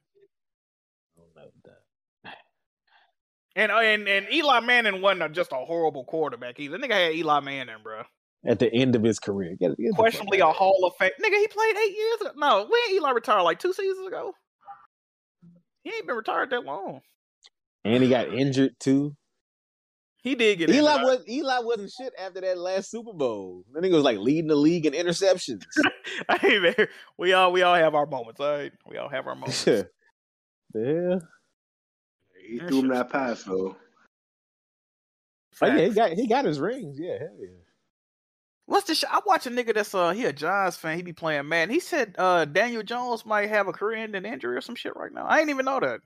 And uh, and and Eli Manning wasn't a- just a horrible quarterback either. Nigga had Eli Manning, bro.
At the end of his career, Get- get the fuck
Questionably a Hall of Fame nigga. He played eight years. ago. No, when Eli retired, like two seasons ago. He ain't been retired that long.
And he got injured too.
He did get
Eli
injured.
was Eli wasn't shit after that last Super Bowl. That nigga was like leading the league in interceptions.
(laughs) hey man, we all we all have our moments. All right, we all have our moments.
the hell?
He threw him that pass though.
(laughs) Oh, yeah, he got he got his rings. Yeah, hell yeah.
What's the? Sh- I watch a nigga that's uh he a Giants fan. He be playing man. He said uh Daniel Jones might have a career-ending injury or some shit right now. I ain't even know that.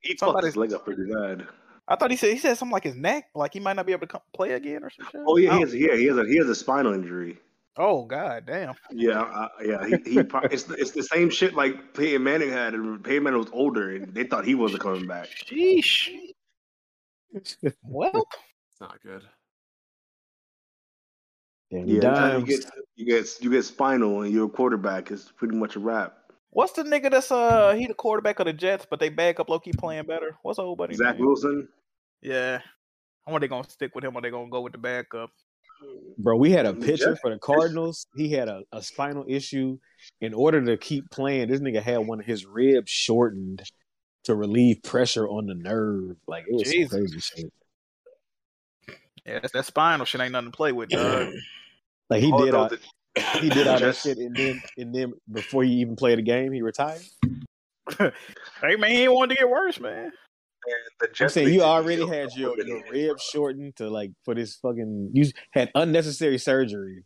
He fucked
Somebody's-
his leg up pretty bad.
I thought he said he said something like his neck, like he might not be able to come, play again or some shit.
Oh yeah,
I
he has
don't-
yeah he has a he has a spinal injury.
Oh god damn.
Yeah, I, yeah. He, he pro- it's the- it's the same shit like Peyton Manning had, and Peyton Manning was older, and they thought he wasn't coming back.
Sheesh. Well,
It's not good.
Yeah, anytime you get you get you get spinal and you're a quarterback, it's pretty much a wrap.
what's the nigga that's uh he the quarterback of the Jets, but they back up low key playing better? What's the old buddy?
Zach
name?
Wilson.
Yeah. I wonder they gonna stick with him or they gonna go with the backup.
Bro, we had a
The
pitcher
Jets-
for the Cardinals. He had a, a spinal issue. In order to keep playing, this nigga had one of his ribs shortened to relieve pressure on the nerve. Like it was some
Jesus.
crazy shit.
Yeah, that's, that spinal shit ain't nothing to play with, dog.
Like he
Oh,
did
no,
all, he did
(coughs)
all that shit, and then and then before he even played a game, he retired.
Hey man, he wanted to get worse, man.
I'm saying you already had your, your ribs shortened to like for this fucking you had unnecessary surgery,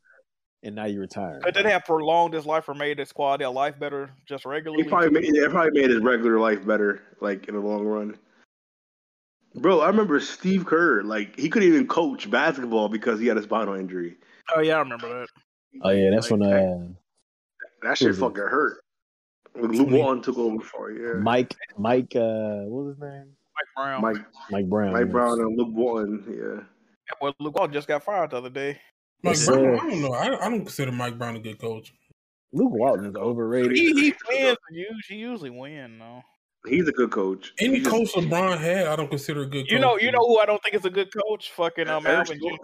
and now you retire.
Could that have prolonged his life or made his quality of life better just regularly?
He probably made it probably made his regular life better, like in the long run. Bro, I remember Steve Kerr. Like he couldn't even coach basketball because he had a spinal injury.
Oh yeah, I remember that.
Oh yeah, that's when uh,
That shit
Mhm.
fucking hurt. When Luke Walton took over for it, yeah.
Mike Mike uh, what was his name?
Mike Brown.
Mike
Mike Brown.
Mike Brown and Luke Walton, yeah.
That boy Luke Walton just got fired the other day.
Mike
Yes,
Brown,
uh,
sir.
I don't know. I, I don't consider Mike Brown a good coach.
Luke Walton is overrated.
He, he wins. Usually, he usually win though.
He's a good coach.
Any
He just-
coach LeBron had, I don't consider a good.
You
coach.
know, you know who I don't think is a good coach. Fucking um,
Eric
Alvin. Gentry.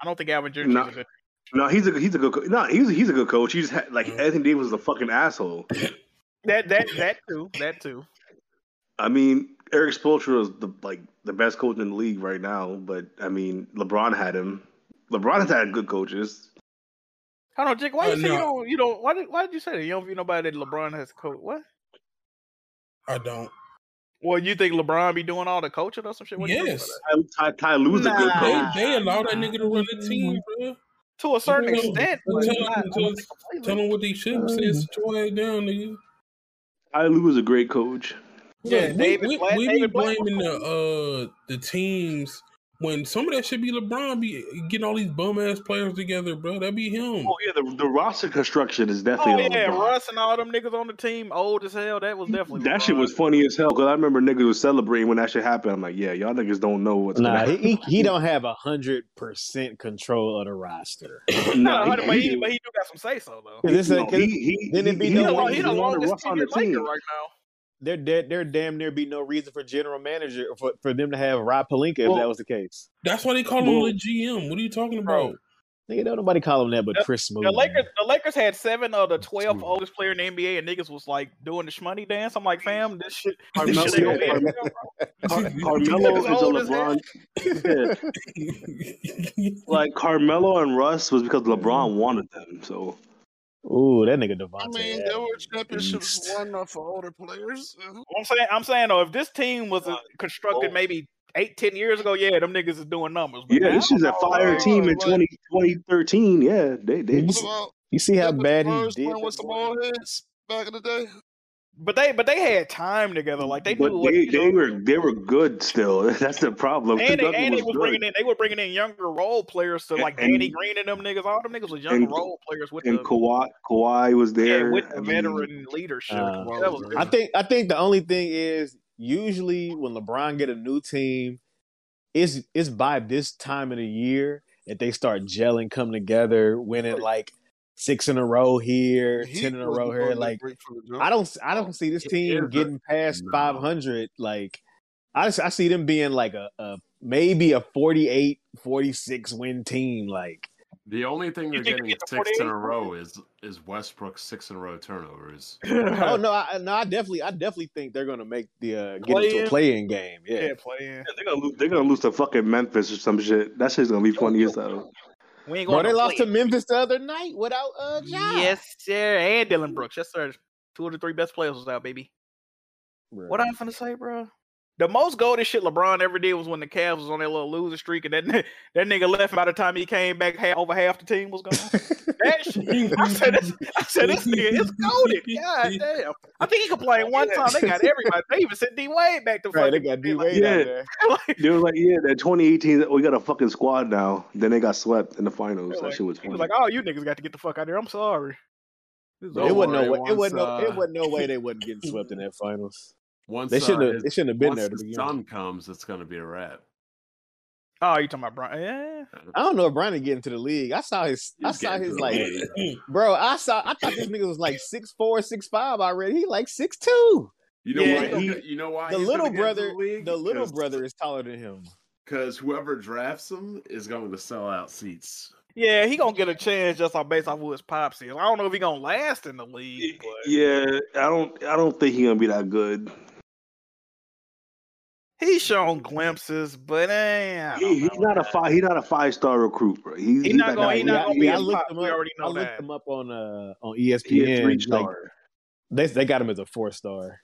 I don't think Alvin Gentry
No.
is a good.
No, he's a he's a good coach. No, he's he's a good coach. He just had like Anthony Davis was a fucking asshole.
(laughs) That that that too. That too.
I mean, Eric Spoelstra is the like the best coach in the league right now, but I mean, LeBron had him. LeBron has had good coaches.
Hold on, Jake. Why you
Uh,
say you
no.
don't? You don't. Why did Why did you say that? You don't view nobody that LeBron has coached. What?
I don't.
Well, you think LeBron be doing all the coaching or some shit? What do you mean by
Yes.
that?
Ty, Ty Lue's a good
They,
coach.
they allow that nigga to run the team, bro.
To a certain
You know,
extent,
Mm-hmm. tell,
but
them-
not-
tell, tell them what they should have
Mm-hmm.
said. Sit your ass down, nigga.
Ty Lue is a great coach.
Look, we, we, we be blaming the uh the teams When some of that should be LeBron be getting all these bum ass players together, bro. That'd be him.
Oh yeah, the, the roster construction is
Oh
definitely. on
yeah,
LeBron.
Russ and all them niggas on the team, old as hell. That was definitely
That shit was funny as hell because I remember niggas was celebrating when that shit happened. I'm like, yeah, y'all niggas don't know what's
Nah,
going
he, he, he don't
(laughs)
have a hundred percent control of the
(coughs)
roster.
Nah, (laughs) but he, but he do got some say so though.
This ain't-
he,
then it be
he,
no
the,
reason-
he the longest tenured Laker right
There, there, there, damn near be no reason for general manager for, for them to have Rob Palinka if
Well,
that was the case.
That's why they call him
Well-
the GM. What are you talking about?
Nigga, don't nobody call him that, but Chris
now.
Smooth.
The Lakers, the Lakers had seven of the twelve oldest player in the NBA, and niggas was like doing the shmoney dance. I'm (laughs) like, fam, this shit, this shit ain't gonna be
on. Carmelo is a
Old as hell.
LeBron.
(laughs)
Yeah. like Carmelo and Russ was because LeBron wanted them. So
Ooh, that nigga
I
Devontae.
mean, there were championships won uh, for older players. oh. Uh,
I'm saying, I'm saying though, if this team was uh, constructed maybe eight, ten years ago, yeah, them niggas is doing numbers. But
yeah,
now,
this is a fire team in 20, 2013. Yeah, they they.
You see how
bad
Spurs playing with some old heads back in the day.
But they, but they had time together. Like they knew
But
what.
they, they were they were good still. (laughs) That's the problem.
and they,
Kentucky
and they
was
was
good.
bringing in, they were bringing in younger role players to like
And-
Danny Green and them niggas. All them niggas was young
and-
role players with
and
the
Kawhi Kawhi was there.
yeah, with the
I mean,
veteran leadership.
Uh,
that was
I think I think the only thing is usually when LeBron get a new team, it's it's by this time of the year that they start gelling, come together, winning like six in a row here, ten in a row here. Like I don't I don't see this team getting past five hundred. Like I s- I see them being like a, a maybe a 48, 46 win team.
(clears throat)
Like
The only thing they're
think
getting
it's a
six in
48?
a row is is Westbrook's six in a row turnovers.
oh no, (laughs) I, no, I definitely I definitely think they're gonna make the uh, get into
Play-in?
a play in game. Yeah.
playing.
They're gonna lose. They're gonna lose to fucking Memphis or some shit. That shit's gonna be funny as hell.
We ain't
Bro,
going
they
to
lost
play.
to Memphis the other night without uh Ja.
Yes, sir. And Dylan Brooks. Yes, sir. Two of the three best players was out, baby. What I'm finna say, bro? The most goldest shit LeBron ever did was when the Cavs was on their little loser streak, and that ni- (laughs) that nigga left. By the time he came back, half, over half the team was gone. (laughs) that shit, I said, this,
(laughs)
I said, this nigga is goaded. God damn! I think he complained
(laughs)
one time. They got everybody. They even sent D Wade back to
Right,
fucking.
they got D Wade out
Yeah,
there.
(laughs)
they were like, yeah, that 2018. We got a fucking squad now. Then they got swept in the finals. That shit was
He was
funny.
like, "Oh, you niggas got to get the fuck out of there." I'm sorry. This is
it
over.
wasn't no way. It wasn't, no, it
uh,
wasn't no way they wasn't getting swept in that finals.
Once
they shouldn't
uh,
have.
his-
They shouldn't have been
once
there. To
his
begin. with.
son comes, it's gonna be a wrap. Uh,
Oh, you talking about Brian? Yeah.
I don't know if Brian get into the league. I saw his. I
He's
saw
getting
his
to the
like,
league.
bro. I saw. I thought this nigga was like six four, six five already. He like six two.
You know
Yeah.
why? He, you know why?
The
he's
little
gonna get into
brother. The, little
'Cause-
brother is taller than him.
Because whoever drafts him is going to sell out seats.
(laughs) Yeah, he gonna get a chance just on based off who his pops is. I don't know if he gonna last in the league. But
yeah, I don't. I don't think he's gonna be that good.
he's shown glimpses, but eh, I don't
He, he's not a five. He's not a five star recruit, bro. He's,
He
he's
not
that
gonna-
guy
he
who-
not gonna be
Yeah, I
as
looked
pop-
him
we
up.
already know
I looked
that.
him up on uh on
three
ESPN. Like,
star.
they they got him as a four star.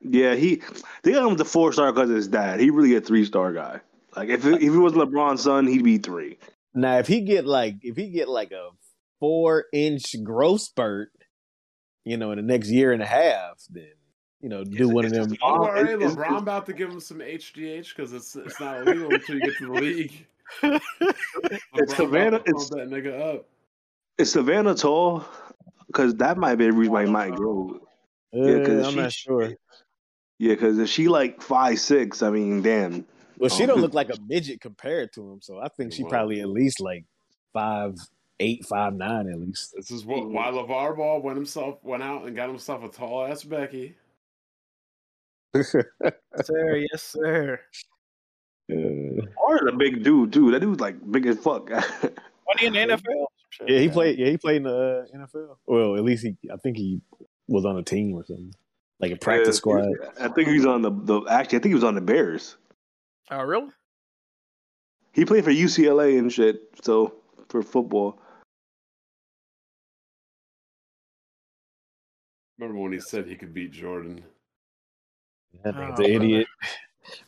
Yeah, he they got him the four star because his dad. He really a three star guy. Like if it, if he was LeBron's son, he'd be three.
Now, if he get like if he get like a four inch growth spurt, you know, in the next year and a half, then you know, do one of them.
Don't worry, LeBron about to give him some HGH because it's it's not illegal until you get to
(laughs)
the league.
It's
LeBron
Savannah.
about to
It's
pump that nigga up.
is Savannah tall? Because that might be a reason why he might grow. Yeah,
Uh,
because
I'm
she,
not sure.
yeah, 'cause if she like five six, I mean, damn. Oh,
Well, she don't look like a midget compared to him, so I think she probably at least like five eight, five nine at least.
This is what
(laughs)
why LeVar Ball went himself went out and got himself a tall ass Becky.
sir, yes, sir.
Or a big dude too. That dude's like big as fuck. (laughs)
When he in the NFL,
Yeah, he played. Yeah, he played in the uh, NFL. Well, at least he. I think he was on a team or something, like a practice
Yeah,
squad.
I think he's on the the actually. I think he was on the Bears.
Oh, really?
He played for UCLA and shit. So for football.
Remember when he said he could beat Jordan?
That nigga's an idiot.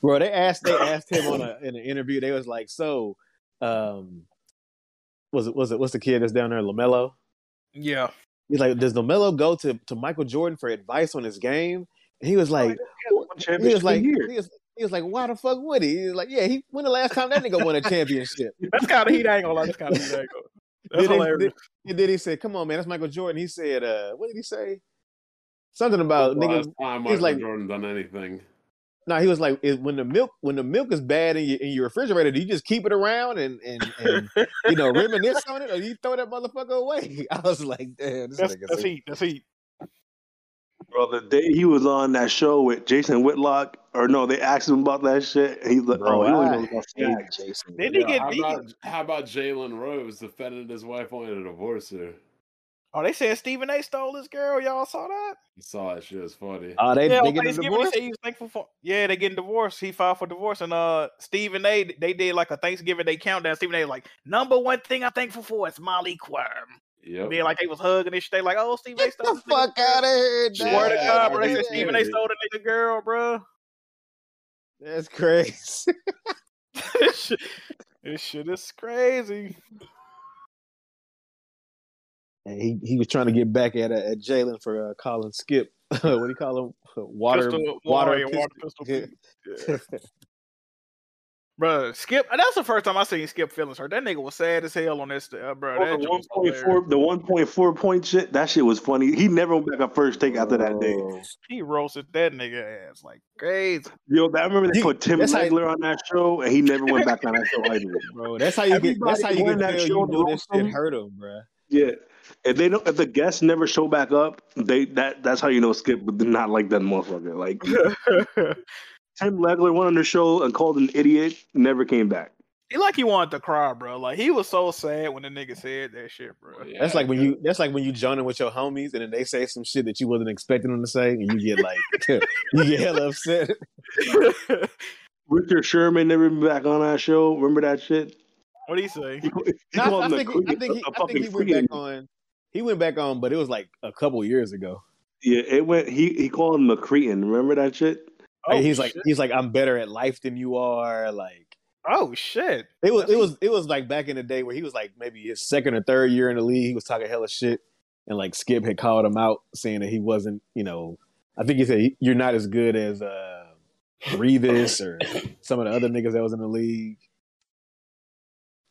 Bro, they asked they asked him on a in an interview. They was like, "So, um, was it was it what's the kid that's down there, Lamelo?"
Yeah.
He's like, "Does Lamelo go to to Michael Jordan for advice on his game?" And he was like, "He was like,
championship
he
a year.
was, He was like, "Why the fuck would he?" He was like, "Yeah, he when the last time that nigga won a championship."
(laughs) That's kind of heat angle. That's kind of heat angle.
then,
That's
he,
hilarious.
then, and then he said, "Come on, man, that's Michael Jordan." He said, uh, "What did he say? Something about
Last
nigga."
time
He's
Michael
like,
Jordan done anything.
No, he was like, "It- when the milk when the milk is bad in your, in your refrigerator, do you just keep it around and and, and you
(laughs)
know reminisce on it, or you throw that motherfucker away? (laughs) I was like, damn, this
That's,
nigga's
that's
a-
heat. That's heat.
Bro, the day he was on that show with Jason Whitlock, or no, they asked him about that shit, and he's like, "Oh, he only knows about Shaq."
Jason.
Then he get
how
beat.
about, how about Jalen Rose defending his wife wanting to divorce her?
Oh, they said Stephen A. stole his girl. Y'all saw that?
I saw that shit. It's funny.
Oh, they-
yeah,
they
on
getting a
Thanksgiving,
divorce?
He said he was thankful for. Yeah, they getting divorced. He filed for divorce, and uh, Stephen A. They did like a Thanksgiving Day countdown. Stephen A. was like number one thing I'm thankful for is Molly Quirm.
Yep.
Being like they was hugging and shit. They like, oh, Stephen A. stole the
fuck out of here.
Swear to
dog.
God, bro. They
Yeah.
said Stephen A. stole the nigga girl, bro.
That's crazy. (laughs)
this, shit, this shit is crazy.
And he he was trying to get back at uh, at Jalen for uh, calling Skip. (laughs) what do you call him? Water,
Pistol-
water,
yeah,
pistol.
water pistol
Yeah. (laughs)
Bro, Skip. That's the first time I seen Skip feelings hurt. That nigga was sad as hell on this. Uh, bro, that
The
joint
one
was
point
hilarious.
four, the one point four point shit, that shit was funny. He never went back on first take after that day.
He roasted that nigga ass like crazy.
Yo, I remember they
You-
put Tim
that's how-
Legler on that show, and he never went back on that show either.
(laughs) Bro, that's how you get. That's how you
Everybody
get.
went that
That
show
you
to
knew this
roast
shit
him.
hurt him, bro.
Yeah, if they don't, if the guests never show back up, they that that's how you know Skip did not like that motherfucker.
(laughs)
Like Tim Legler went on the show and called an idiot, never came back.
He like he wanted to cry, bro. Like he was so sad when the nigga said that shit,
Oh,
bro.
That's like when you. That's like when you join in with your homies, and then they say some shit that you wasn't expecting them to say, and you get like, (laughs) you get hella upset.
Richard Sherman never been back on that show. Remember that shit?
What do you say?
He
No,
called
I, I
him the
think, he- I
queen-
think he,
a
I think he
fucking
went
queen.
back on. He went back on, but it was like a couple years ago.
Yeah, it went. He he called him a cretin. Remember that Oh, shit?
Like, he's like, he's like, I'm better at life than you are. Like,
oh shit,
it was, it was, it was like back in the day where he was like maybe his second or third year in the league. He was talking hella shit, and like Skip had called him out saying that he wasn't, you know, I think he said you're not as good as uh Revis or some of the other niggas that was in the league.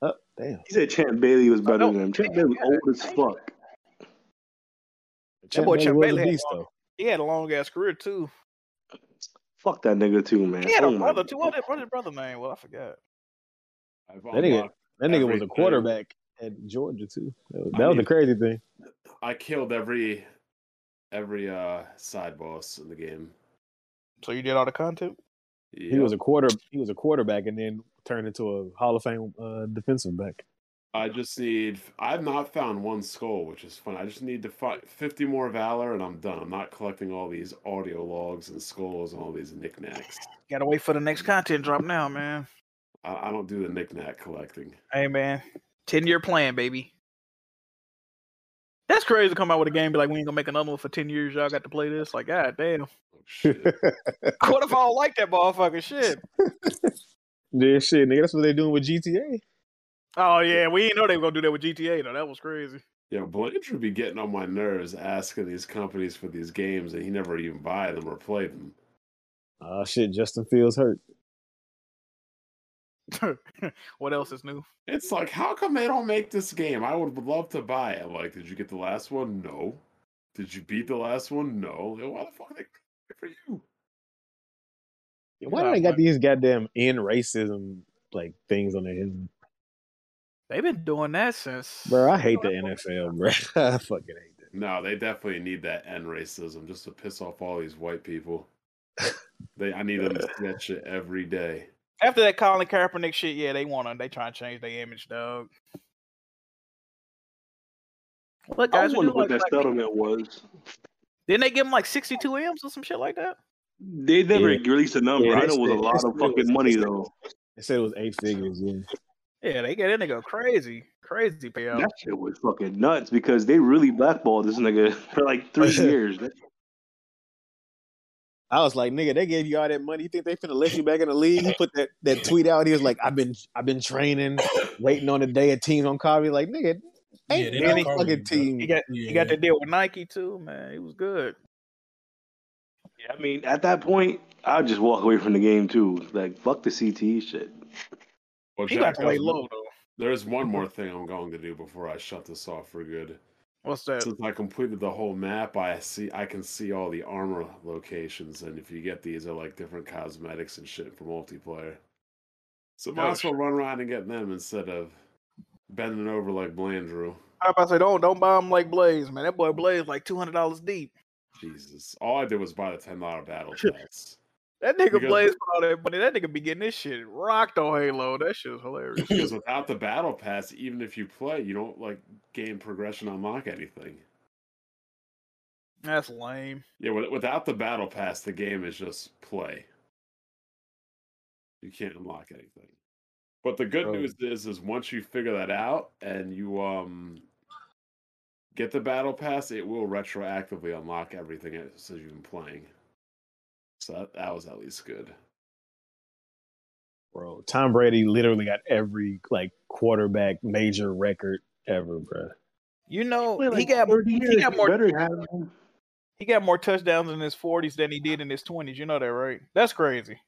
Oh damn,
He said Champ Bailey was better than him. Champ Bailey was old as fuck.
That boy Champ Bailey had a long- he had a long ass career too.
Fuck that nigga too, man.
He had
oh
a
my
brother too. What what his brother name? Well, I forgot.
that nigga, that nigga was a quarterback at Georgia too. That was, that was the crazy thing.
I killed every every uh side boss in the game.
So you did all the content?
He was a quarter. He was a quarterback, and then turned into a Hall of Fame uh, defensive back.
I just need. I've not found one skull, which is fun. I just need to find fifty more valor, and I'm done. I'm not collecting all these audio logs and skulls and all these knickknacks.
Gotta wait for the next content drop now, man.
I, I don't do the knickknack collecting.
Hey man, ten year plan, baby. That's crazy to come out with a game be like, we ain't gonna make another one for ten years. Y'all got to play this. Like, god damn. (laughs) what if I don't like that motherfucking shit?
Yeah, shit, nigga. That's what they're doing with GTA.
Oh yeah, we didn't know they were gonna do that with GTA though. That was crazy. (laughs)
Yeah, Blanche would be getting on my nerves asking these companies for these games, and he never even buy them or play them.
Oh shit, Justin Fields hurt.
(laughs) what else is new?
It's like, how come they don't make this game? I would love to buy it. Like, did you get the last one? No. Did you beat the last one? No. Like, Why the fuck are they for you?
Why do they got these goddamn end racism like things on their head?
They've been doing that since.
Bro, I hate the NFL, bro. I fucking hate.
No, they definitely need that end racism just to piss off all these white people. they, I need them to see that shit every day.
After that Colin Kaepernick shit, yeah, they wanna they trying to change their image, dog. Look,
I
guys, we
wonder
do like
what that
black people.
settlement was.
Didn't they give him like sixty two M's or some shit like that?
(laughs) They never
Yeah.
released a number.
Yeah,
I
they
know it was a
said-
lot
they
of
said it
fucking
was-
money though.
They said it was eight figures. Yeah.
Yeah, they get in they go crazy. Crazy payout.
That shit was fucking nuts because they really blackballed this nigga (laughs) for like three years.
I was like, nigga, they gave you all that money. You think they finna let you back in the league? He put that, that tweet out. He was like, I've been I've been training, waiting on the day a team's on call me. Like, nigga, ain't
they
yeah,
don't call
fucking team.
He got he got to deal with Nike too, man. He was good.
I mean, at that point, I'll just walk away from the game too. Like fuck the CTE shit.
Well,
He about
Jack,
to lay
there's-
low, though.
There's one more thing I'm going to do before I shut this off for good.
What's that?
Since I completed the whole map, I see I can see all the armor locations, and if you get these, are like different cosmetics and shit for multiplayer. So might
Oh,
as well run around and get them instead of bending over like Blandrew.
I about to say, don't don't buy him like Blaze, man. That boy Blaze like two hundred dollars deep.
Jesus, all I did was buy the ten
(laughs)
dollar battle pass.
That nigga
Because-
Blaze put all that money. That nigga be getting this shit rocked on Halo. That shit's hilarious.
because without the battle pass, even if you play, you don't like gain progression, unlock anything.
That's lame.
Yeah, with- without the battle pass, the game is just play. You can't unlock anything. But the good
Oh.
news is, is once you figure that out and you um get the battle pass, it will retroactively unlock everything else as you've been playing. So that, that was at least good.
Bro, Tom Brady literally got every like quarterback major record ever, bro.
You know,
played
he
like
got
30
he
years,
got
you
more
better have
he got more touchdowns in his forties than he did in his twenties. You know that, right? That's crazy.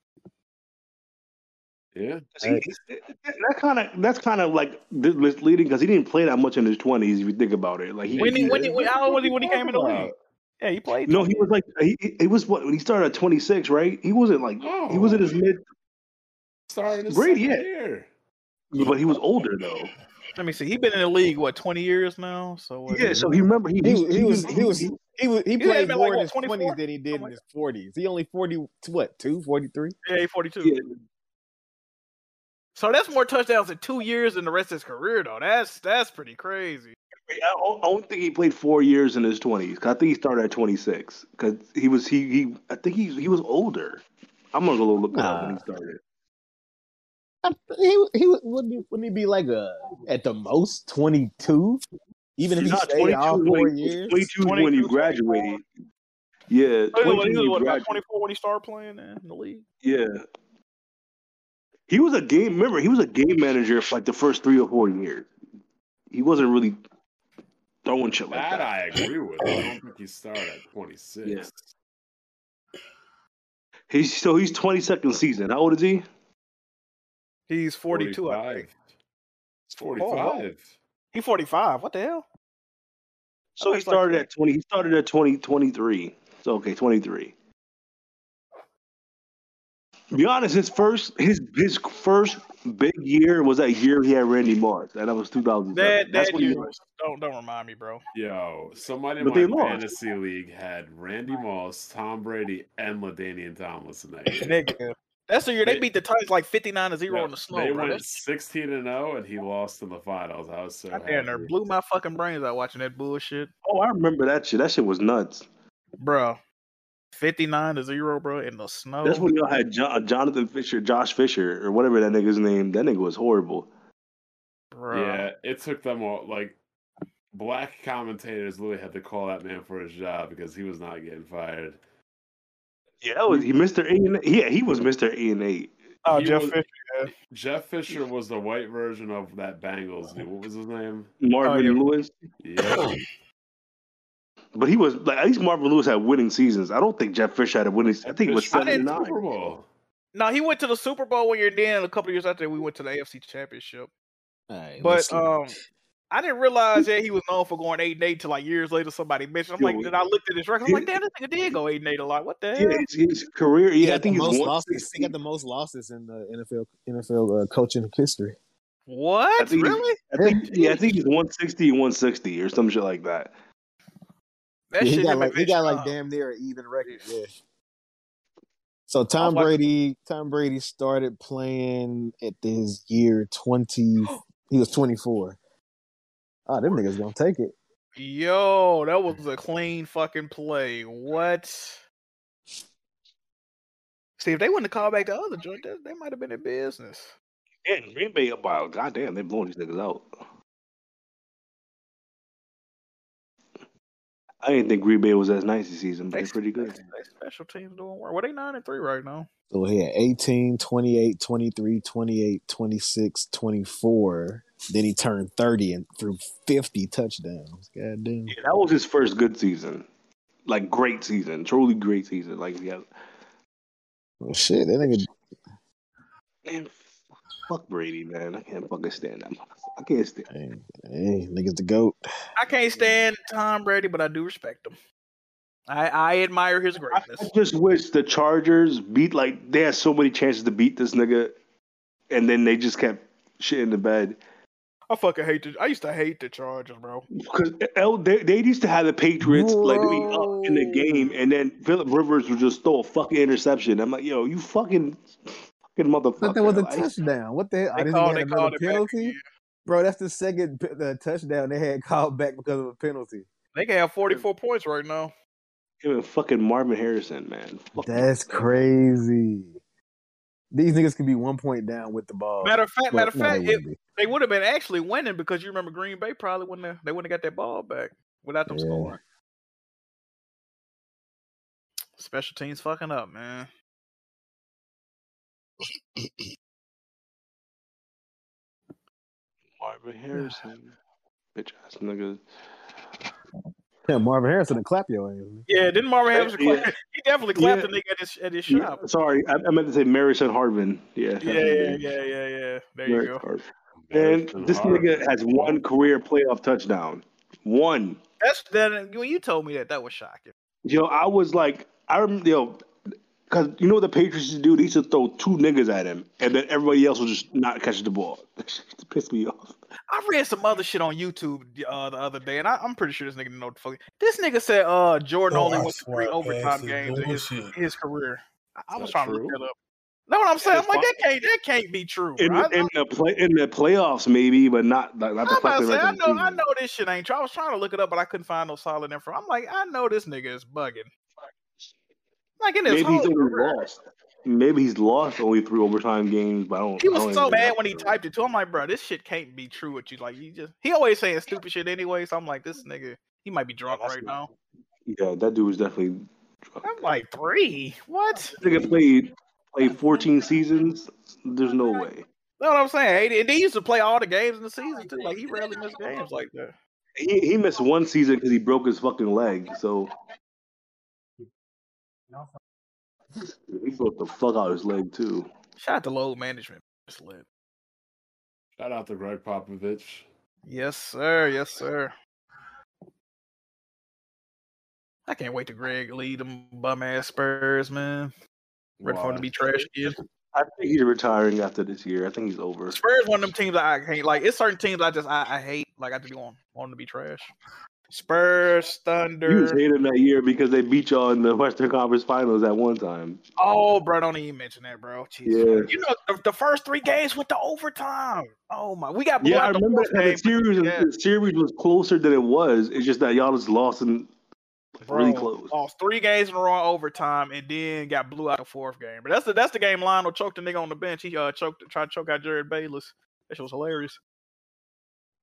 Yeah.
See, that kind of that's kind of like dis- misleading because he didn't play that much in his twenties. If you think about it, like he
When he when he
didn't-
when, how old was he when he
What are
came
you
in the
talking
league? Yeah, he played.
No, he was like he, he- he was what he started at twenty six, right? He wasn't like he was in his mid
Starting
his
Brady,
second
yeah. But he was older though.
Let me see. He been in the league what twenty years now. So what
Yeah,
is
so
it?
he remember he
He, was- he was he was he was
He
he
had
played
been, like,
more in
what,
his
24?
twenties than he did in his forties. He only forty what two forty three.
Yeah, he's 42. So that's more touchdowns in two years than the rest of his career, though. That's that's pretty crazy.
I don't- I don't think he played four years in his twenties. I think he started at twenty six because he was he, he I think he he was older. I'm gonna go look it up when he started.
He he was- wouldn't he, wouldn't he be like a at the most twenty two? Even if he
Nah,
stayed all
22
four
when-
years,
22 is when you graduated. Yeah,
He
22
was,
when
he was,
you
what, about
graduated.
24 when he started playing man, in the league?
Yeah. He was a game. Remember, he was a game manager for like the first three or four years. He wasn't really throwing shit like
That
that.
I agree with. I don't think he started at 26.
He's so he's twenty second season. How old is he?
He's 42, I think.
He's
Oh, wow.
45.
He 45. What the hell?
So he started at twenty. He started at 20, 23. So okay, twenty three. Be honest. His first his his first big year was that year he had Randy Moss, and that was two thousand
That
seven. That's
that
when he
dude. was- Don't don't remind me, bro.
Yo, somebody in
But they
my
lost.
fantasy league had Randy Moss, Tom Brady, and Ladanian
(laughs)
Tomlinson that year.
Nigga. That's the year they beat the Titans like 59 to 0
Yo,
on the snow,
they
bro.
went
That's-
16 and 0, and he lost in the finals. I was so happy.
Damn, there blew my fucking brains out watching that bullshit.
Oh, I remember that shit. That shit was nuts.
Bro, 59 to 0, bro, in the snow.
That's when y'all had jo- uh, Jonathan Fisher, Josh Fisher, or whatever that nigga's name. That nigga was horrible.
Bruh.
Yeah, it took them all. Like, black commentators literally had to call that man for his job because he was not getting fired.
Yeah, that was he, Mr. Eight. And, yeah, he was Mr. Eight and Eight.
Oh,
He was- Jeff Fisher was the white version of that Bengals dude. What was his name?
Marvin Lewis.
Yeah.
But he was like at least Marvin Lewis had winning seasons. I don't think Jeff Fisher had a winning. I think it was
Fisher
seven and
did
nine.
Super
Bowl.
No, he went to the Super Bowl when you're then a couple years after we went to the AFC Championship.
Alright,
But
let's get-
um, I didn't realize that he was known for going eight and eight till like years later somebody mentioned. I'm like,
Yo,
then I looked at his record. I'm like, damn, this nigga did go eight and eight a lot. What the hell?
Yeah, his, his career. Yeah, I
got the
think he's
most
one.
losses. He got the most losses in the NFL NFL uh, coaching history.
What?
I think, really? I think, yeah, I think he's 160, 160 or some shit like that.
That
Yeah, he
shit
got
him
like
and
he
Vince
got like
Young.
damn near an even record. Yeah. So Tom
like-
Brady, Tom Brady started playing at his year twenty. he was twenty four. Oh, them niggas gonna take it.
Yo, that was a clean fucking play. What? See, if they wouldn't have called back the other joint, they, they might have been in business.
Yeah, Green Bay up by goddamn, they blowing these niggas out. I didn't think Green Bay was as nice this season, but they're pretty good.
They special teams doing well. Were they nine and three right now?
So he had 18, 28, 23, 28, 26, 24. Then he turned 30 and threw 50 touchdowns. God damn.
Yeah, that was his first good season, like great season, truly great season. Like yeah,
Well, Oh, shit, that nigga.
Man, fuck Brady, man. I can't fucking stand that. motherfucker. I can't stand.
Hey, niggas the goat.
I can't stand Tom Brady, but I do respect him. I, I admire his greatness.
I just wish the Chargers beat like they had so many chances to beat this nigga, and then they just kept shit in the bed.
I fucking hate the. I used to hate the Chargers, bro.
Because L, they, they used to have the Patriots like they be up in the game, and then Philip Rivers would just throw a fucking interception. I'm like, yo, you fucking fucking motherfucker.
But there was a
Like,
touchdown. What the hell?
They
I didn't
called-
get
they called
another
it back,
penalty? Bro, that's the second p- the touchdown they had (laughs) called back because of a penalty.
They can have 44 points right now.
Even fucking Marvin Harrison, man. Fuck
That's crazy. These niggas could be one point down with the ball.
Matter of fact,
Well,
matter of
no, they
fact,
wouldn't
it-
be.
Oh, they would have been actually winning because you remember Green Bay probably wouldn't have, they wouldn't have got that ball back without them scoring. Special teams fucking up,
(coughs)
man.
Marvin Harrison, bitch ass nigga.
yeah, (laughs) Marvin Harrison to clap your ass.
Yeah, didn't Marvin Harrison
Yeah.
clap? (laughs) He definitely clapped
Yeah.
the nigga at his, at his
Yeah,
shop.
sorry, I, I meant to say Marison Harvin. Yeah,
Yeah, yeah, yeah, yeah, yeah. There you go.
And
Marison
this
Harvin.
nigga has one career playoff touchdown. One.
That's that. When you told me that, that was shocking.
Yo, I was like, I remember, yo, because you know what the Patriots used to do? They used to throw two niggas at him, and then everybody else was just not catching the ball. (laughs) it pissed me off.
I read some other shit on YouTube uh, the other day, and I, I'm pretty sure this nigga didn't know what the fuck. This nigga said uh, Jordan
Oh,
only
I
went to three
swear,
overtime
that's some
games in his,
bullshit.
his career. I, I was
that
trying to
true?
look that up. Know what I'm saying? I'm like,
fine.
that can't that can't be true.
In,
bro. I,
in the play, in the playoffs, maybe, but not not, not the
I'm about
fucking
to say,
rest
I
of the
know, I
season.
know this shit ain't true. I was trying to look it up, but I couldn't find no solid info. I'm like, I know this nigga is bugging. Like in his
Maybe
whole
he's only
career.
lost. Maybe he's lost only three overtime games, but I don't.
He
I don't
was so
even know.
mad when he typed it too. I'm like, bro, this shit can't be true. What you like? You just he always saying stupid shit anyway. So I'm like, this nigga, he might be drunk right now.
Yeah, that dude was definitely.
I'm like three. What?
Nigga played played 14 seasons. There's no way.
Know what I'm saying? And he used to play all the games in the season too. Like he rarely missed games like that.
He, he missed one season because he broke his fucking leg. So he broke the fuck out of his leg too.
Shout out to load management. It's lit.
Shout out to Greg Popovich.
Yes, sir. Yes, sir. I can't wait to Greg lead them bum ass Spurs, man. Ready for him to
Why?
be trash again.
I think he's retiring after this year. I think he's over.
Spurs one of them teams that I hate. Like it's certain teams I just I, I hate. Like I just want want them to be trash. Spurs,
You just
Thunder.
hate him that year because they beat y'all in the Western Conference Finals at one time.
Oh, bro, don't even mention that, bro. Jesus.
Yeah.
You know the, the first three games went to overtime. Oh my, we got blew
Yeah, I
out the
remember
fourth
that the series. The series was closer than it was. It's just that y'all just lost in
Bro,
really close.
Lost three games in a row in overtime, and then got blew out the fourth game. But that's the that's the game Lionel choked the nigga on the bench. He uh choked tried to choke out Jared Bayless. That shit was hilarious.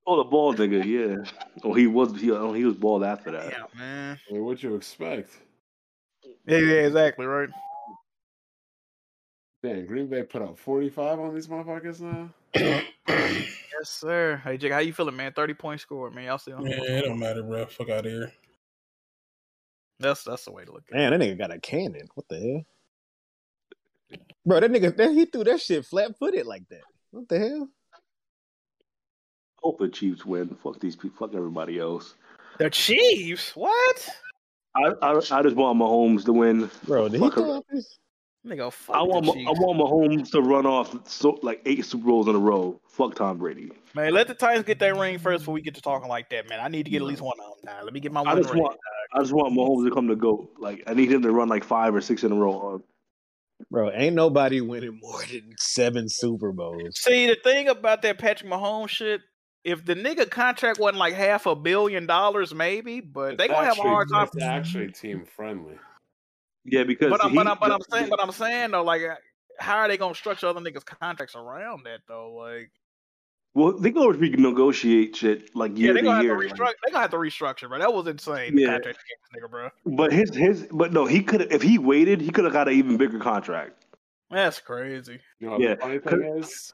Oh, the ball nigga, yeah. Oh, he was he, oh, he was balled after that.
Yeah, man.
what'd you expect?
Yeah, yeah, exactly right.
Damn, Green Bay put up 45 on these motherfuckers now.
Yes, sir. Hey Jake, how you feeling, man? Thirty point score, man. Y'all still on
Man, it don't matter, bro. Fuck out of here.
That's that's the way to look at
Man, that nigga got a cannon. What the hell? Bro, that nigga, that, he threw that shit flat footed like that. What the hell?
Hope the Chiefs win. Fuck these people. Fuck everybody else.
it. The Chiefs, what?
I, I I just want Mahomes to win.
Bro,
did he throw Nigga, fuck
I want
the
Ma- I
Chiefs.
want Mahomes to run off so, like eight Super Bowls in a row. Fuck Tom Brady.
Man, let the Titans get that ring first before we get to talking like that, man. I need to get at least one of them. Nah, let me get my
I
one
just
ring.
want I just want Mahomes to come to go. Like I need him to run like five or six in a row. Uh,
Bro, ain't nobody winning more than seven Super Bowls.
See, the thing about that Patrick Mahomes shit, if the nigga contract wasn't like half a billion dollars, maybe, but they
It's
gonna have a
actually-
hard time.
It's actually team friendly.
Yeah, because
But I'm,
he-
but I'm, but I'm saying, but I'm saying though, like, how are they gonna structure other niggas' contracts around that though? Like,
well, they can always renegotiate shit
yeah,
like year
they
to
gonna
year.
have to
like-
restructure. They gonna have to restructure, bro. That was insane. The
Yeah.
contract they gave this nigga, bro.
but his his but no, he could if he waited, he could have got an even bigger contract.
That's crazy.
You know what the
Yeah,
funny
could-
thing is?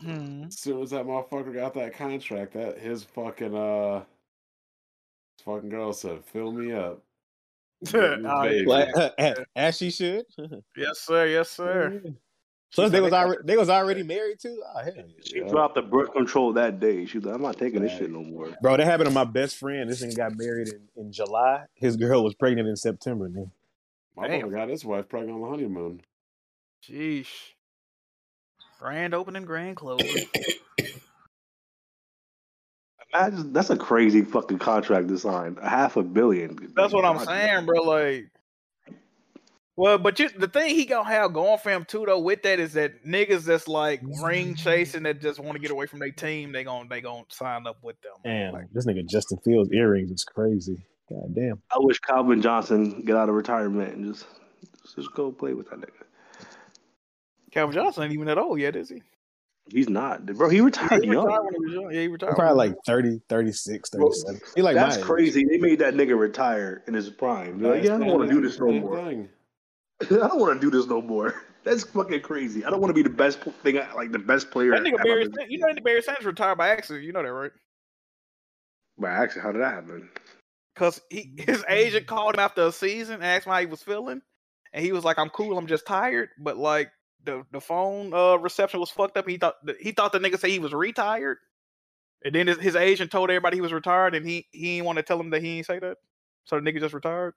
Hmm.
As soon as that motherfucker got that
(laughs)
contract, that his fucking uh his fucking girl said, Fill me up.
Alright.
Like, as she
(laughs)
should.
yes, sir. Yes, sir.
Plus, they was already they was already married too. Oh, hell
She dropped the birth control that day. She was like, I'm not taking this shit no more.
Bro, that happened to my best friend. This thing got married in, in July. His girl was pregnant in September. Man.
My brother got his wife pregnant on the honeymoon.
Sheesh. Grand opening, grand
(coughs)
closing.
That's, that's a crazy fucking contract to sign. A half a billion.
That's what I'm saying, bro. Like, well, but you, the thing he gonna have going for him too, though, with that is that niggas that's like ring chasing that just want to get away from their team, they gonna they gonna sign up with them.
Damn, like, this nigga Justin Fields earrings is crazy. God damn.
I wish Calvin Johnson get out of retirement and just just go play with that nigga.
Calvin Johnson ain't even that old yet, is he?
He's not, bro. He (laughs) retired
He
young.
retired when he was young. Yeah, he retired.
Probably like 30, 36, 37. He like
That's
my age.
crazy. They made that nigga retire in his prime. They're like,
Nice
yeah, I don't
man.
want to do this no
Same
more. (laughs) I don't want to do this no more. (laughs) That's fucking crazy. I don't want to be the best pl- thing, I- like the best player.
that nigga
at my
Barry,
business.
Sanders- you know that Barry Sanders retired by accident. You know that, right?
But actually, how did that happen?
Cause he
Mm-hmm.
his agent called him after a season and asked him how he was feeling, and he was like, "I'm cool. I'm just tired." But like the the phone uh, reception was fucked up. He thought the- he thought the nigga said he was retired, and then his, his agent told everybody he was retired, and he he didn't want to tell him that he ain't say that, so the nigga just retired.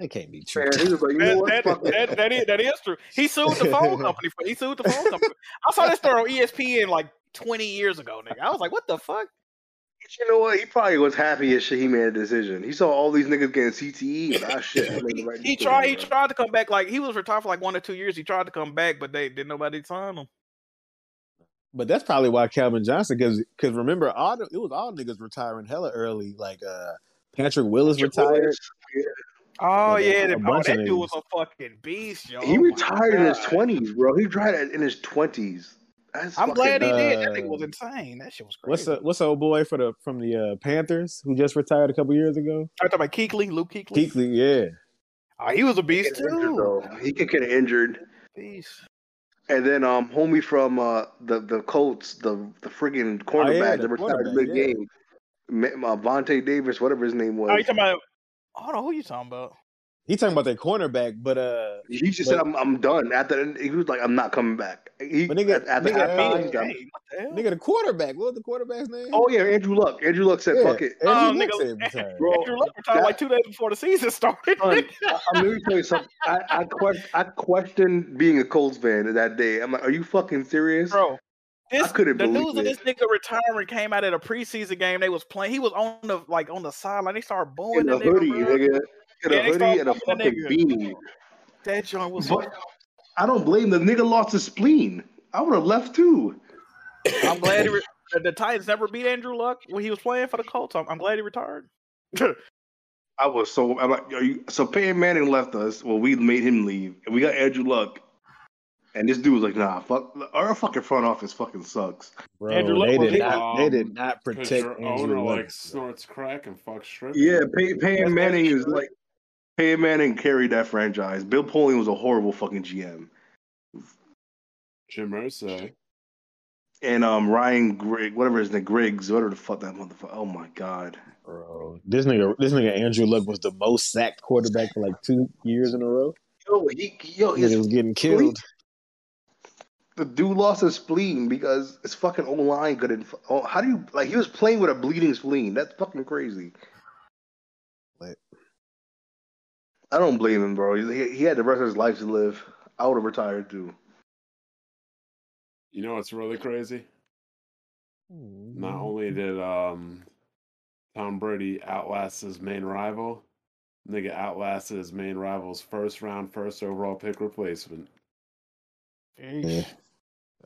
That can't be true.
Man, he was like, you know what?
That,
Fuck
that, that is that is true. He sued the phone company for he sued the phone company. I saw that story on E ESPN like 20 years ago, nigga. I was like, "What the fuck?"
You know what? He probably was happy as shit he made a decision. He saw all these niggas getting CTE. Ah, shit. I made the right
He
decision,
tried. He
bro.
tried to come back. Like he was retired for like one or two years. He tried to come back, but they didn't nobody sign him.
But that's probably why Calvin Johnson, because because remember, all the, it was all niggas retiring hella early. Like uh, Patrick Willis retired.
Oh
Like,
yeah,
a
that, oh,
bunch of
that dude was
niggas.
a fucking beast, yo.
He
Oh, my
retired in his
God.
twenties, bro. He retired in his twenties. That's
I'm glad he
fucking- uh,
did. That thing was insane. That shit was crazy.
What's the what's the old boy for the from the uh, Panthers who just retired a couple years ago?
I talking about Keekly, Luke Keekly.
Keekly, yeah.
Oh, he was a beast
He could get injured,
too.
though. He could get injured.
Beast.
And then um homie from uh the, the Colts, the the friggin'
Oh,
cornerback
yeah, the
that retired
quarterback,
mid
yeah.
game. Ma- Uh, Vontae Davis, whatever his name was.
Oh, you talking about? Hold on, who you talking about?
He talking about their cornerback, but uh,
he just
but-
said I'm I'm done. After he was like, I'm not coming back. He
But nigga,
at, at the
nigga,
halftime,
uh,
got-
nigga, the quarterback. What was the quarterback's name?
Oh yeah, Andrew Luck. Andrew Luck said,
Yeah,
"Fuck it."
Andrew
Oh, nigga, Andrew Luck retired like two days before the season (laughs) started.
Son, I- I'm let me tell you something. I, I question I questioned being a Colts fan that day. I'm like, are you fucking serious,
bro?
I couldn't
the news
believe it.
of this nigga retiring came out at a preseason game. They was playing. He was on the like on the sideline. They started booing
in
the
a
nigga,
hoodie,
bro.
nigga. In
Yeah,
a
they start
hoodie and a
fucking the
fucking
nigga.
beanie.
That joint was.
But I don't blame the nigga. Lost his spleen. I would have left too.
I'm glad he re- the, the Titans never beat Andrew Luck when he was playing for the Colts. I'm, I'm glad he retired.
(laughs) I was so. I'm like, are you, so Peyton Manning left us. Well, we made him leave, and we got Andrew Luck. And this dude was like, "Nah, fuck. Our fucking front office fucking sucks."
Bro, they did not. They did not
"Oh, um, 'cause
protect
your
Andrew
owner
Luck.
like snorts crack and fucks strippers.
Yeah, Pey- Peyton Manning is like Peyton Manning carried that franchise. Bill Polian was a horrible fucking GM,
Jim Irsay.
and um Ryan Grigg, whatever his name, Griggs, whatever the fuck that motherfucker. Oh my god,
bro. This nigga, this nigga Andrew Luck was the most sacked quarterback for like two years in a row.
Yo, he, yo,
nigga was getting killed.
the dude lost his spleen because his fucking O line couldn't. fu- Oh, how do you like? He was playing with a bleeding spleen. That's fucking crazy. I don't blame him, bro. He, he had the rest of his life to live. I would have retired too.
You know what's really crazy? Not
Mm-hmm.
only did um, Tom Brady outlast his main rival, nigga outlasted his main rival's first round, first overall pick replacement.
Yeah.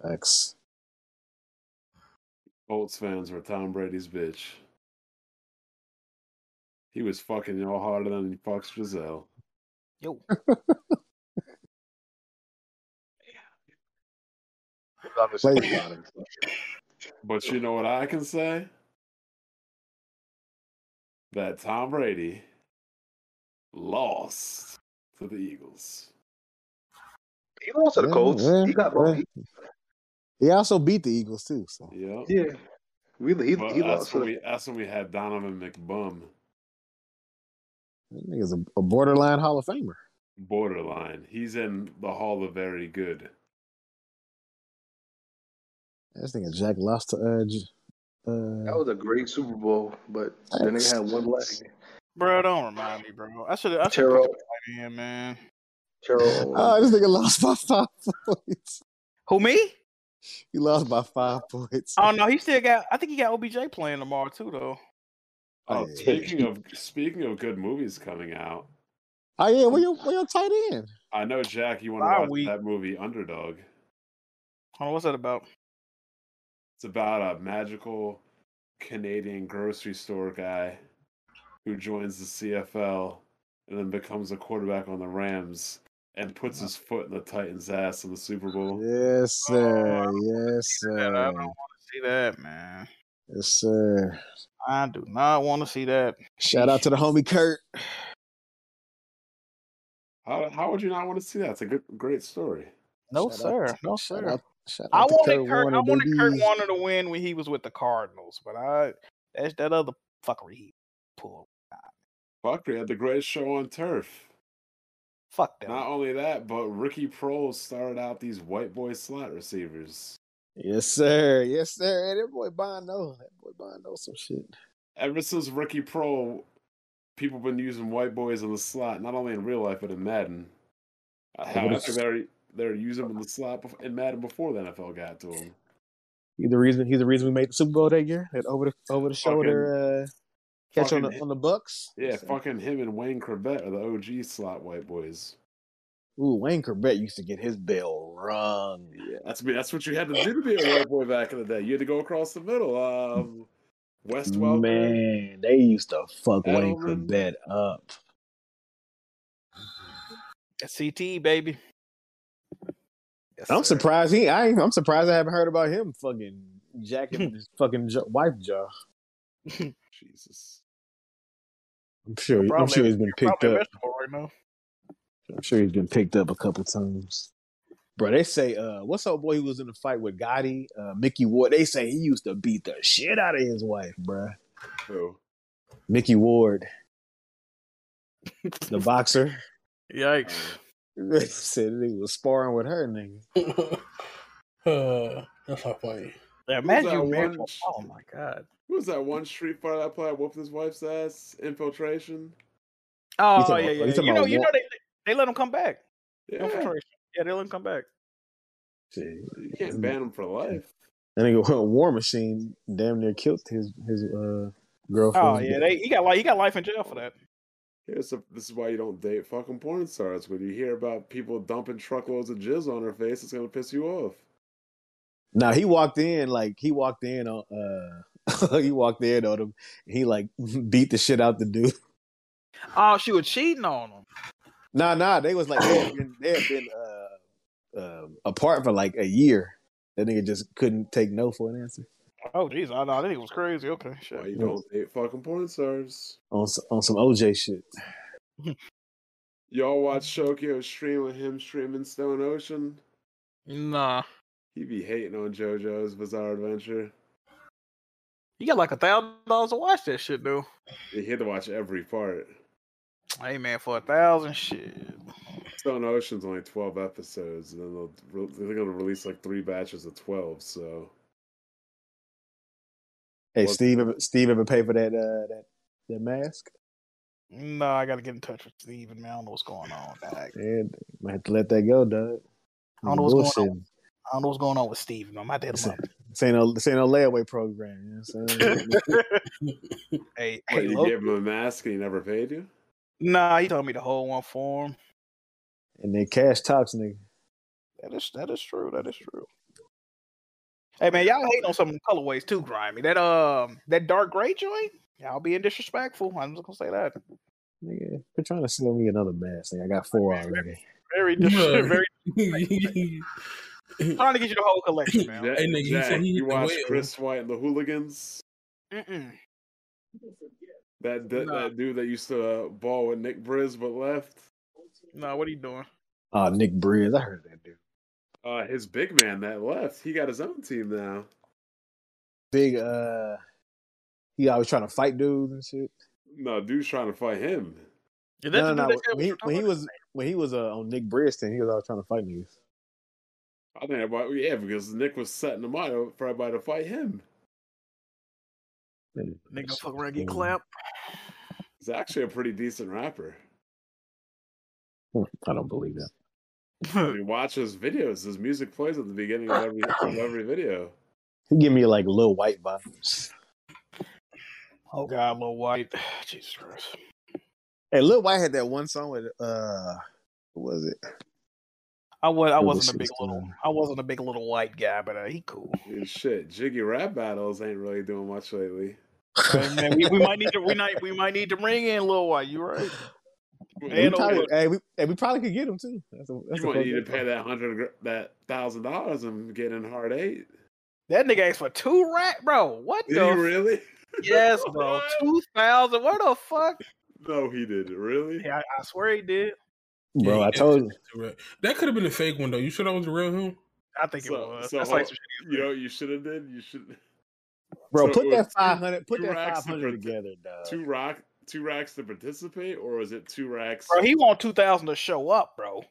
X.
Colts fans were Tom Brady's bitch. He was fucking y'all harder than he fucks Giselle.
Yo.
But you know what I can say? That Tom Brady lost to the Eagles.
He lost to the Colts. He got both.
He also beat the Eagles too. So
yeah,
yeah. Really, he,
But
he
that's
lost to
when
the
we that's when we had Donovan McBum.
That nigga's a, a borderline Hall of Famer.
Borderline. He's in the Hall of Very Good.
This nigga Jack lost to uh, J- uh
Oh.
That was a great Super Bowl, but then they had one less.
Bro, don't remind me, bro. I should have. I should
Terrell.
have in, man.
Terrell.
Oh, this nigga lost by five (laughs) points.
Who me?
He lost by five points.
(laughs) Oh no, he still got. I think he got OBJ playing tomorrow too, though.
Oh, speaking of speaking of good movies coming out,
Oh yeah, where your where your tight end?
I know Jack, you want
Bye
to watch
week.
that movie Underdog.
Oh, what's that about?
It's about a magical Canadian grocery store guy who joins the CFL and then becomes a quarterback on the Rams and puts his foot in the Titans' ass in the Super Bowl.
Yes, sir. yes, sir.
See that, man.
Yes, sir.
I do not want to see that.
Shout out to the homie Kurt.
How how would you not want to see that? It's a good great story.
No sir, no
shout
sir.
out- shout
I
out to
wanted
Kurt
Kurt.
Warner,
I wanted Kurt
baby.
Warner to win when he was with the Cardinals, but I that's that other fuckery he pulled.
Fuck, they had the greatest show on turf.
Fuck
them. Not only that, but Ricky Proles started out these white boy slot receivers.
Yes, sir. Yes, sir. And that boy Bond know. That boy Bond knows some shit.
Ever since Ricky Pro, people been using white boys in the slot, not only in real life but in Madden. Uh,
Yeah,
How
but
I
it's-
think they're they're using
Uh,
them in the slot bef- in Madden before the NFL got to them.
He the reason he's the reason we made the Super Bowl that year. That over the over the shoulder uh, catch on the on the Bucks.
Yeah,
Yes, sir.
fucking him and Wayne Corbett are the OG slot white boys.
Ooh, Wayne Corbett used to get his bell rung.
Yeah, that's me. That's what you had to do to be a white boy back in the day. You had to go across the middle. Um, West Welker.
Man, they used to fuck Wayne
Edelman.
Corbett up.
That's CT baby.
I'm surprised he. I ain't, I'm surprised I haven't heard about him fucking
(laughs)
jacking his fucking jo- wife jaw.
Jesus.
I'm sure. I'm
Probably-
sure he's been picked
probably a
up.
vegetable right now.
I'm sure he's been picked up a couple times. Bro, they say uh, what's old boy who was in the fight with Gotti, uh, Mickey Ward. They say he used to beat the shit out of his wife, bruh.
Who?
Mickey Ward,
(laughs)
the boxer.
Yikes.
(laughs) They said he was sparring with her nigga.
(laughs)
(laughs)
Uh, that's not funny.
Yeah,
imagine you married to-
Oh my god.
Who was that one street fighter that played whooped his wife's ass? Infiltration.
Oh
talking
yeah,
about-
yeah.
you
yeah.
talking
You know,
about
you know
Wa-
they they let him come back.
Yeah.
Infiltration. Yeah, they let him come back.
You can't ban him for life.
And (laughs) he go War Machine damn near killed his his uh, girlfriend.
Oh yeah, they, he got like he got life in jail for that.
Here's the- this is why you don't date fucking porn stars. When you hear about people dumping truckloads of jizz on her face, it's gonna piss you off.
Now he walked in like he walked in on uh (laughs) he walked in on him. He like (laughs) beat the shit out the dude. (laughs)
Oh, she was cheating on him.
Nah, nah, they was like they
(coughs)
had been, they had been uh, uh, apart for like a year. That nigga just couldn't take no for an answer
Oh jeez, I know. I think it was crazy. Okay, shit.
Why you don't date fucking porn stars?
on s- on some OJ shit.
Y'all watch Shokyo stream with him streaming Stone Ocean?
Nah.
He be hating on JoJo's Bizarre Adventure.
You got like a thousand dollars to watch that shit, dude.
He had to watch every part.
Hey man, for a thousand shit.
Stone Ocean's only twelve episodes, and then they'll re- they're gonna release like three batches of twelve. So
Hey, Steve, ever, Steve ever pay for that uh, that that mask?
No, I gotta get in touch with Steven, man. I don't know what's going on. dog. I
Yeah, might have to let that go, dog.
I don't know what's going on.
Bullshit.
don't know what's going on with Steven. I'm out there. to look.
This ain't no this ain't no layaway program. You know what I'm saying?
(laughs) hey, hey,
What, you
look.
gave him a mask and he never paid you.
Nah, he told me to hold one for him.
and then cash talks, nigga.
That is that is true. That is true. Hey man, y'all hate on some colorways too, grimy. That um that dark gray joint, y'all being disrespectful. I'm just gonna say that.
Nigga, they're trying to sell me another mask. Like I got four already.
Very dis-
(laughs)
(laughs) very trying to get you the whole collection, man.
(laughs) Jack, Jack, you watch Chris White and the Hooligans?
Mm-mm.
That that,
Nah.
that dude that used to uh, ball with Nick Briz but left.
No, what are you doing?
Oh, Nick Breeze. I heard that dude.
Uh, his big man that left. He got his own team now.
Big uh he always trying to fight dudes and shit.
No, dude's trying to fight him.
Did
No, no, no. When he, when he was when he was uh, on Nick Briston, he was always trying to fight niggas.
I think everybody, yeah, because Nick was setting him up for everybody to fight him.
Nigga, fuck around, get clapped.
He's actually a pretty
(laughs)
decent rapper.
Hmm, I don't believe that.
If you watch his videos, his music plays at the beginning of every of every video.
He give me like little white vibes.
Oh God, little white. (sighs) Jesus Christ.
Hey, Lil White had that one song with uh, what was it?
I was I
Little
wasn't a big
sister.
little I wasn't a big little white guy, but uh, he cool.
And shit, Jiggy rap battles ain't really doing much lately.
Man, we, we might need to we
(laughs)
might we might need to bring in Lil White. You (laughs) right?
We
And
probably,
Old
hey, we, hey, we probably could get him too. That's a, that's
You
a
might
fun
need to
fact.
pay that hundred gr- that thousand dollars and get in hard eight.
That nigga asked for two rat, bro. What
Did
the?
he really? (laughs)
Yes, bro. Two thousand. What the fuck?
No, he did. Really?
Yeah, I, I swear he did.
Bro, I told you.
That could have been a fake one though. You sure that was the real him?
I think
So, so
That's
hold-
like some
you know, what you should have did. You should. (laughs)
Bro,
So
put
it was
that
two-
five hundred. Put
two
that
racks
five
to
hundred
partic-
together, dog.
Two rock, two racks to participate, or was it two racks?
Bro, he want two thousand to show up, bro.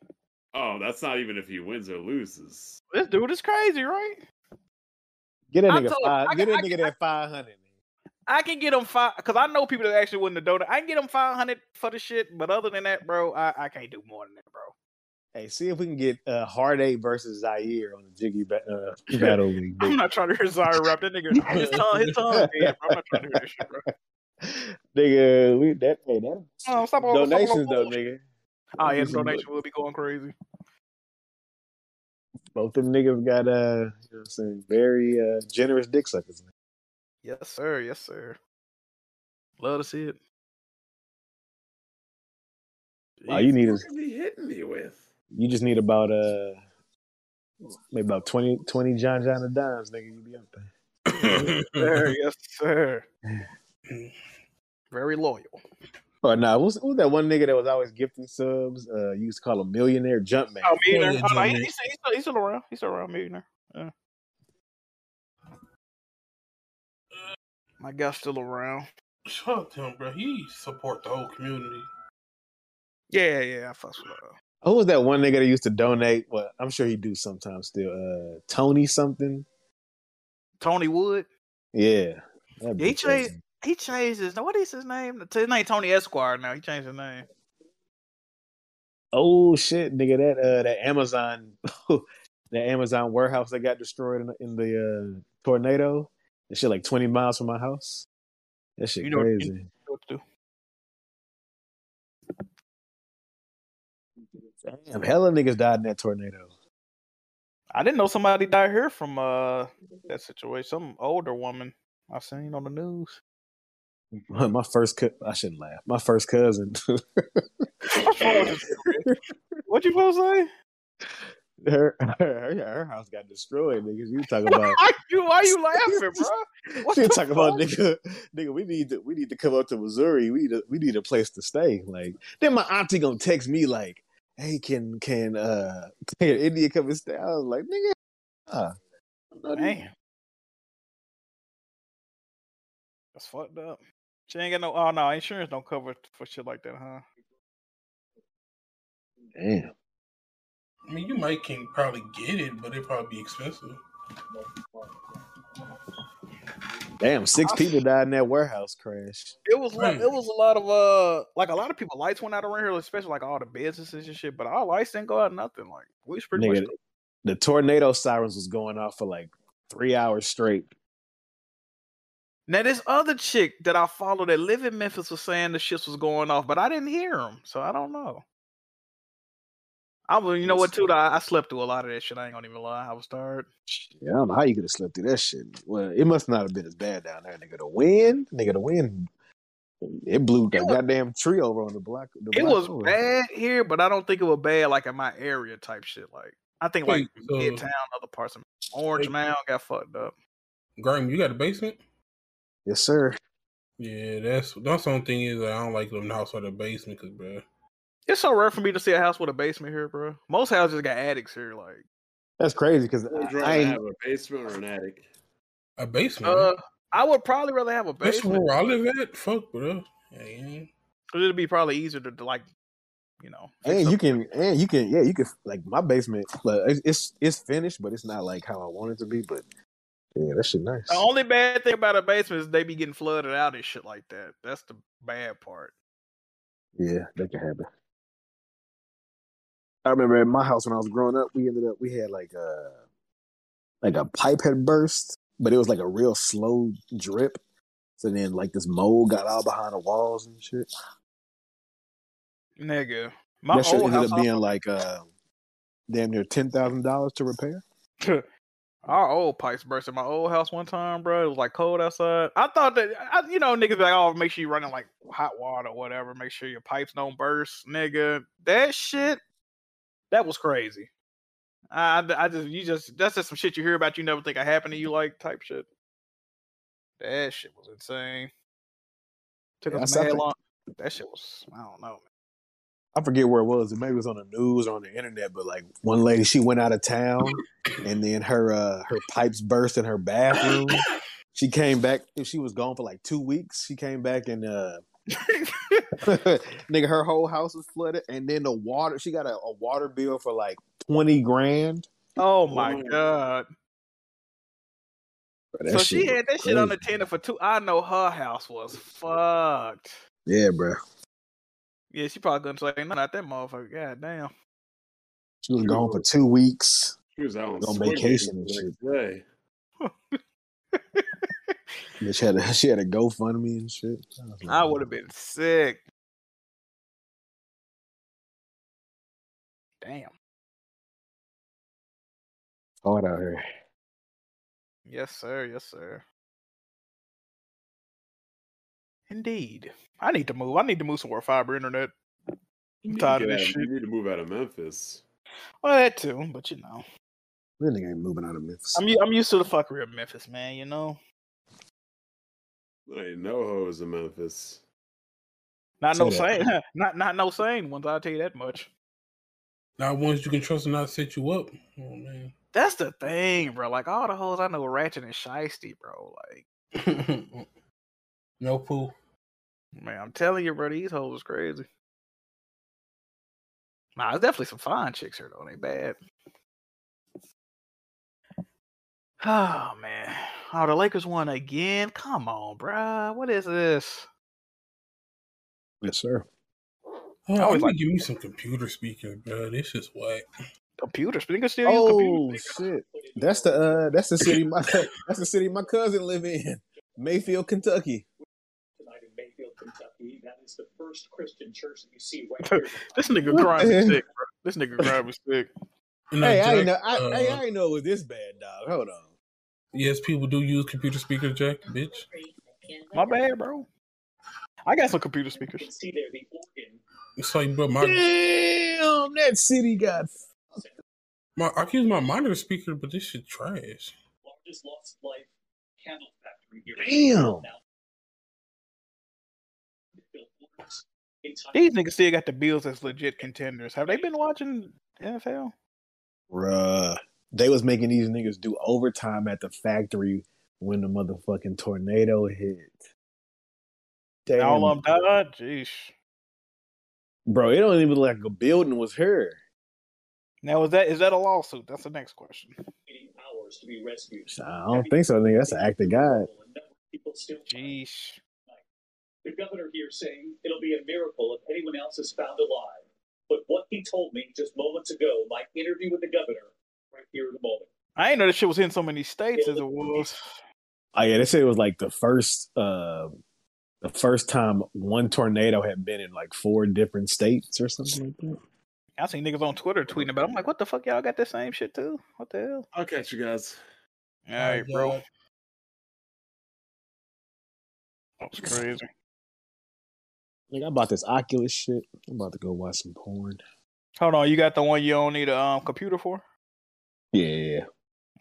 Oh, that's not even if he wins or loses.
This dude is crazy, right?
Get that
I
nigga
told-
five.
I-
get that
I-
nigga that five hundred.
I can get him five because I know people that actually wouldn't have donated. I can get him five hundred for the shit, but other than that, bro, I, I can't do more than that, bro.
Hey, see if we can get uh, Hard-A versus Zaire on the Jiggy ba- uh, (laughs) Battle League.
I'm not trying to (laughs) hear Zaire rap. That nigga,
(laughs)
his tongue, his tongue, dead, bro. I'm not trying to hear that shit, bro.
nigga, we that hey, that
Oh, stop all- stop all the
donations though, nigga.
Oh yeah, the
Some-
donation will be going
(laughs)
crazy.
Both them niggas got uh, you know what I'm saying, very uh, generous dick suckers.
Yes, sir. Yes, sir. Love to see it.
Oh, you need a,
What is he hitting me with?
you just need about uh, maybe about 20, 20 John John and dimes, nigga. You be up there.
yes, sir. Yes, sir. Very loyal.
Oh no, who's, who's that one nigga that was always gifting subs? Uh, you used to call him millionaire jump man.
Oh, millionaire. Oh, no, he- he's, he's, still, he's still around. He's still around, millionaire. Yeah. My guy's still around.
Shut up to him, bro. He support the whole community.
Yeah, yeah, I fucks with uh, him.
Who was that one nigga that used to donate? Well, I'm sure he do sometimes still. Uh, Tony something.
Tony Wood.
Yeah. That
Yeah,
bitch
he
ass-
changed. He changed his. What is his name? His name Tony Esquire. Now he changed his name.
Oh shit, nigga, that uh, that Amazon, (laughs) that Amazon warehouse that got destroyed in the, in the uh, tornado. That shit like 20 miles from my house. That shit
You know- you-
crazy.
What to do?
Damn, hella niggas died in that tornado. (laughs)
I didn't know somebody died here from uh that situation. Some older woman I seen on the news.
My first, co- I shouldn't laugh. My first cousin, (laughs)
What you supposed to say?
her, her, her house got destroyed. Niggas, you
(laughs)
talking about?
Why you why you laughing,
(laughs)
bro? What
she
the
talking about
fuck?
nigga, nigga. We need to, we need to come up to Missouri. We need, a, we need a place to stay. Like then my auntie gonna text me like, hey, can can uh can India come and stay? I was like, nigga, uh,
Damn. That's fucked up. She ain't got no oh no, insurance don't cover for shit like that, huh?
damn.
I mean, you might can probably get it, but it'd probably be expensive.
Damn, six people died in that warehouse crash.
It was like it was a lot of uh like a lot of people lights went out around here, especially like all the businesses and shit, but our lights didn't go out nothing. Like we was pretty
Nigga,
much
the tornado sirens was going off for like three hours straight.
Now this other chick that I follow that live in Memphis was saying the shits was going off, but I didn't hear them, so I don't know. I was, you know what, too? though, I, I slept through a lot of that shit. I ain't gonna even lie. I was tired.
Yeah, I don't know how you could have slept through that shit. Well, it must not have been as bad down there, nigga. The wind, nigga, the wind, it blew that goddamn tree over on the block. The
It
block
was
over.
bad here, but I don't think it was bad like in my area type shit. Like I think like midtown, other parts of Orange Mound got fucked up.
Graham, you got a basement?
Yes, sir.
Yeah, that's that's the only thing is I don't like living in the house with a basement, cause bro,
It's so rare for me to see a house with a basement here, bro. Most houses got attics here. Like
That's crazy because
Would you
I
rather
ain't.
have a basement or an attic?
a basement.
uh, I would probably rather have a
that's
basement.
where I live at. Fuck, bro. Yeah,
But it'd be probably easier to, to like, you know,
And you can, and you can, yeah, you can. Like my basement, look, it's it's, it's finished, but it's not like how I want it to be. But yeah, that shit nice.
The only bad thing about a basement is they be getting flooded out and shit like that. That's the bad part.
Yeah, that can happen. I remember at my house when I was growing up, we ended up we had like a like a pipe had burst, but it was like a real slow drip. So then like this mold got all behind the walls and shit.
Nigga. My
that shit
old
ended
house,
up being like uh, damn near ten thousand dollars to repair.
our old pipes burst in my old house one time, bro. It was like cold outside. I thought that, I, you know, niggas be like, oh, make sure you running like hot water or whatever. Make sure your pipes don't burst, nigga. That shit, that was crazy. I, I just, you just, that's just some shit you hear about you never think it happened to you, like type shit. (laughs) That shit was insane. Took
Yeah,
us
that's
mad
something.
long. That shit was, I don't know,
I forget where it was. It maybe was on the news or on the internet, but like one lady, she went out of town, and then her uh, her pipes burst in her
(coughs)
bathroom. She came back. She was gone for like two weeks. She came back and
(laughs)
uh, nigga, her whole house was flooded. And then the water, she got a, a water bill for like twenty grand.
Oh my god! So she had that shit on the tender for two. I know her house was fucked.
Yeah, bro.
Yeah, she probably couldn't say no, not that motherfucker. God damn.
She was gone for two weeks.
She was out on
on
swimming
vacation and
the
shit.
next day.
Yeah, She had a, (laughs) she had a GoFundMe and shit. I was like,
I would have been sick. Damn.
hard out here.
Yes, sir. Yes, sir. Indeed. I need to move. I need to move somewhere fiber internet. I'm tired of
Get
this
out-
shit.
You need to move out of Memphis.
Well, that too, but you know.
This nigga ain't moving out of Memphis.
I'm, u- I'm used to the fuckery of Memphis, man, you know?
There ain't no hoes in Memphis.
Not no
Say
sane. (laughs)
that.
Not not no sane ones, I'll tell you that much.
Not ones you can trust and not set you up. Oh man.
That's the thing, bro. Like all the hoes I know are ratchet and shisty, bro. Like
No poo.
man, I'm telling you, bro, these hoes is crazy. Nah, there's definitely some fine chicks here though. They bad. Oh man. Oh, the Lakers won again. Come on, bro. What is this?
Yes, sir.
Oh,
I
I
always
need to
like
give me some computer speakers, bro. This is whack.
computer speakers still use computer
Oh shit! That's the uh, that's the city my (laughs) that's the city my cousin live in, Mayfield, Kentucky.
tonight in Mayfield, Kentucky. That is the first Christian church that you (laughs) see right here. this nigga
What
(laughs)
crime
the
is
hell?
sick, bro. This nigga crime is sick.
Hey, I ain't know. I,
uh,
hey, I ain't know it was this bad, dog. Hold on.
Yes, people do use computer speakers, Jack, bitch.
My bad, bro. I got some computer speakers.
It's like, bro, my
damn, that city got.
My I can use my monitor speaker, but this shit trash.
Largest lost life candle factory
Damn.
These niggas still got the Bills as legit contenders. Have they been watching NFL?
Bruh, they was making these niggas do overtime at the factory when the motherfucking tornado hit. Damn,
All of them died. Jeez.
bro, it don't even look like a building was here.
Now is that is that a lawsuit? That's the next question.
Hours to be rescued.
I don't think so, nigga. That's an act of God.
People still.
Jeez.
The governor here saying it'll be a miracle if anyone else is found alive. But what he told me just moments ago, my interview with the governor, right here in a moment.
I ain't know this shit was in so many states as it was.
Oh yeah, they said it was like the first uh the first time one tornado had been in like four different states or something like that.
I seen niggas on Twitter tweeting about. It. I'm like, what the fuck? Y'all got that same shit too? What the hell?
I'll catch you guys.
All right, bro.
God.
That's crazy.
Like I bought this Oculus shit. I'm about to go watch some porn.
Hold on, you got the one you don't need a um, computer for?
Yeah.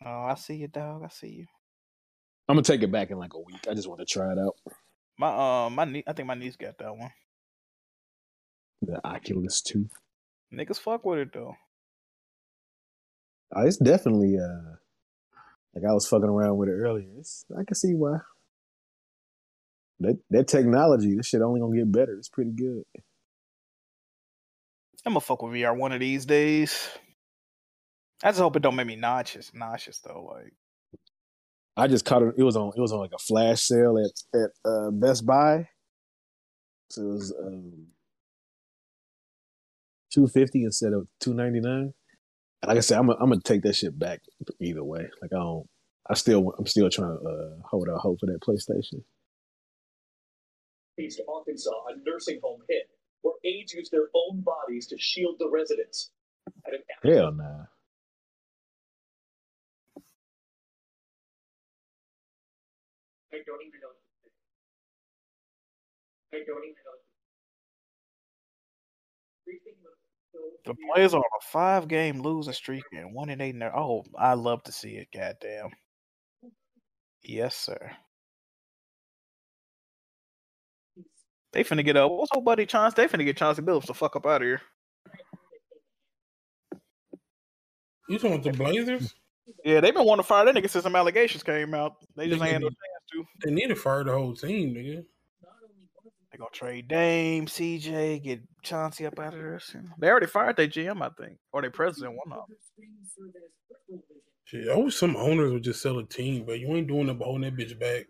Oh, I see you, dog. I see you.
I'm gonna take it back in like a week. I just want to try it out.
My um, my nie- I think my niece got that one.
The Oculus too.
Niggas fuck with it though.
Uh, it's definitely uh like I was fucking around with it earlier. It's, I can see why. That that technology, this shit only gonna get better. It's pretty good.
I'm gonna fuck with VR one of these days. I just hope it don't make me nauseous. Nauseous though, like
I just caught it. It was on. It was on like a flash sale at at uh, Best Buy. So it was um, two fifty instead of two ninety nine. And like I said, I'm gonna I'm gonna take that shit back either way. Like I don't. I still. I'm still trying to uh, hold out hope for that PlayStation.
East Arkansas, a nursing home hit where aides used their own bodies to shield the residents. At an
Hell nah.
I don't even know. I don't even know.
the players are on a five game losing streak and one and eight. In their, oh, I love to see it. Goddamn. Yes, sir. They finna get up. What's old buddy Chance? They finna get Chauncey Billups to fuck up out of here.
You talking about the Blazers?
Yeah, they been wanting to fire that nigga since some allegations came out. They just ain't had no chance
to. They need to fire the whole team, nigga.
They gonna trade Dame, CJ, get Chauncey up out of there. They already fired their GM, I think, or their president, one of them.
Shit, I wish some owners would just sell a team, but you ain't doing it by holding that bitch back.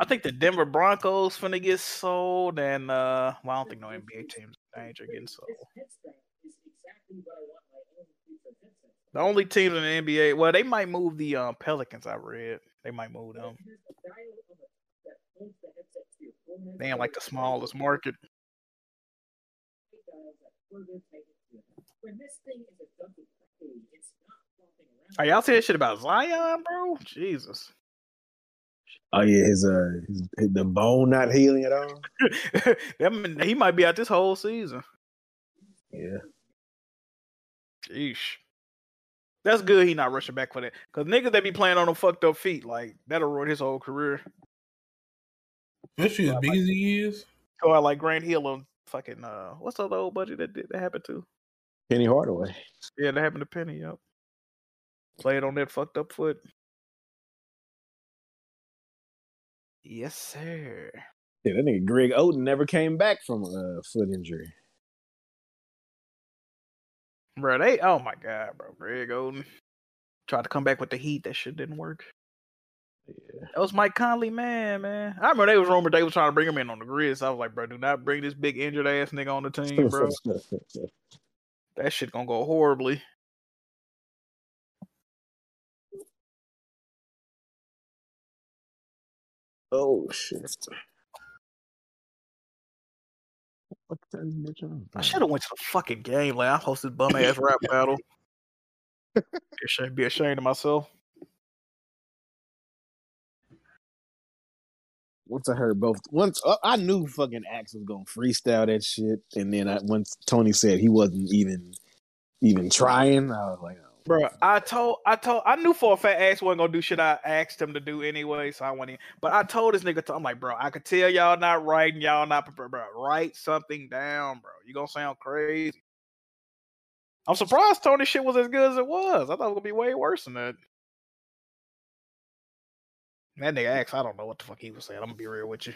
I think the Denver Broncos finna get sold, and uh, well, I don't think no NBA teams in danger of getting sold. The only teams in the NBA, well, they might move the um, Pelicans. I read they might move them. They ain't like the smallest market.
When this thing is a dumping ground, it's not flopping around.
Are y'all see that shit about Zion, bro? Jesus.
Oh yeah, his uh, his, his- the bone not healing at all.
(laughs) That man- he might be out this whole season.
Yeah.
Sheesh. That's good he not rushing back for that. Because niggas that be playing on them fucked up feet, like, that'll ruin his whole career.
Especially as big as he is.
Go out like Grant Hill on fucking, uh, what's the other old buddy that did, that happened to?
Penny Hardaway.
Yeah, that happened to Penny, yep. Played on that fucked up foot. Yes, sir.
Yeah, that nigga Greg Oden never came back from a uh, foot injury.
Bro, they, oh my God, bro. Greg Oden tried to come back with the heat. That shit didn't work. That was Mike Conley, man, man. I remember they was rumored they was trying to bring him in on the grid. So I was like, bro, do not bring this big injured ass nigga on the team, bro. that shit gonna go horribly.
Oh shit. What the bitch on?
I should have went to the fucking game. Like I
(laughs)
hosted bum ass rap battle. It should be ashamed of (laughs) myself.
Once I heard both, once uh, I knew fucking Axe was gonna freestyle that shit, and then I, once Tony said he wasn't even even trying, I was like,
Bro, I told, I told, I knew for a fact Axe wasn't gonna do shit I asked him to do anyway, so I went in. But I told this nigga, I'm like, bro, I could tell y'all not writing, y'all not prepared, bro. Write something down, bro. You gonna sound crazy. I'm surprised Tony shit was as good as it was. I thought it was gonna be way worse than that. That nigga Axe, I don't know what the fuck he was saying. I'm gonna be real with you.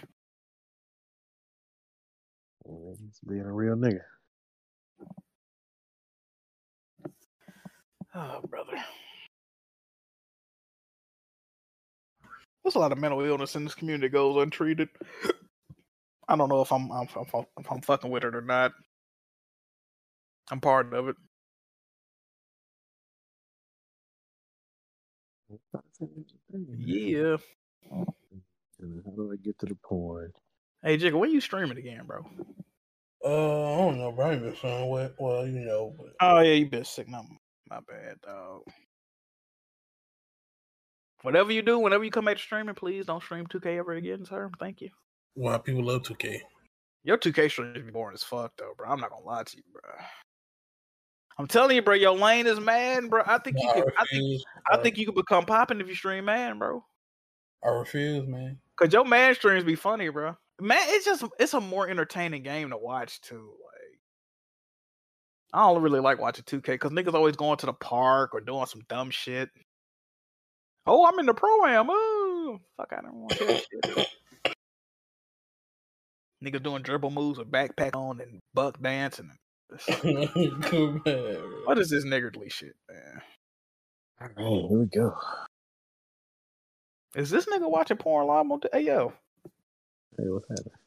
"Oh, he's being a real nigga.
Oh, brother. There's a lot of mental illness in this community that goes untreated. I don't know if I'm, I'm, if I'm if I'm fucking with it or not. I'm part of it. Yeah.
And how do I get oh, to the porn?
Hey, Jigga, when you streaming again, bro?
Uh, I don't know, bro. I ain't been feeling well, well, you know, but
Oh yeah, you been sick. No, my bad, dog. Whatever you do, whenever you come back to streaming, please don't stream 2K ever again, sir. Thank you.
why people love 2K.
Your 2K streams be boring as fuck, though, bro. I'm not gonna lie to you, bro. I'm telling you, bro. Your lane is man, bro. I think you
I
could. I think.
refuse.
I think you could become popping if you stream man, bro.
I refuse, man.
Cause your man streams be funny, bro. Man, it's just it's a more entertaining game to watch too. Like, I don't really like watching 2K because niggas always going to the park or doing some dumb shit.
(coughs)
Oh, I'm in the pro am. Ooh, fuck! I don't want that shit. Niggas doing dribble moves with backpack on and buck dancing. what is this niggardly shit, man?
All right, here we go.
Is this nigga watching porn live on? T- hey yo,
Hey, what's happening?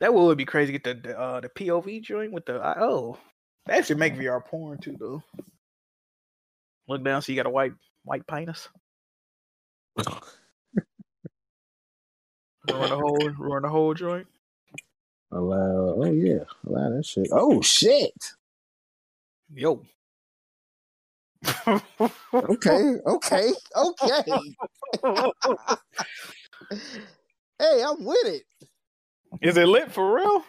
that would be crazy. to Get the the, uh, the POV joint with the IO. That should make VR porn too, though. Look down, so you got a white white penis. Run the whole run the whole joint.
Allow. Oh yeah, allow that shit. Oh shit.
Yo.
okay. Okay. Okay. hey, I'm with it,
Is it lit for real?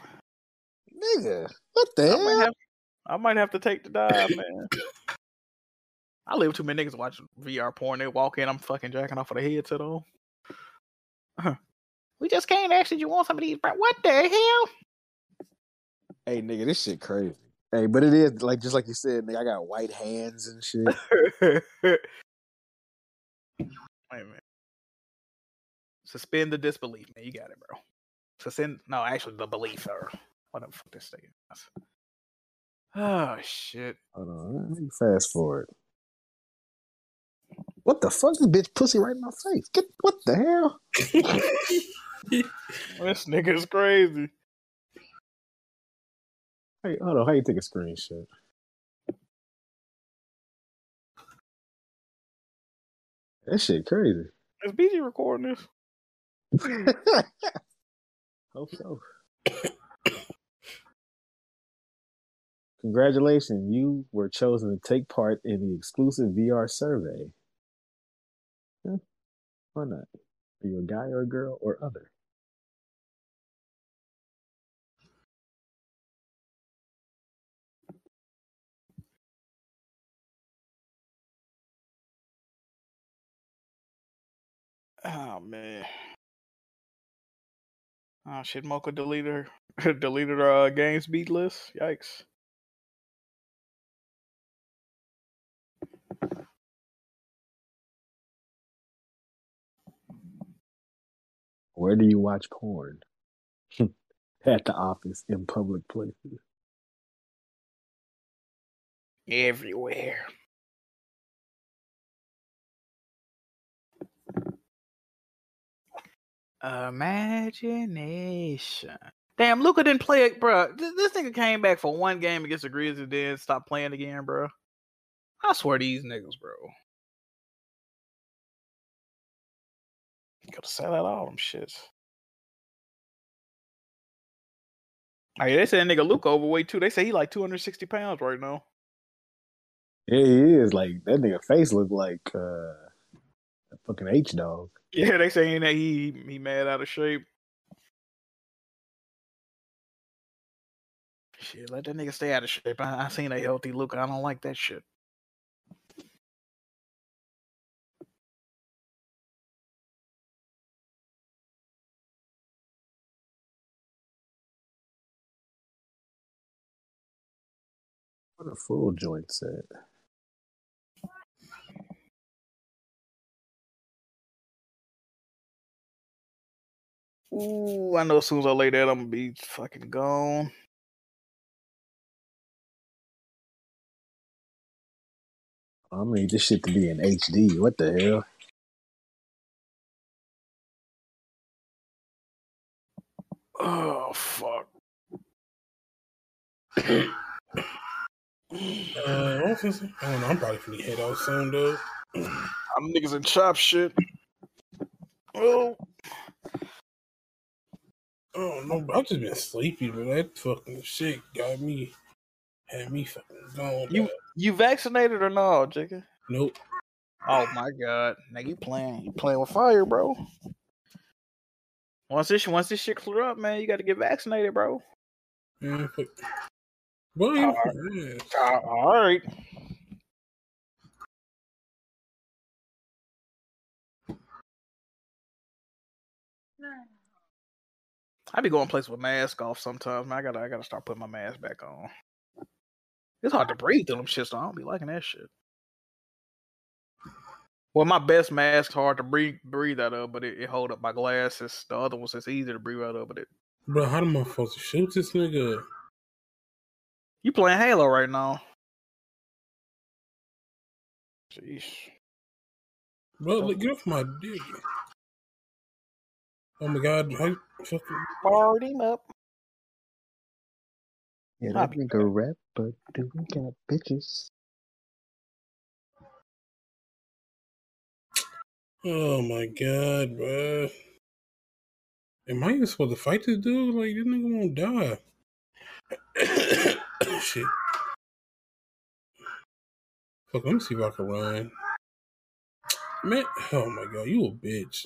nigga. What the
I might have, I might have to take the dive, man. (laughs) I live too many niggas watch VR porn. They walk in, I'm fucking jacking off of the head to them. (laughs) We just came to ask did you want some of these. bro- What the hell?
Hey, nigga, this shit crazy. Hey, but it is like just like you said, nigga. I got white hands and shit.
Wait a minute. Suspend the disbelief, man. You got it, bro. Suspend. No, actually, the belief, or what the fuck this thing is. Oh shit.
Hold on, let me fast forward. What the fuck? This bitch pussy right in my face. Get what the hell?
(laughs) This nigga's crazy.
Hey, hold on. How you take a screenshot? That shit crazy.
Is BG recording this?
Hope so. Congratulations, you were chosen to take part in the exclusive VR survey. Huh? Why not? Are you a guy or a girl or other?
Oh man. Oh shit, Mocha deleted her (laughs) deleted her uh, game speed list. Yikes.
Where do you watch porn? (laughs) At the office, in public places.
Everywhere. Imagination. Damn, Luca didn't play it, bruh. Th- This nigga came back for one game against the Grizzlies, then stopped playing again, bruh. I swear these niggas, bro. Gotta sell out all them shits. Hey, they said nigga Luca overweight too. They say he like 260 pounds right now. (laughs)
Yeah, he is. Like, that nigga face look like uh, a fucking H dog.
Yeah, they saying that he he mad out of shape. Shit, let that nigga stay out of shape. I, I seen a healthy look. I don't like that shit.
What a full joint set.
Ooh, I know as soon as I lay that, I'm gonna be fucking gone.
I need this shit to be in HD. What the hell?
Oh fuck.
Uh, I don't know. I'm probably finna head out soon, though.
I'm niggas in chop shit. Oh.
I don't know, but I've just been sleepy, but that fucking shit got me, had me fucking gone.
You you vaccinated or no, Jacob?
Nope.
Oh my god, nigga, you playing? You playing with fire, bro? Once this once this shit clear up, man, you got to get vaccinated, bro.
Man, fuck. Well, you
Uh, all right. I be going places with mask off sometimes. Man, I gotta I gotta start putting my mask back on. It's hard to breathe through them shits. Though. I don't be liking that shit. Well, my best mask's hard to breathe breathe out of, but it, it hold up my glasses. The other ones it's easy to breathe out of, but it
Bro, how am I supposed to shoot this nigga?
You playing Halo right now? Jeez.
Bro, look, get off my dick. Oh my god, how fucking
Barred him up.
Yeah,
I'll
that nigga rap, but dude, we got bitches.
Oh my god, bro. (coughs) Am I even supposed to fight this dude? Like this nigga won't die. Shit. Fuck, let me see if I can run. Man, oh my god, you a bitch.